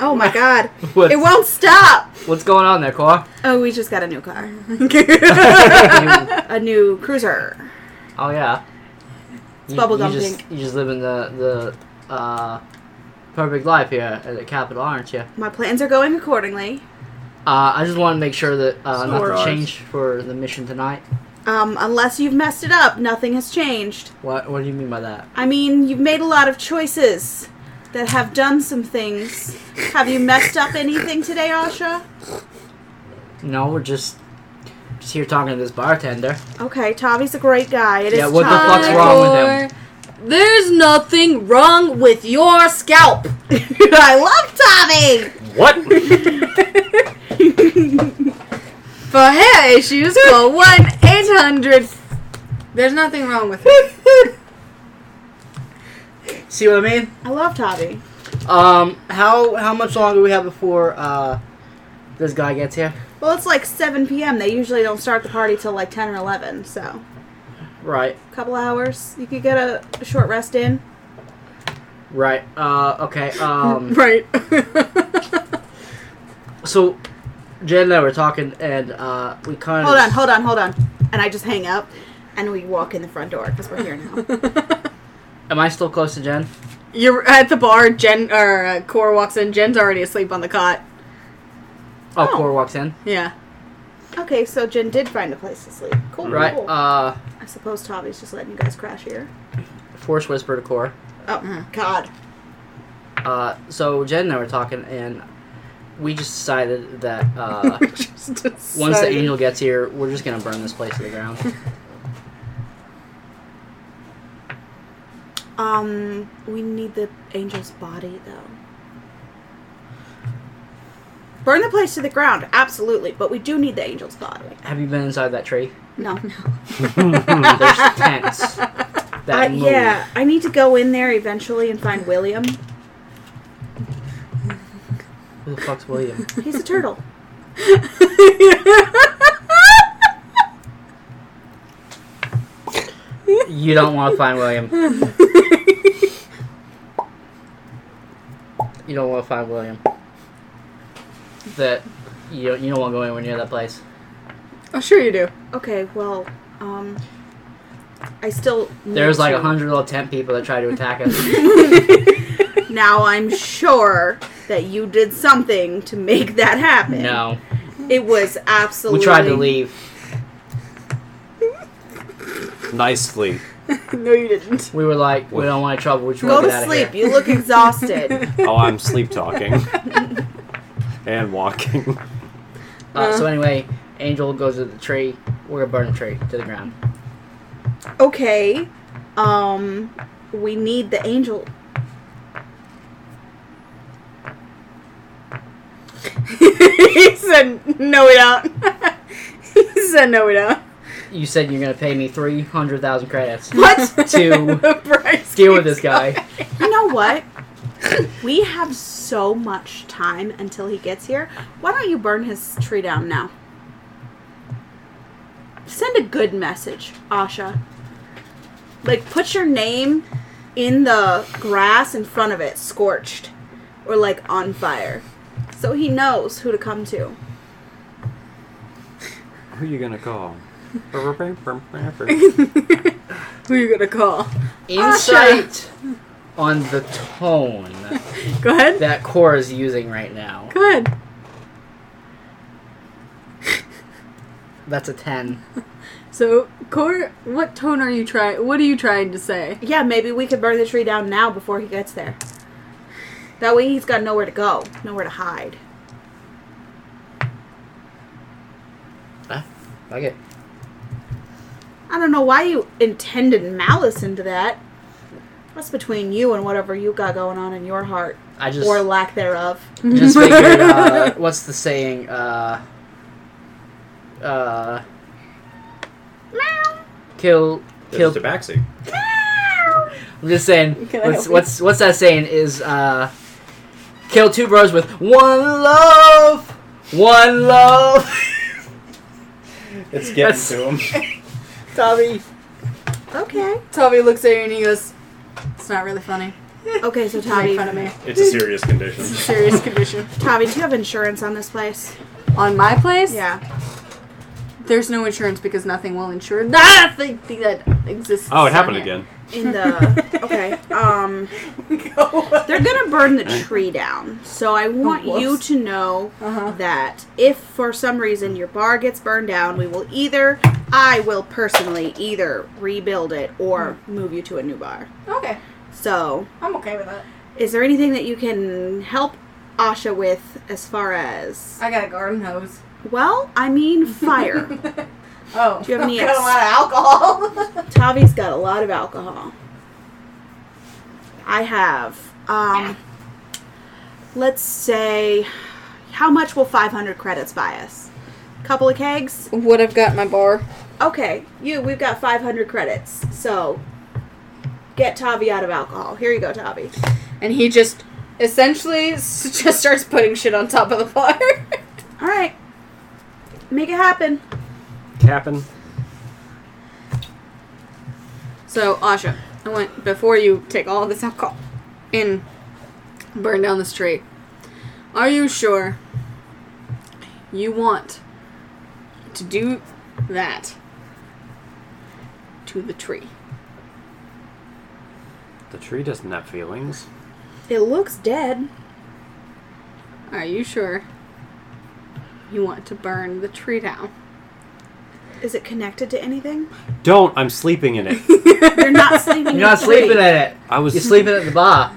Oh my god.
What's,
It won't stop.
what's going on there, Core?
Oh, we just got a new car. (laughs)
You-
A new cruiser.
oh yeah. It's
bubblegum
you just,
pink.
you just living the the uh, perfect life here at the capital, aren't you?
My plans are going accordingly.
Uh, I just want to make sure that uh, nothing
Snore.
changed for the mission tonight.
Um, unless you've messed it up, nothing has changed.
What What do you mean by that?
I mean, you've made a lot of choices that have done some things. Have you messed up anything today, Asha?
No, we're just just here talking to this bartender.
Okay, Tavi's a great guy. It is
Yeah, what the
time.
fuck's wrong with him?
Core, There's nothing wrong with your scalp.
(laughs) I love Tavi.
What?
(laughs) For hair issues, call 1 800. There's nothing wrong with
(laughs)
it.
See what I mean?
I love Tavi.
Um, how how much longer we have before uh this guy gets here?
Well, it's like 7 p.m. They usually don't start the party till like 10 or 11, so
Right,
a couple hours. You could get a, a short rest in.
right. Uh, okay.
(laughs)
Um,
Right.
so Jen and I were talking, and uh, we kind of
Hold on, hold on, hold on. And I just hang up, and we walk in the front door because we're here
(laughs)
now.
Am I still close to Jen?
(laughs) You're at the bar, Jen, or uh, Core walks in. Jen's already asleep on the cot.
Oh,
Oh.
Core walks in.
(laughs)
Yeah. (laughs)
Okay, so Jen did find a place to sleep. Cool.
Right.
Cool.
Uh,
I suppose Tavi's just letting you guys crash here.
Force whisper to Core.
Oh
Mm-hmm.
God.
Uh, so Jen and I were talking, and we just decided that
(laughs)
uh,
Just
once the
decided.
(laughs)
angel gets here, we're just gonna burn this place to the ground.
Um, we need the angel's body though. Burn the place to the ground, absolutely, but we do need the angel's body.
Have you been inside that tree?
No.
There's
(laughs)
tents that
I,
move.
Uh, yeah, I need to go in there eventually and find William.
Who the fuck's William?
He's a (laughs) turtle.
You don't want to find William. You don't want to find William. That you don't, you don't want to go anywhere near that place.
oh, sure you do.
Okay, well, um, I still. need
There's like
to-
a hundred little tent people that try to attack us.
(laughs) Now I'm sure that you did something to make that happen.
no,
It was absolutely.
we tried to leave.
Nicely.
no, you didn't.
We were like, we
Wait.
don't want any trouble. We just
Go
want to
to
get
sleep.
out
You look
(laughs)
exhausted.
Oh, I'm sleep talking. and walking.
of here. Uh, so anyway, Angel goes to the tree. We're gonna burn the tree to the ground.
okay. Um, we need the angel.
(laughs) he said, no, we don't. (laughs) he said, no, we don't. (laughs)
You said you're gonna pay me three hundred thousand credits
What? (laughs)
to
Bryce
deal with
keeps
this
(laughs)
guy.
you know what? (laughs) We have so much time until he gets here. Why don't you burn his tree down now? Send a good message, Asha. Like, put your name in the grass in front of it, scorched, or like on fire, so he knows who to come to.
Who are you gonna
(laughs)
call?
Who you gonna call?
Insight on the tone
Go ahead.
that Core is using right now.
Go ahead.
That's a ten.
So, Core, what tone are you trying? What are you trying to say?
Yeah, maybe we could burn the tree down now before he gets there. That way, he's got nowhere to go, nowhere to hide.
Ah, okay.
I don't know why you intended malice into that. That's between you and whatever you got going on in your heart,
I just
or lack thereof.
(laughs) just figured.
(laughs)
Uh, what's the saying? Uh, uh, kill, kill.
It's Tabaxi.
I'm just saying.
Can I help
What's
you?
what's what's that saying? Is uh, kill two bros with one love, one love.
It's getting
That's-
to him.
Tommy.
(laughs)
Okay.
Tommy looks at you and he goes, "It's not really funny.
Okay, so
You're
Tommy,
making fun of me.
It's a serious condition.
It's a serious condition.
Tommy, do you have insurance on this place?
On my place,
Yeah.
There's no insurance because nothing will insure (laughs) that thing thing that exists.
Oh, it happened
on
again.
In
(laughs)
the okay. Um,
Go. Oh,
they're gonna burn the tree down. So I want
whoops.
you to know
Uh-huh.
that if for some reason your bar gets burned down, we will either I will personally either rebuild it or
Hmm.
move you to a new bar.
Okay,
So
I'm okay with that.
Is there anything that you can help Asha with as far as?
I got a garden hose.
Well, I mean, fire.
(laughs) Oh,
Do you have any
got a lot of alcohol. (laughs)
Tavi's got a lot of alcohol. I have. Um, let's say, how much will 500 credits buy us? Couple of kegs.
Would have got my bar.
Okay, you. We've got 500 credits. So, get Tavi out of alcohol. Here you go, Tavi.
And he just essentially s- (laughs) just starts putting shit on top of the (laughs) fire.
All right, make it happen.
Capping.
so Asha, I want before you take all this alcohol and burn down this tree. Are you sure you want to do that to the tree?
The tree doesn't have feelings.
It looks dead.
Are you sure you want to burn the tree down?
Is it connected to anything?
Don't! I'm sleeping in it.
You're (laughs) not sleeping.
You're not sleeping at it.
I was
You're sleeping at the bar.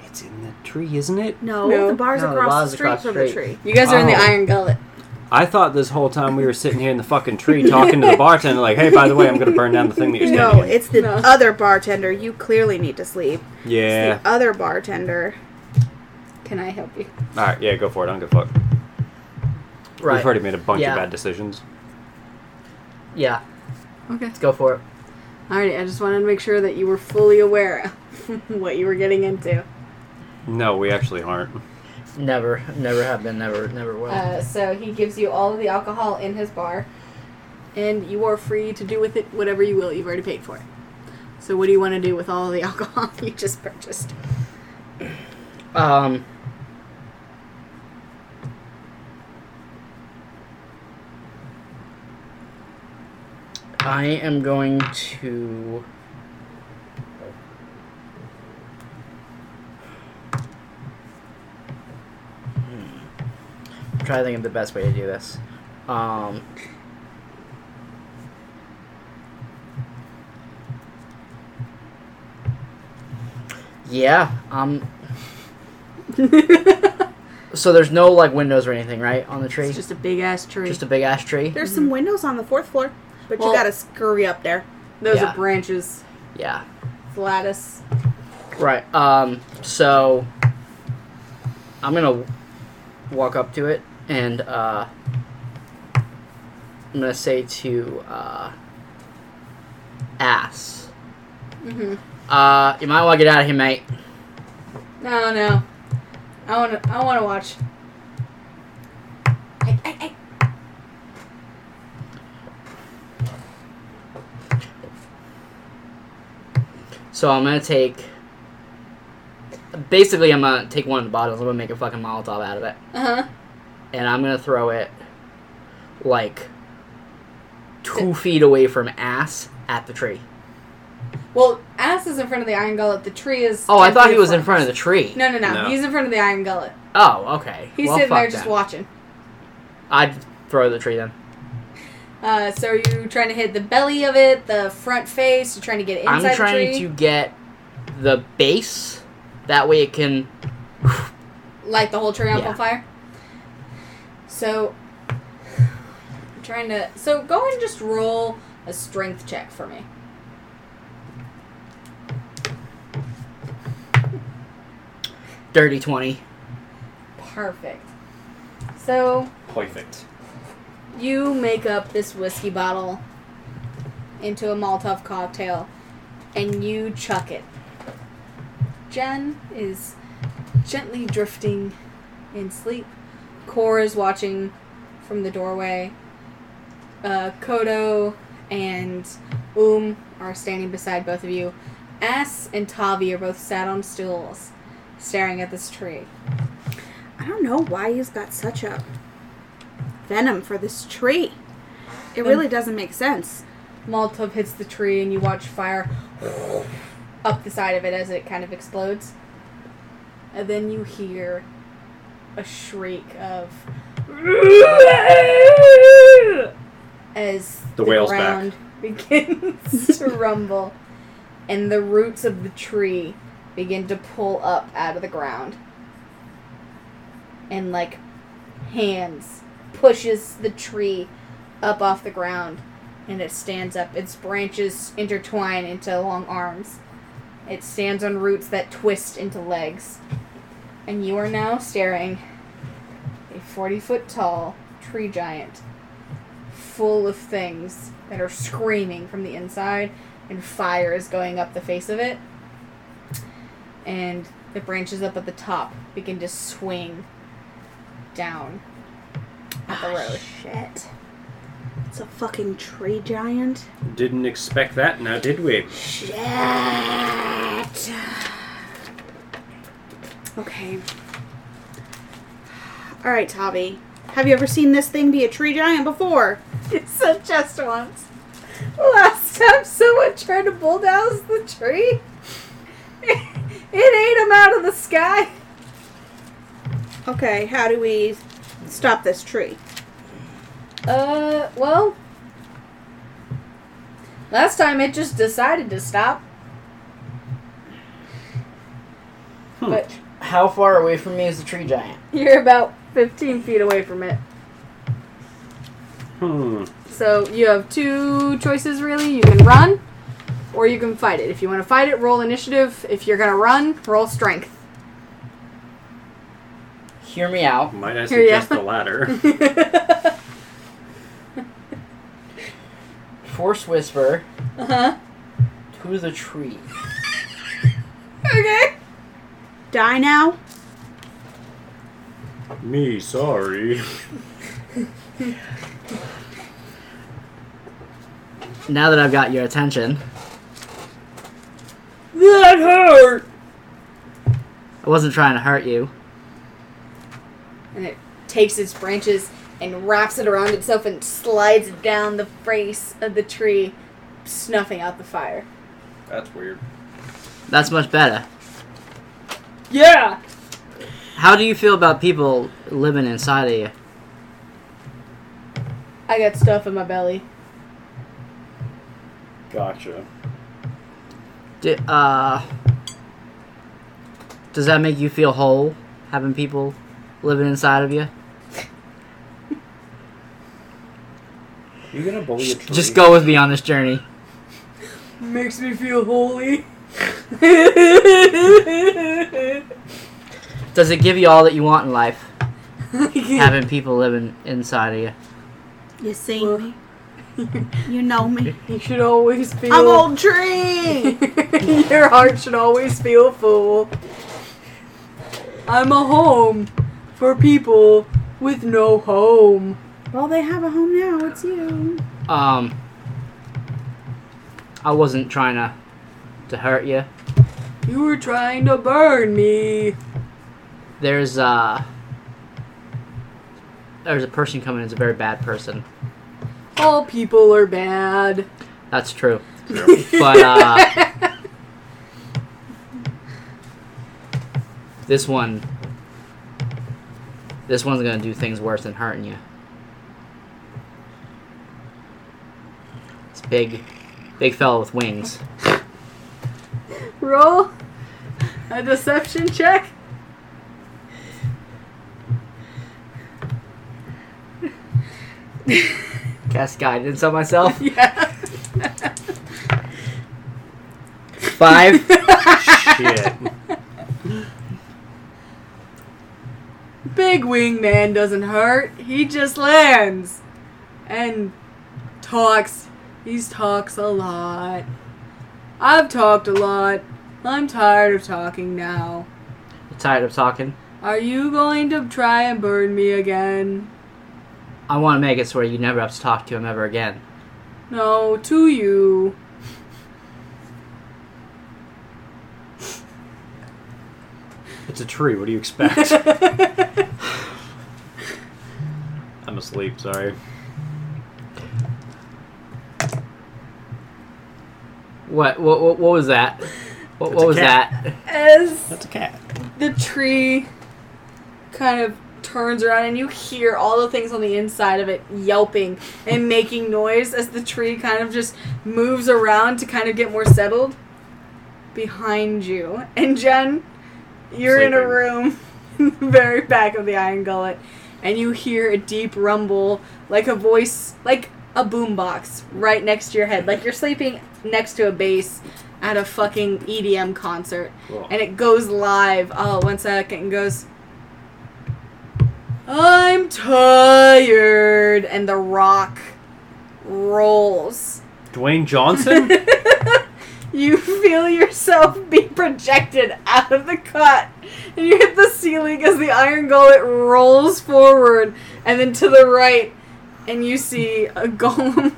It's in the tree, isn't it?
No,
No.
the bar's
No, the
across the,
bar's
street
across the
from the
street.
tree.
You guys are in the
Oh.
iron gullet.
I thought this whole time we were sitting here in the fucking tree talking to the bartender, like, hey, by the way, I'm going to burn down the thing that you're standing
(laughs) No,
in.
it's the
No.
other bartender. You clearly need to sleep.
Yeah.
The other bartender.
Can I help you?
All right, yeah, go for it. I don't give a fuck. We've already made a bunch
Yeah.
of bad decisions.
Yeah,
Okay.
let's go for it.
Alrighty, I just wanted to make sure that you were fully aware of (laughs) what you were getting into.
No, we actually aren't.
Never, never have been, never, never will.
Uh, so he gives you all of the alcohol in his bar, and you are free to do with it whatever you will. You've already paid for it. So what do you want to do with all of the (laughs) alcohol you
(laughs)
just purchased?
um. I am going to. Hmm. Try to think of the best way to do this. Um, yeah, um, so there's no like windows or anything, right, on the tree?
It's just a big ass tree.
Just a big ash tree.
There's some windows on the fourth floor, but
Well-
you gotta scurry up there.
Those
Yeah.
are branches,
Yeah.
it's lattice.
Right. Um. So I'm gonna walk up to it and uh, I'm gonna say to uh, ass.
Mm-hmm.
Uh, you might want to get out of here, mate.
No, no. I want to. I want to watch. I, I, I.
So I'm gonna take. Basically, I'm gonna take one of the bottles. I'm gonna make a fucking Molotov out of it,
Uh
and I'm gonna throw it like two feet away from ass at the tree.
huh. Well, ass is in front of the iron gullet. The tree is.
Oh, I thought he
feet
was in front of the tree.
No, no, no,
No.
He's in front of the iron gullet.
Oh, okay.
He's
Well,
sitting there
fuck
just
then.
watching.
I'd throw the tree then.
Uh, so are you trying to hit the belly of it, the front face? You're trying to get inside
I'm trying
the tree,
to get the base. That way it can.
light the whole tree up
Yeah.
on fire. So, I'm trying to. So go and just roll a strength check for me.
Dirty 20.
Perfect. So
Perfect.
you make up this whiskey bottle into a Molotov cocktail, and you chuck it. Jen is gently drifting in sleep. Cora is watching from the doorway. Uh, Kodo and Um are standing beside both of you. Ass and Tavi are both sat on stools, staring at this tree.
I don't know why he's got such a venom for this tree. It really doesn't make sense.
Molotov hits the tree and you watch fire (sniffs) up the side of it as it kind of explodes. And then you hear a shriek of (sniffs) as
The whale's back.
ground (laughs)
(laughs)
begins to rumble and the roots of the tree begin to pull up out of the ground. And like hands pushes the tree up off the ground and it stands up. Its branches intertwine into long arms. It stands on roots that twist into legs. And you are now staring a 40 foot tall tree giant full of things that are screaming from the inside, and fire is going up the face of it. And the branches up at the top begin to swing down at the road.
Shit. It's a fucking tree giant.
Didn't expect that now, did we?
Shit. Okay. All right, Tavi. Have you ever seen this thing be a tree giant before?
so just once. Last time someone tried to bulldoze the tree, (laughs) it, ate him out of the sky.
Okay, how do we stop this tree?
Uh, well, last time it just decided to stop.
Hmm.
But
How far away from me is the tree giant?
you're about 15 feet away from it.
Hmm.
So you have two choices really. You can run, or you can fight it. If you want to fight it, roll initiative. If you're gonna run, roll strength. (laughs)
Hear me out.
Might I
Here ya.
suggest the (laughs) latter?
uh-huh.
Force whisper
Uh-huh.
to the tree.
Okay.
Die now?
Me, sorry.
Now that I've got your attention,
That hurt.
I wasn't trying to hurt you.
And it
Takes its branches and wraps it around itself and slides down the face of the tree, snuffing out the fire.
That's weird.
That's much better.
yeah.
How do you feel about people living inside of you?
I got stuff in my belly.
Gotcha.
Do, uh, does that make you feel whole, having people living inside of you?
You gonna bully a tree?
Just go with me on this journey.
Makes me feel holy. (laughs)
Does it give you all that you want in life, having people living inside of you?
You seen (laughs) me? You know me.
You should always feel.
(laughs) I'm old tree!
(laughs) Your heart should always feel full. I'm a home for people with no home.
well, they have a home now. It's you.
Um, I wasn't trying to to hurt you.
You were trying to burn me.
There's uh, there's a person coming. It's a very bad person.
All people are bad.
That's true. (laughs) But uh, this one, this one's gonna do things worse than hurting you. It's big, big fella with wings.
Roll a deception check. (laughs)
Cast guidance on
(laughs)
myself.
Yeah.
Five.
(laughs)
(laughs)
Shit.
Big wing man doesn't hurt. He just lands and talks. He's talks a lot. I've talked a lot. I'm tired of talking now.
tired of talking.
Are you going to try and burn me again?
I want to make it so where you never have to talk to him ever again.
No, to you. (laughs)
It's a tree. What do you expect?
(laughs)
I'm asleep. Sorry.
What? What? What, what was that? What,
It's
what
a
was
cat.
that?
As
That's a cat.
the tree
kind of turns around and you hear all the things on the inside of it yelping and making noise as the tree kind of just moves around to kind of get more settled behind you. And Jen, you're in a
Sleeping.
room (laughs) in the very back of the Iron Gullet and you hear a deep rumble like a voice, like a boombox right next to your head. Like you're sleeping next to a bass at a fucking EDM concert
Cool.
and it goes live. Oh, one second, and goes. I'm tired, and the rock rolls.
Dwayne Johnson.
(laughs) You feel yourself be projected out of the cut, and you hit the ceiling as the iron gullet rolls forward and then to the right, and you see a golem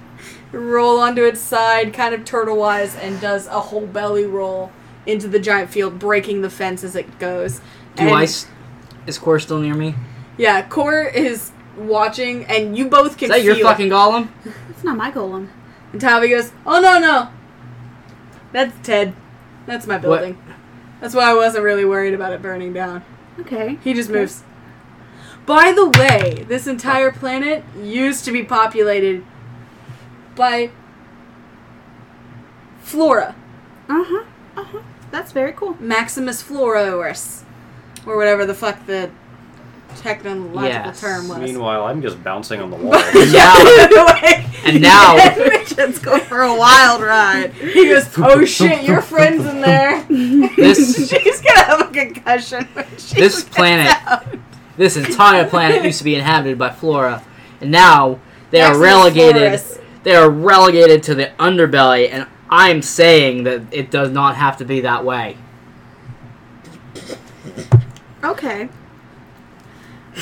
(laughs) roll onto its side, kind of turtle wise, and does a whole belly roll into the giant field, breaking the fence as it goes.
Do
And-
I? s- Is Core still near me?
Yeah, Core is watching, and you both can
Is that
feel
your fucking golem?
That's not my golem.
it. And Tavi goes, "Oh no, no, that's Ted. That's my building. That's why I wasn't really worried about it burning down.
Okay.
He just moves." By the way, this entire planet used to be populated by flora,
Uh huh. Uh huh. That's very cool.
Maximus Flororis, or whatever the fuck the technological
Yes.
term was.
Meanwhile, I'm just bouncing on the
(laughs)
wall.
Now,
Like,
and
(laughs)
now,
Let's go for a wild ride.
he goes, "Oh shit, your friend's in there.
this
(laughs) She's gonna have a concussion." When she
this
gets
planet,
out."
this entire planet used to be inhabited by flora, and now they are
Maximus
relegated.
Florus.
They are relegated to the underbelly, and I'm saying that it does not have to be that way.
Okay.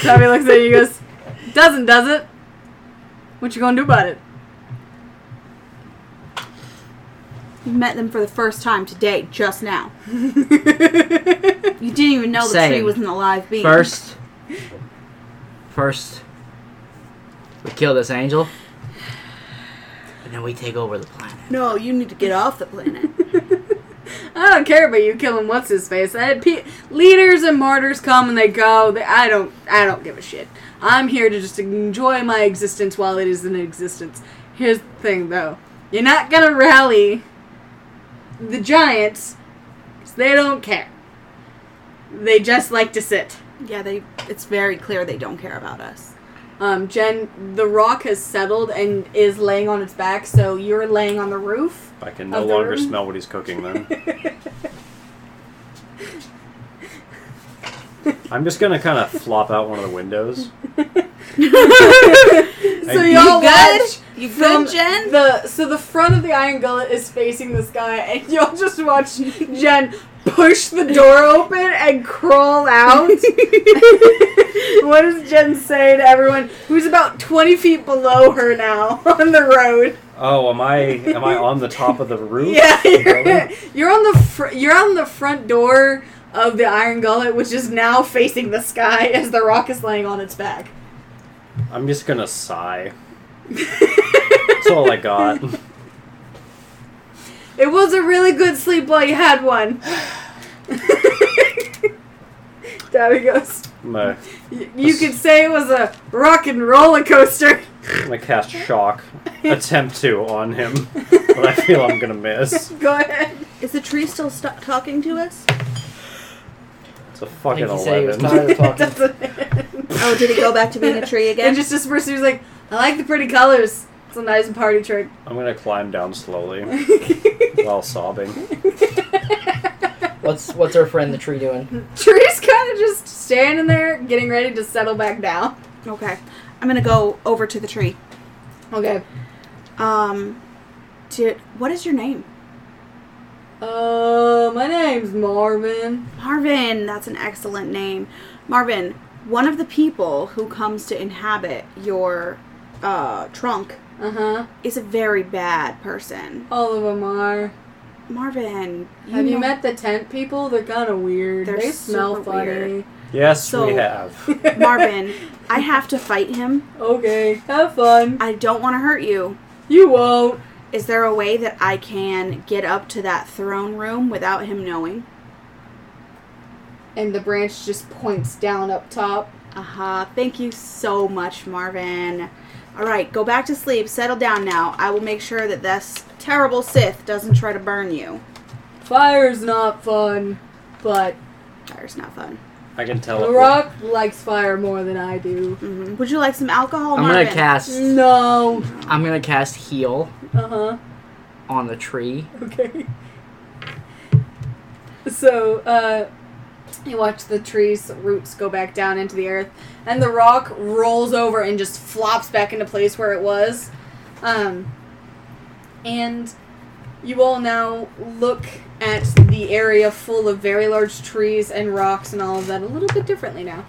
Tommy looks at you and goes, Doesn't, does it? What you gonna do about it?
You met them for the first time today, just now. You didn't even know the tree
Saying.
was an alive being.
First, first, we kill this angel, and then we take over the planet.
No, you need to get off the planet. (laughs)
I don't care about you killing what's his face. I had pe- leaders and martyrs come and they go. They, I don't. I don't give a shit. I'm here to just enjoy my existence while it is in existence. Here's the thing, though. You're not gonna rally the giants 'cause they don't care. They just like to sit.
yeah, they. It's very clear they don't care about (laughs) us.
Um, Jen, the rock has settled and is laying on its back, so you're laying on the roof. (laughs)
I can no
Of the
longer
room?
smell what he's cooking then.
(laughs)
I'm just gonna kind of flop out one of the windows.
So
you
y'all
good?
watch
You
from
good, Jen?
the so the front of the iron gullet is facing this guy, and (laughs) y'all just watch Jen push the door open and crawl out. what does Jen say to everyone who's about twenty feet below her now (laughs) on the road?
Oh, am I am I on the top
(laughs)
of the roof?
Yeah, you're,
Really?
(laughs) you're on the fr- you're on the front door of the Iron Gullet, which is now facing the sky as the rock is laying on its back.
I'm just gonna sigh. That's all I got. (laughs)
It was a really good sleep while you had one. Dabby goes.
My
"Y- You could say it was a rock and roller coaster.
I'm gonna cast
(laughs)
shock attempt to on him, but I feel I'm gonna miss.
Go ahead.
Is the tree still st- talking to us?
It's a
I
fucking
think he said he was
eleven.
tired of talking.
(laughs) Doesn't it?
Oh, did it go back to being a (laughs) tree again?
And just just pursues like, I like the pretty colors. It's a nice party trick.
(laughs) I'm gonna climb down slowly
Tree's
while sobbing.
What's what's our friend the tree doing?
kind of just standing there, getting ready to settle back down.
okay. I'm gonna go over to the tree.
Okay.
Um, did what is your name?
Uh, my name's Marvin.
Marvin, that's an excellent name. Marvin, one of the people who comes to inhabit your uh, trunk
Uh huh.
is a very bad person.
All of them are.
Marvin,
Have you
know-
met (laughs) the tent people? They're kind of weird.
They're
they smell
super
funny.
weird.
Yes, we
So-
have.
(laughs)
Marvin? I have to fight him.
Okay, have fun.
I don't want to hurt you.
You won't.
Is there a way that I can get up to that throne room without him knowing?
And the branch just points down up top.
Uh-huh. Thank you so much, Marvin. All right, go back to sleep. Settle down now. I will make sure that this terrible Sith doesn't try to burn you.
Fire's not fun, but
Fire's not fun.
I can tell.
The
it-
Rock likes fire more than I do.
hmm Would you like some alcohol,
I'm
Marvin?
gonna cast.
No.
I'm gonna cast heal
Uh huh.
on the tree.
Okay. So, uh, you watch the tree's roots go back down into the earth, and the rock rolls over and just flops back into place where it was. Um, and you all now look at the area full of very large trees and rocks and all of that a little bit differently now.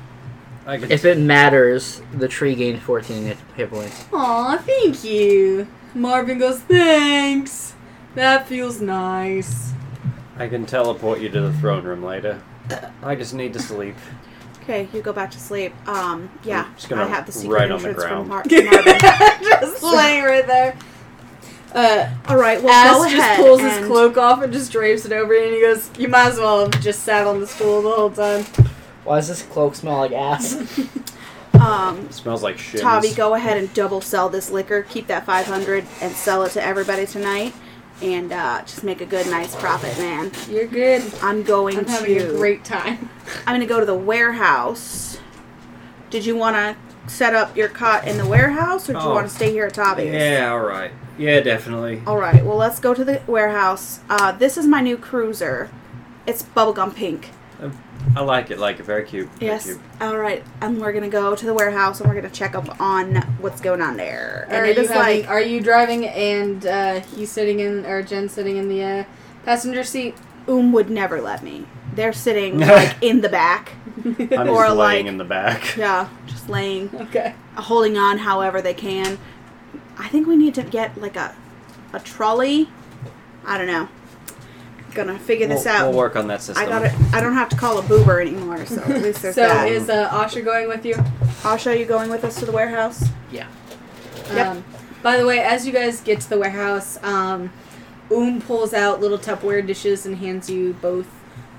I can
If it matters, the tree gained 14 hit hit points.
Aw, thank you. Marvin goes, thanks. That feels nice.
I can teleport you to the throne room later. I just need to sleep.
Okay, you go back to sleep. Um, yeah,
I'm just gonna
I have the secret
right on the
entrance
ground.
from Mar- Marvin.
(laughs) just laying right there. Uh,
All right, well,
Ass
go
just
ahead
pulls his
and-
cloak off and just drapes it over you, and he goes, "You might as well have just sat on the stool the whole time."
Why does this cloak smell
(laughs)
like ass?
Um,
It smells like shit.
Tavi, go ahead and double sell this liquor. Keep that 500 and sell it to everybody tonight. And uh, just make a good, nice profit, man.
You're good.
I'm going
I'm
to.
having a great time.
I'm gonna go to the warehouse Did you want to set up your cot in the warehouse, or do you
Oh.
want to stay here at Tavi's?
Yeah, all right. Yeah, definitely.
All right. Well, let's go to the warehouse. Uh, this is my new cruiser. It's bubblegum pink.
I like it. Like it. Very cute. Very
Yes.
cute.
All right. And we're gonna go to the warehouse and we're gonna check up on what's going on there. And
are
it
you
is
having-
like
are you driving and uh, he's sitting in or Jen sitting in the uh, passenger seat?
Um would never let me.
(laughs)
They're sitting like in the back.
I'm
(laughs)
just
Or
laying
like-
in the
(laughs)
back.
Yeah, just laying,
Okay.
holding on however they can. I think we need to get like a a trolley. I don't know. Gonna figure
We'll,
this out.
we'll work on that system.
I got it. I don't have to call a boober
(laughs)
anymore, so at least
So
there's that.
is uh, Asha going with you?
Asha, you going with us to the warehouse? Yep.
Um, by the way, as you guys get to the warehouse, um, Oom pulls out little Tupperware dishes and hands you both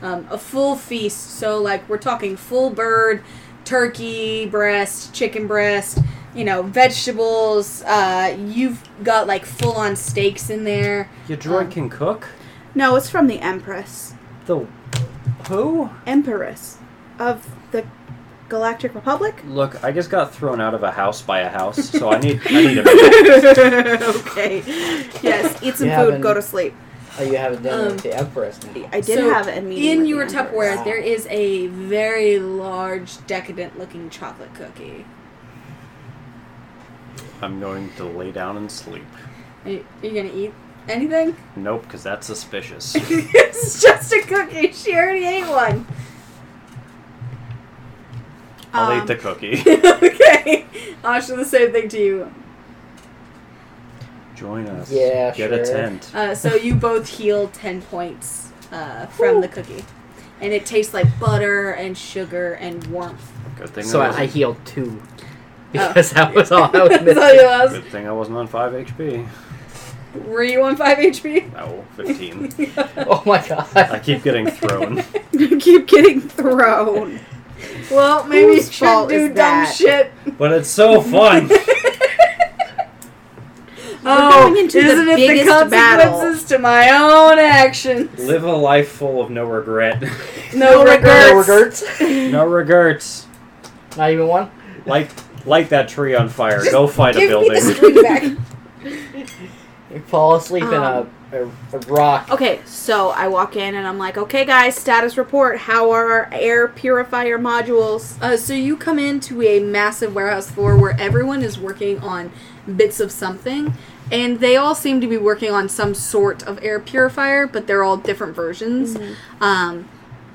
um, a full feast. So, like, we're talking full bird, turkey breast, chicken breast, you know, vegetables. Uh, you've got, like, full on steaks in there.
Your droid
Um,
can cook.
No, it's from the Empress.
The who?
Empress of the Galactic Republic? (laughs)
Look, I just got thrown out of a house by a house, so I need I
(laughs)
need a minute.
okay.
(laughs)
Yes, eat some
Yeah,
food,
then-
go to sleep.
Oh, you have it done
Um,
with the Empress now.
I did
So,
have a meeting.
In
with
your
the Empress. (laughs)
Tupperware, there is a very large, decadent looking chocolate cookie.
I'm going to lay down and sleep.
Are you, are you gonna eat anything? (laughs)
Nope, because that's suspicious.
it's just a cookie. She already ate one.
I'll
Um,
eat the cookie.
(laughs) okay. Asha, the same thing to you.
Join us.
Yeah,
Get
sure.
a tent.
Uh, so you both heal 10 points uh, from the cookie. And it tastes like butter and sugar and warmth.
Good thing.
So
I
I, I
wasn't,
healed two.
Oh.
(laughs)
Because Oh, that was all
(laughs)
(laughs)
I was
That's
missing.
all you lost.
good thing I wasn't on five HP.
Were you on 5 HP?
No, fifteen.
Oh my
I
god.
keep getting thrown.
You (laughs) keep getting thrown.
Well, maybe
Whose
you should
fault is
do dumb
that?
shit.
But it's so fun.
oh,
going into the
isn't it
biggest
the consequences
battle.
to my own actions?
Live a life full of no regret.
No, regrets. (laughs)
no regrets.
Not even one?
Light light that tree on fire. Go fight a
Give me the
building.
screen back.
You fall asleep
Um,
in a, a, a rock.
Okay, so I walk in and I'm like, okay, guys, status report. How are our air purifier modules?
Uh, so you come into a massive warehouse floor where everyone is working on bits of something, and they all seem to be working on some sort of air purifier, but they're all different versions.
Mm-hmm.
Um,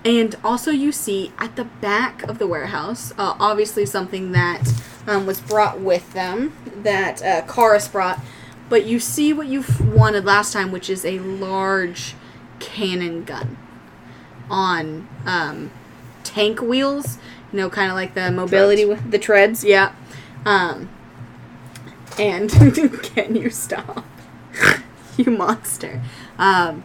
and also, you see at the back of the warehouse, uh, obviously something that um, was brought with them that uh, Karis brought, but you see what you f- wanted last time, which is a large cannon gun on um, tank wheels, you know, kind of like the mobility, with the treads, yeah. Um, and (laughs) can you stop? (laughs) you monster. Um,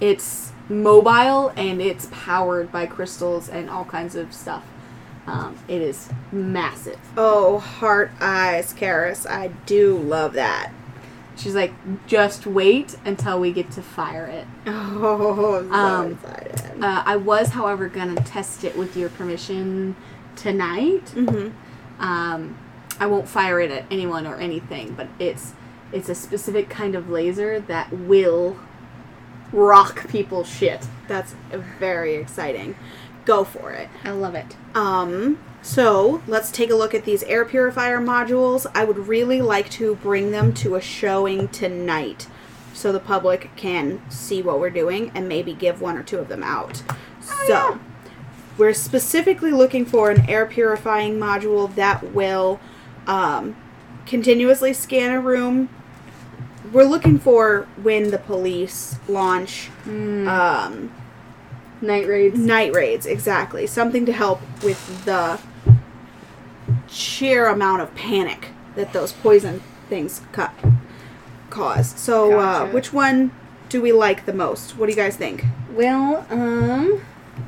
it's mobile and it's powered by crystals and all kinds of stuff. Um, it is massive.
Oh, heart eyes, Karis. I do love that.
She's like, just wait until we get to fire it.
(laughs) Oh, I'm so
Um,
excited.
Uh, I was, however, gonna test it with your permission tonight.
hmm
um, I won't fire it at anyone or anything, but it's it's a specific kind of laser that will rock people's shit.
That's very exciting. Go for it.
I love it.
Um, so let's take a look at these air purifier modules. I would really like to bring them to a showing tonight so the public can see what we're doing and maybe give one or two of them out. so we're specifically looking for an air purifying module that will um, continuously scan a room. We're looking for when the police launch um,
Night raids.
Night raids, exactly. Something to help with the sheer amount of panic that those poison things ca- cause. So, uh,
Gotcha.
which one do we like the most? What do you guys think?
Well, um,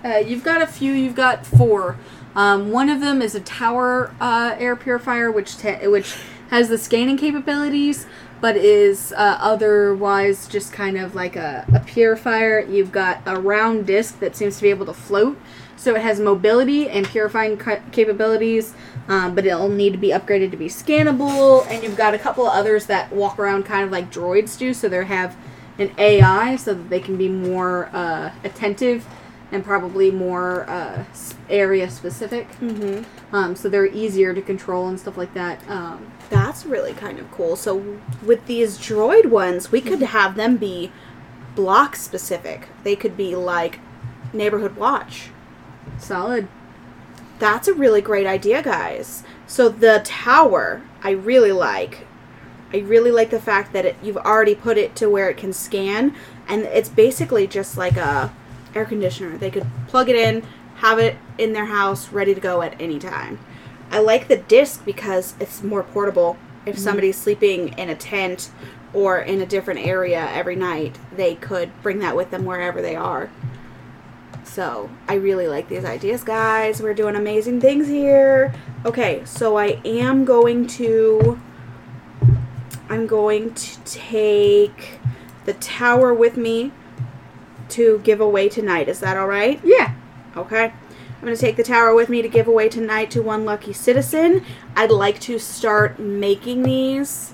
uh, you've got a few. You've got four. Um, one of them is a tower uh, air purifier, which te- which has the scanning capabilities, but is uh, otherwise just kind of like a, a purifier. You've got a round disc that seems to be able to float, so it has mobility and purifying ca- capabilities, um, but it'll need to be upgraded to be scannable. And you've got a couple of others that walk around kind of like droids do, so they have an AI so that they can be more uh, attentive and probably more uh, area specific.
Mm-hmm.
Um, so they're easier to control and stuff like that. Um,
That's really kind of cool. So with these droid ones, we could have them be block specific. They could be like neighborhood watch.
solid.
That's a really great idea, guys. So the tower, I really like. I really like the fact that it, you've already put it to where it can scan, and it's basically just like a air conditioner. They could plug it in, have it in their house, ready to go at any time. I like the disc because it's more portable. If somebody's sleeping in a tent or in a different area every night, they could bring that with them wherever they are. So I really like these ideas, guys. We're doing amazing things here. Okay, so I am going to. I'm going to take the tower with me to give away tonight. Is that all right?
Yeah.
Okay. I'm going to take the tower with me to give away tonight to one lucky citizen. I'd like to start making these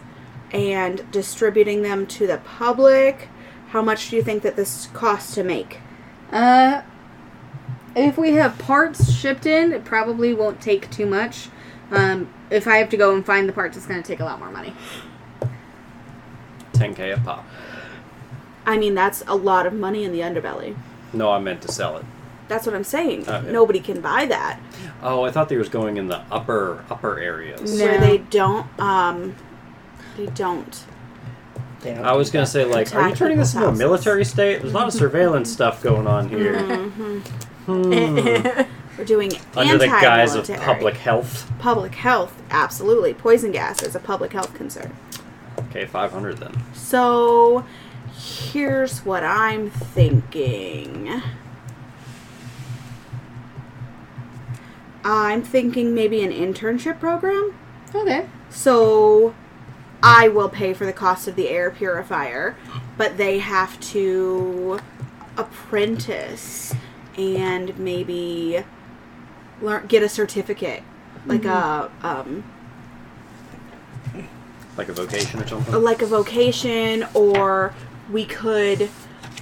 and distributing them to the public. How much do you think that this costs to make?
Uh, if we have parts shipped in, it probably won't take too much. Um, if I have to go and find the parts, it's going to take a lot more money.
10k a pop.
I mean, that's a lot of money in the underbelly.
No, I meant to sell it.
That's what I'm saying.
Okay.
Nobody can buy that.
Oh, I thought they was going in the upper upper areas.
Where
No.
they don't, um, they don't.
I was gonna say like, are you
Tactical
turning this into a
houses. Mm-hmm.
military state? There's a lot of surveillance stuff going on here. Hmm.
We're doing
Under the guise of
anti-military.
public health.
public health. Absolutely, poison gas is a public health concern.
Okay, 500 then.
So here's what I'm thinking. I'm thinking maybe an internship program.
Okay.
So I will pay for the cost of the air purifier, but they have to apprentice and maybe learn get a certificate, like a um,
Like a vocation or something.
like a vocation or we could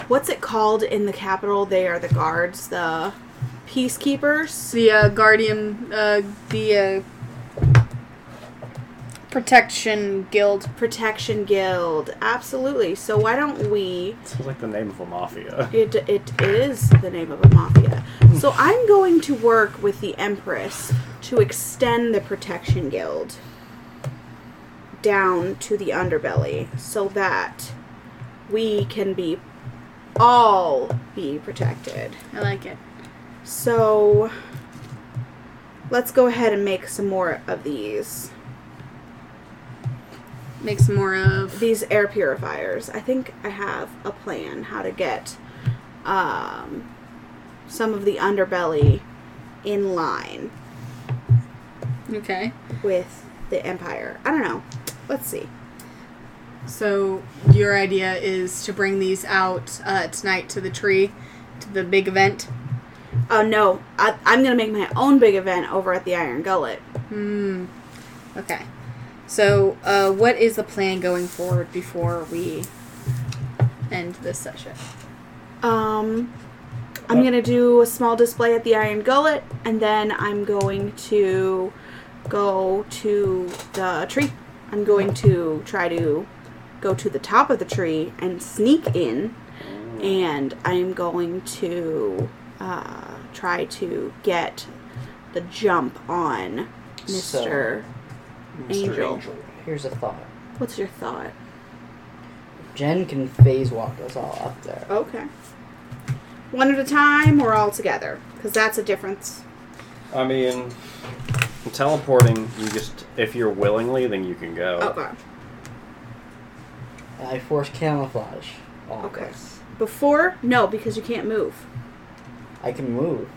what's it called in the capital they are the guards the peacekeepers
The uh, guardian, uh, the uh, protection guild.
protection guild absolutely so why don't we
Sounds like the name of a
(laughs)
mafia.
it, it is the name of a mafia so i'm going to work with the empress to extend the protection guild down to the underbelly so that we can be all be protected
I like it.
So let's go ahead and make some more of these.
Make some more of.
These air purifiers. I think I have a plan how to get um, some of the underbelly in line
Okay.
with the empire. I don't know. Let's see.
So your idea is to bring these out uh, tonight to the tree, to the big event.
Oh no, I, I'm gonna make my own big event over at the Iron Gullet.
Hmm. Okay. So, uh, what is the plan going forward before we end this session?
Um, I'm gonna do a small display at the Iron Gullet, and then I'm going to go to the tree. I'm going to try to go to the top of the tree and sneak in, and I'm going to uh, try to get the jump on
So-
Mr. Angel.
Here's a thought.
What's your thought?
Jen can phase walk us all up there.
Okay. One at a time or all together? Because that's a difference.
I mean, teleporting, you just, if you're willingly, then you can go.
Oh.
Okay.
I force camouflage. all of
Okay.
us.
Before? No, because you can't move.
I can move.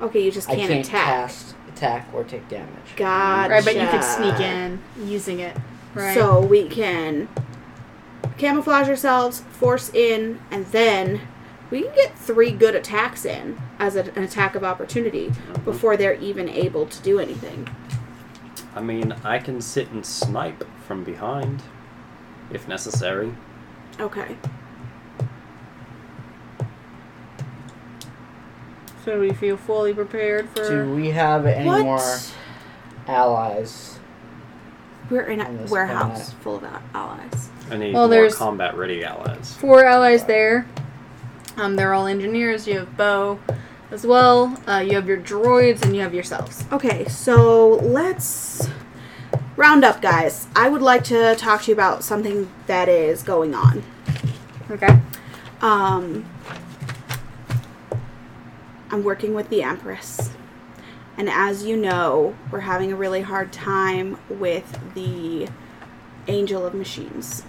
Okay, you just
I
can't,
can't
attack.
cast, attack, or take damage.
Gotcha.
Or I bet you could sneak in using it. Right.
So we can camouflage ourselves, force in, and then we can get three good attacks in as a, an attack of opportunity before they're even able to do anything.
I mean, I can sit and snipe from behind if necessary.
Okay.
so we feel fully prepared for.
Do we have any
what?
more allies?
We're in a
On this
warehouse full of al- allies.
I need
Well,
more
there's-
combat ready allies.
four allies there. Um, they're all engineers. You have Bo as well. Uh, you have your droids and you have yourselves.
Okay, so let's round up, guys. I would like to talk to you about something that is going on.
Okay.
Um, I'm working with the Empress. And as you know, we're having a really hard time with the Angel of Machines.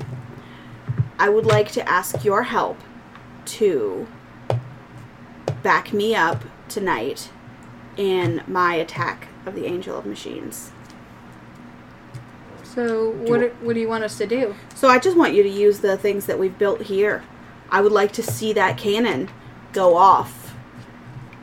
I would like to ask your help to back me up tonight in my attack of the Angel of Machines.
So what do, what do you want us to do?
So I just want you to use the things that we've built here. I would like to see that cannon go off.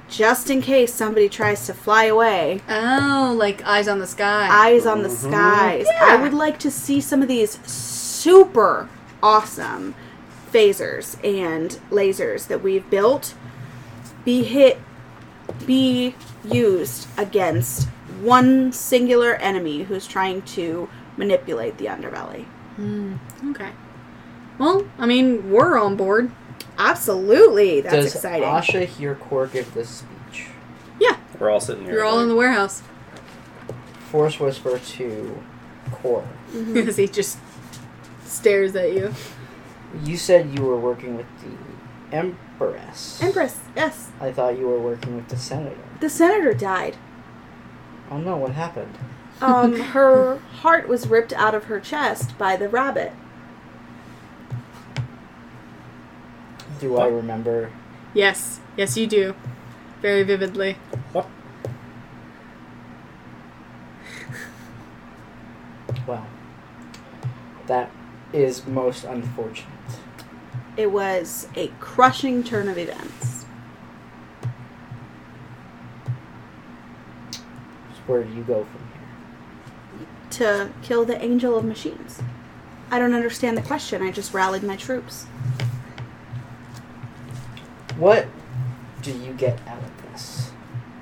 Just in case somebody tries to fly away.
Oh, like eyes on the sky.
Eyes on the skies. I would like to see some of these super awesome phasers and lasers that we've built be hit be used against one singular enemy who's trying to manipulate the underbelly.
okay. Well, I mean, we're on board.
Absolutely. That's
Does
exciting.
Asha hear Core give this speech?
We're all sitting here.
You're all in the warehouse. (laughs)
Force whisper to Core.
Mm-hmm.
Because he just stares at you.
You said you were working with the Empress.
Empress, yes.
I thought you were working with the Senator.
The senator died.
Oh no, what happened? (laughs)
Um, her heart was ripped out of her chest by the rabbit.
Do I remember?
Yes. Yes, you do. Very vividly.
What?
Well, that is most unfortunate.
It was a crushing turn of events.
Where do you go from here?
To kill the angel of machines. I don't understand the question. I just rallied my troops.
What do you get out of this?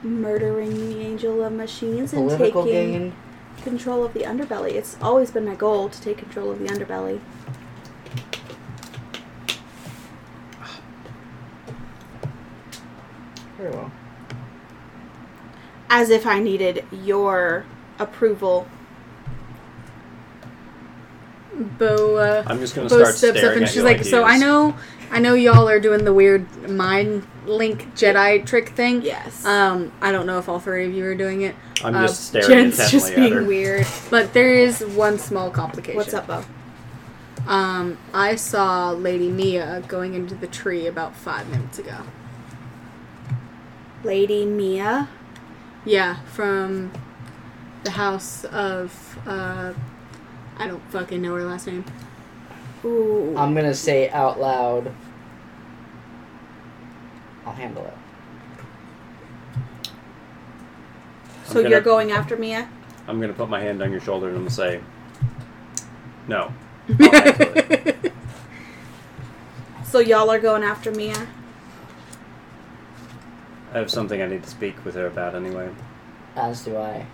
Murdering the angel of machines and
Political
taking
gain?
control of the underbelly. It's always been my goal to take control of the underbelly.
Very well.
As if I needed your approval.
Bo uh,
I'm just gonna
Bo
start
steps
staring
up and
at
she's
you
like, "So I
he is."
know, I know y'all are doing the weird mind link Jedi trick thing.
Yes.
Uh,
Um, I don't know if all three of you are doing it.
I'm
Uh,
just staring
Jen's
intently
just
at
being
her.
weird, but there is one small complication.
What's up, Bo?
Um, I saw Lady Mia going into the tree about five minutes ago.
Lady Mia?
Yeah, from the house of uh, I don't fucking know her last name.
Ooh.
I'm gonna say out loud. I'll handle it.
so
I'm gonna-
you're going after Mia?
I'm gonna put my hand on your shoulder and I'm gonna say, "No." I'll handle it.
So y'all are going after Mia?
I have something I need to speak with her about anyway.
As do I.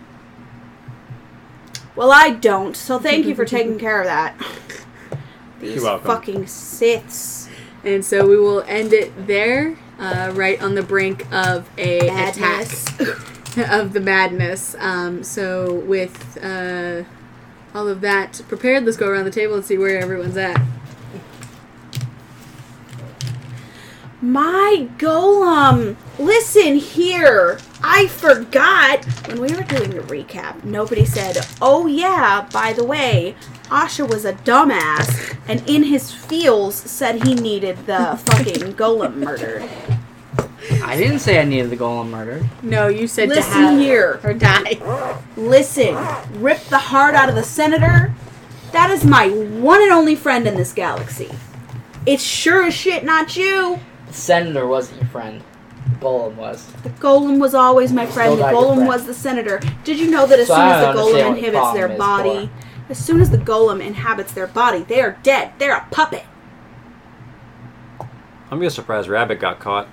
Well, I don't. So thank you for taking care of that.
(laughs)
These
You're welcome.
fucking Siths.
(laughs) And so we will end it there, uh, right on the brink of a attack.
Madness.
(laughs) of the madness. Um, so with uh, all of that prepared, let's go around the table and see where everyone's at.
My golem. Listen here. I forgot when we were doing the recap. Nobody said, "Oh yeah, by the way, Asha was a dumbass and in his feels said he needed the fucking golem murdered."
I didn't say I needed the golem murdered.
No, you said to
Listen
have
here.
or die.
Listen, rip the heart out of the senator, That is my one and only friend in this galaxy. It's sure as shit not you.
The senator wasn't your friend. The golem was.
The golem was always my friend. The
not your
golem
friend.
was the senator. Did you know that as
So
soon
I
as the
don't understand
golem
what the
inhibits their
problem is
body, as soon as the golem inhabits their body, they are dead. They're a puppet.
I'm just surprised Rabbit got caught.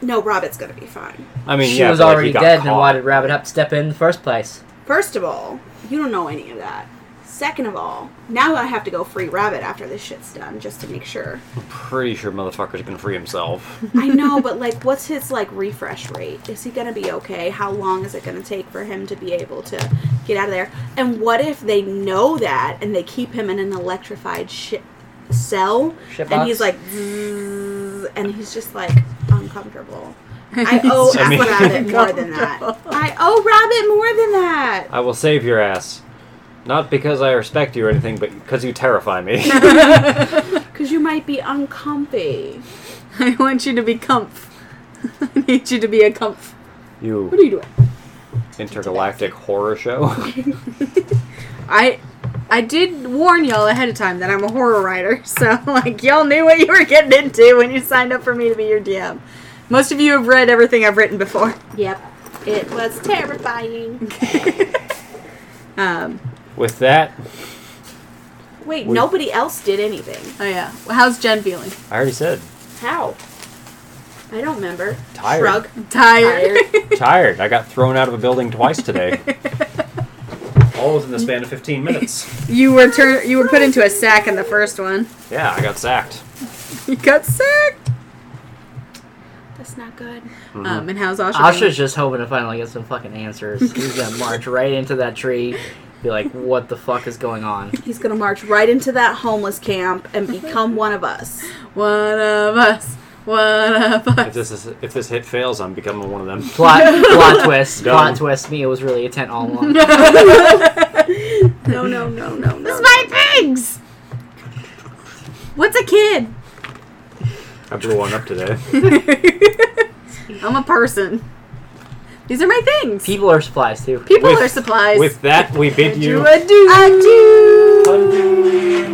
No, Robin's gonna be fine.
I mean,
she
yeah,
was
but, like,
already
he got
dead,
Caught.
then why did Rabbit have to step in in the first place?
First of all, you don't know any of that. Second of all, now I have to go free Rabbit after this shit's done, just to make sure.
Pretty sure motherfucker's gonna free himself.
I know, but like, what's his like refresh rate? Is he gonna be okay? How long is it gonna take for him to be able to get out of there? And what if they know that and they keep him in an electrified shi cell,
Shit
and he's
box?
like, "Zzz," and he's just like uncomfortable. I owe
I mean-
Rabbit more than that. I owe Rabbit more than that.
I will save your ass. Not because I respect you or anything, but because you terrify
(laughs)
me.
(laughs) Cause you might be uncomfy.
(laughs) I want you to be comf. (laughs) I need you to be a comf.
you
What are you doing?
intergalactic horror show. (laughs)
I I did warn y'all ahead of time that I'm a horror writer, (laughs) so like y'all knew what you were getting into when you signed up for me to be your DM. Most of you have read everything I've written before. (laughs)
Yep, it was terrifying.
Um,
With that,
Wait, nobody else did anything.
oh yeah. How's Jen feeling?
I already said
How? I don't remember.
Tired.
Shrug.
Tired.
tired. I got thrown out of a building twice today. All within the span of 15 minutes.
(laughs) you were tur- you were put into a sack in the first one.
Yeah, I got sacked.
You got sacked.
That's not good.
Um, and how's Asha?
Asha's
doing?
just hoping to finally get some fucking answers. he's gonna march right into that tree, be like, what the fuck is going on?
He's gonna march right into that homeless camp and (laughs) become one of us.
one of us. One of
If
us.
this is, if this hit fails, I'm becoming one of them.
Plot, plot twist,
Dumb.
plot twist. Mia was really a tent all
(laughs)
along.
No, no, no, no, no.
My pigs. What's a kid?
I blew one up today.
I'm a person. These are my things.
People are supplies too.
People
With-
are supplies.
With that, we bid you
Do a do.
adieu.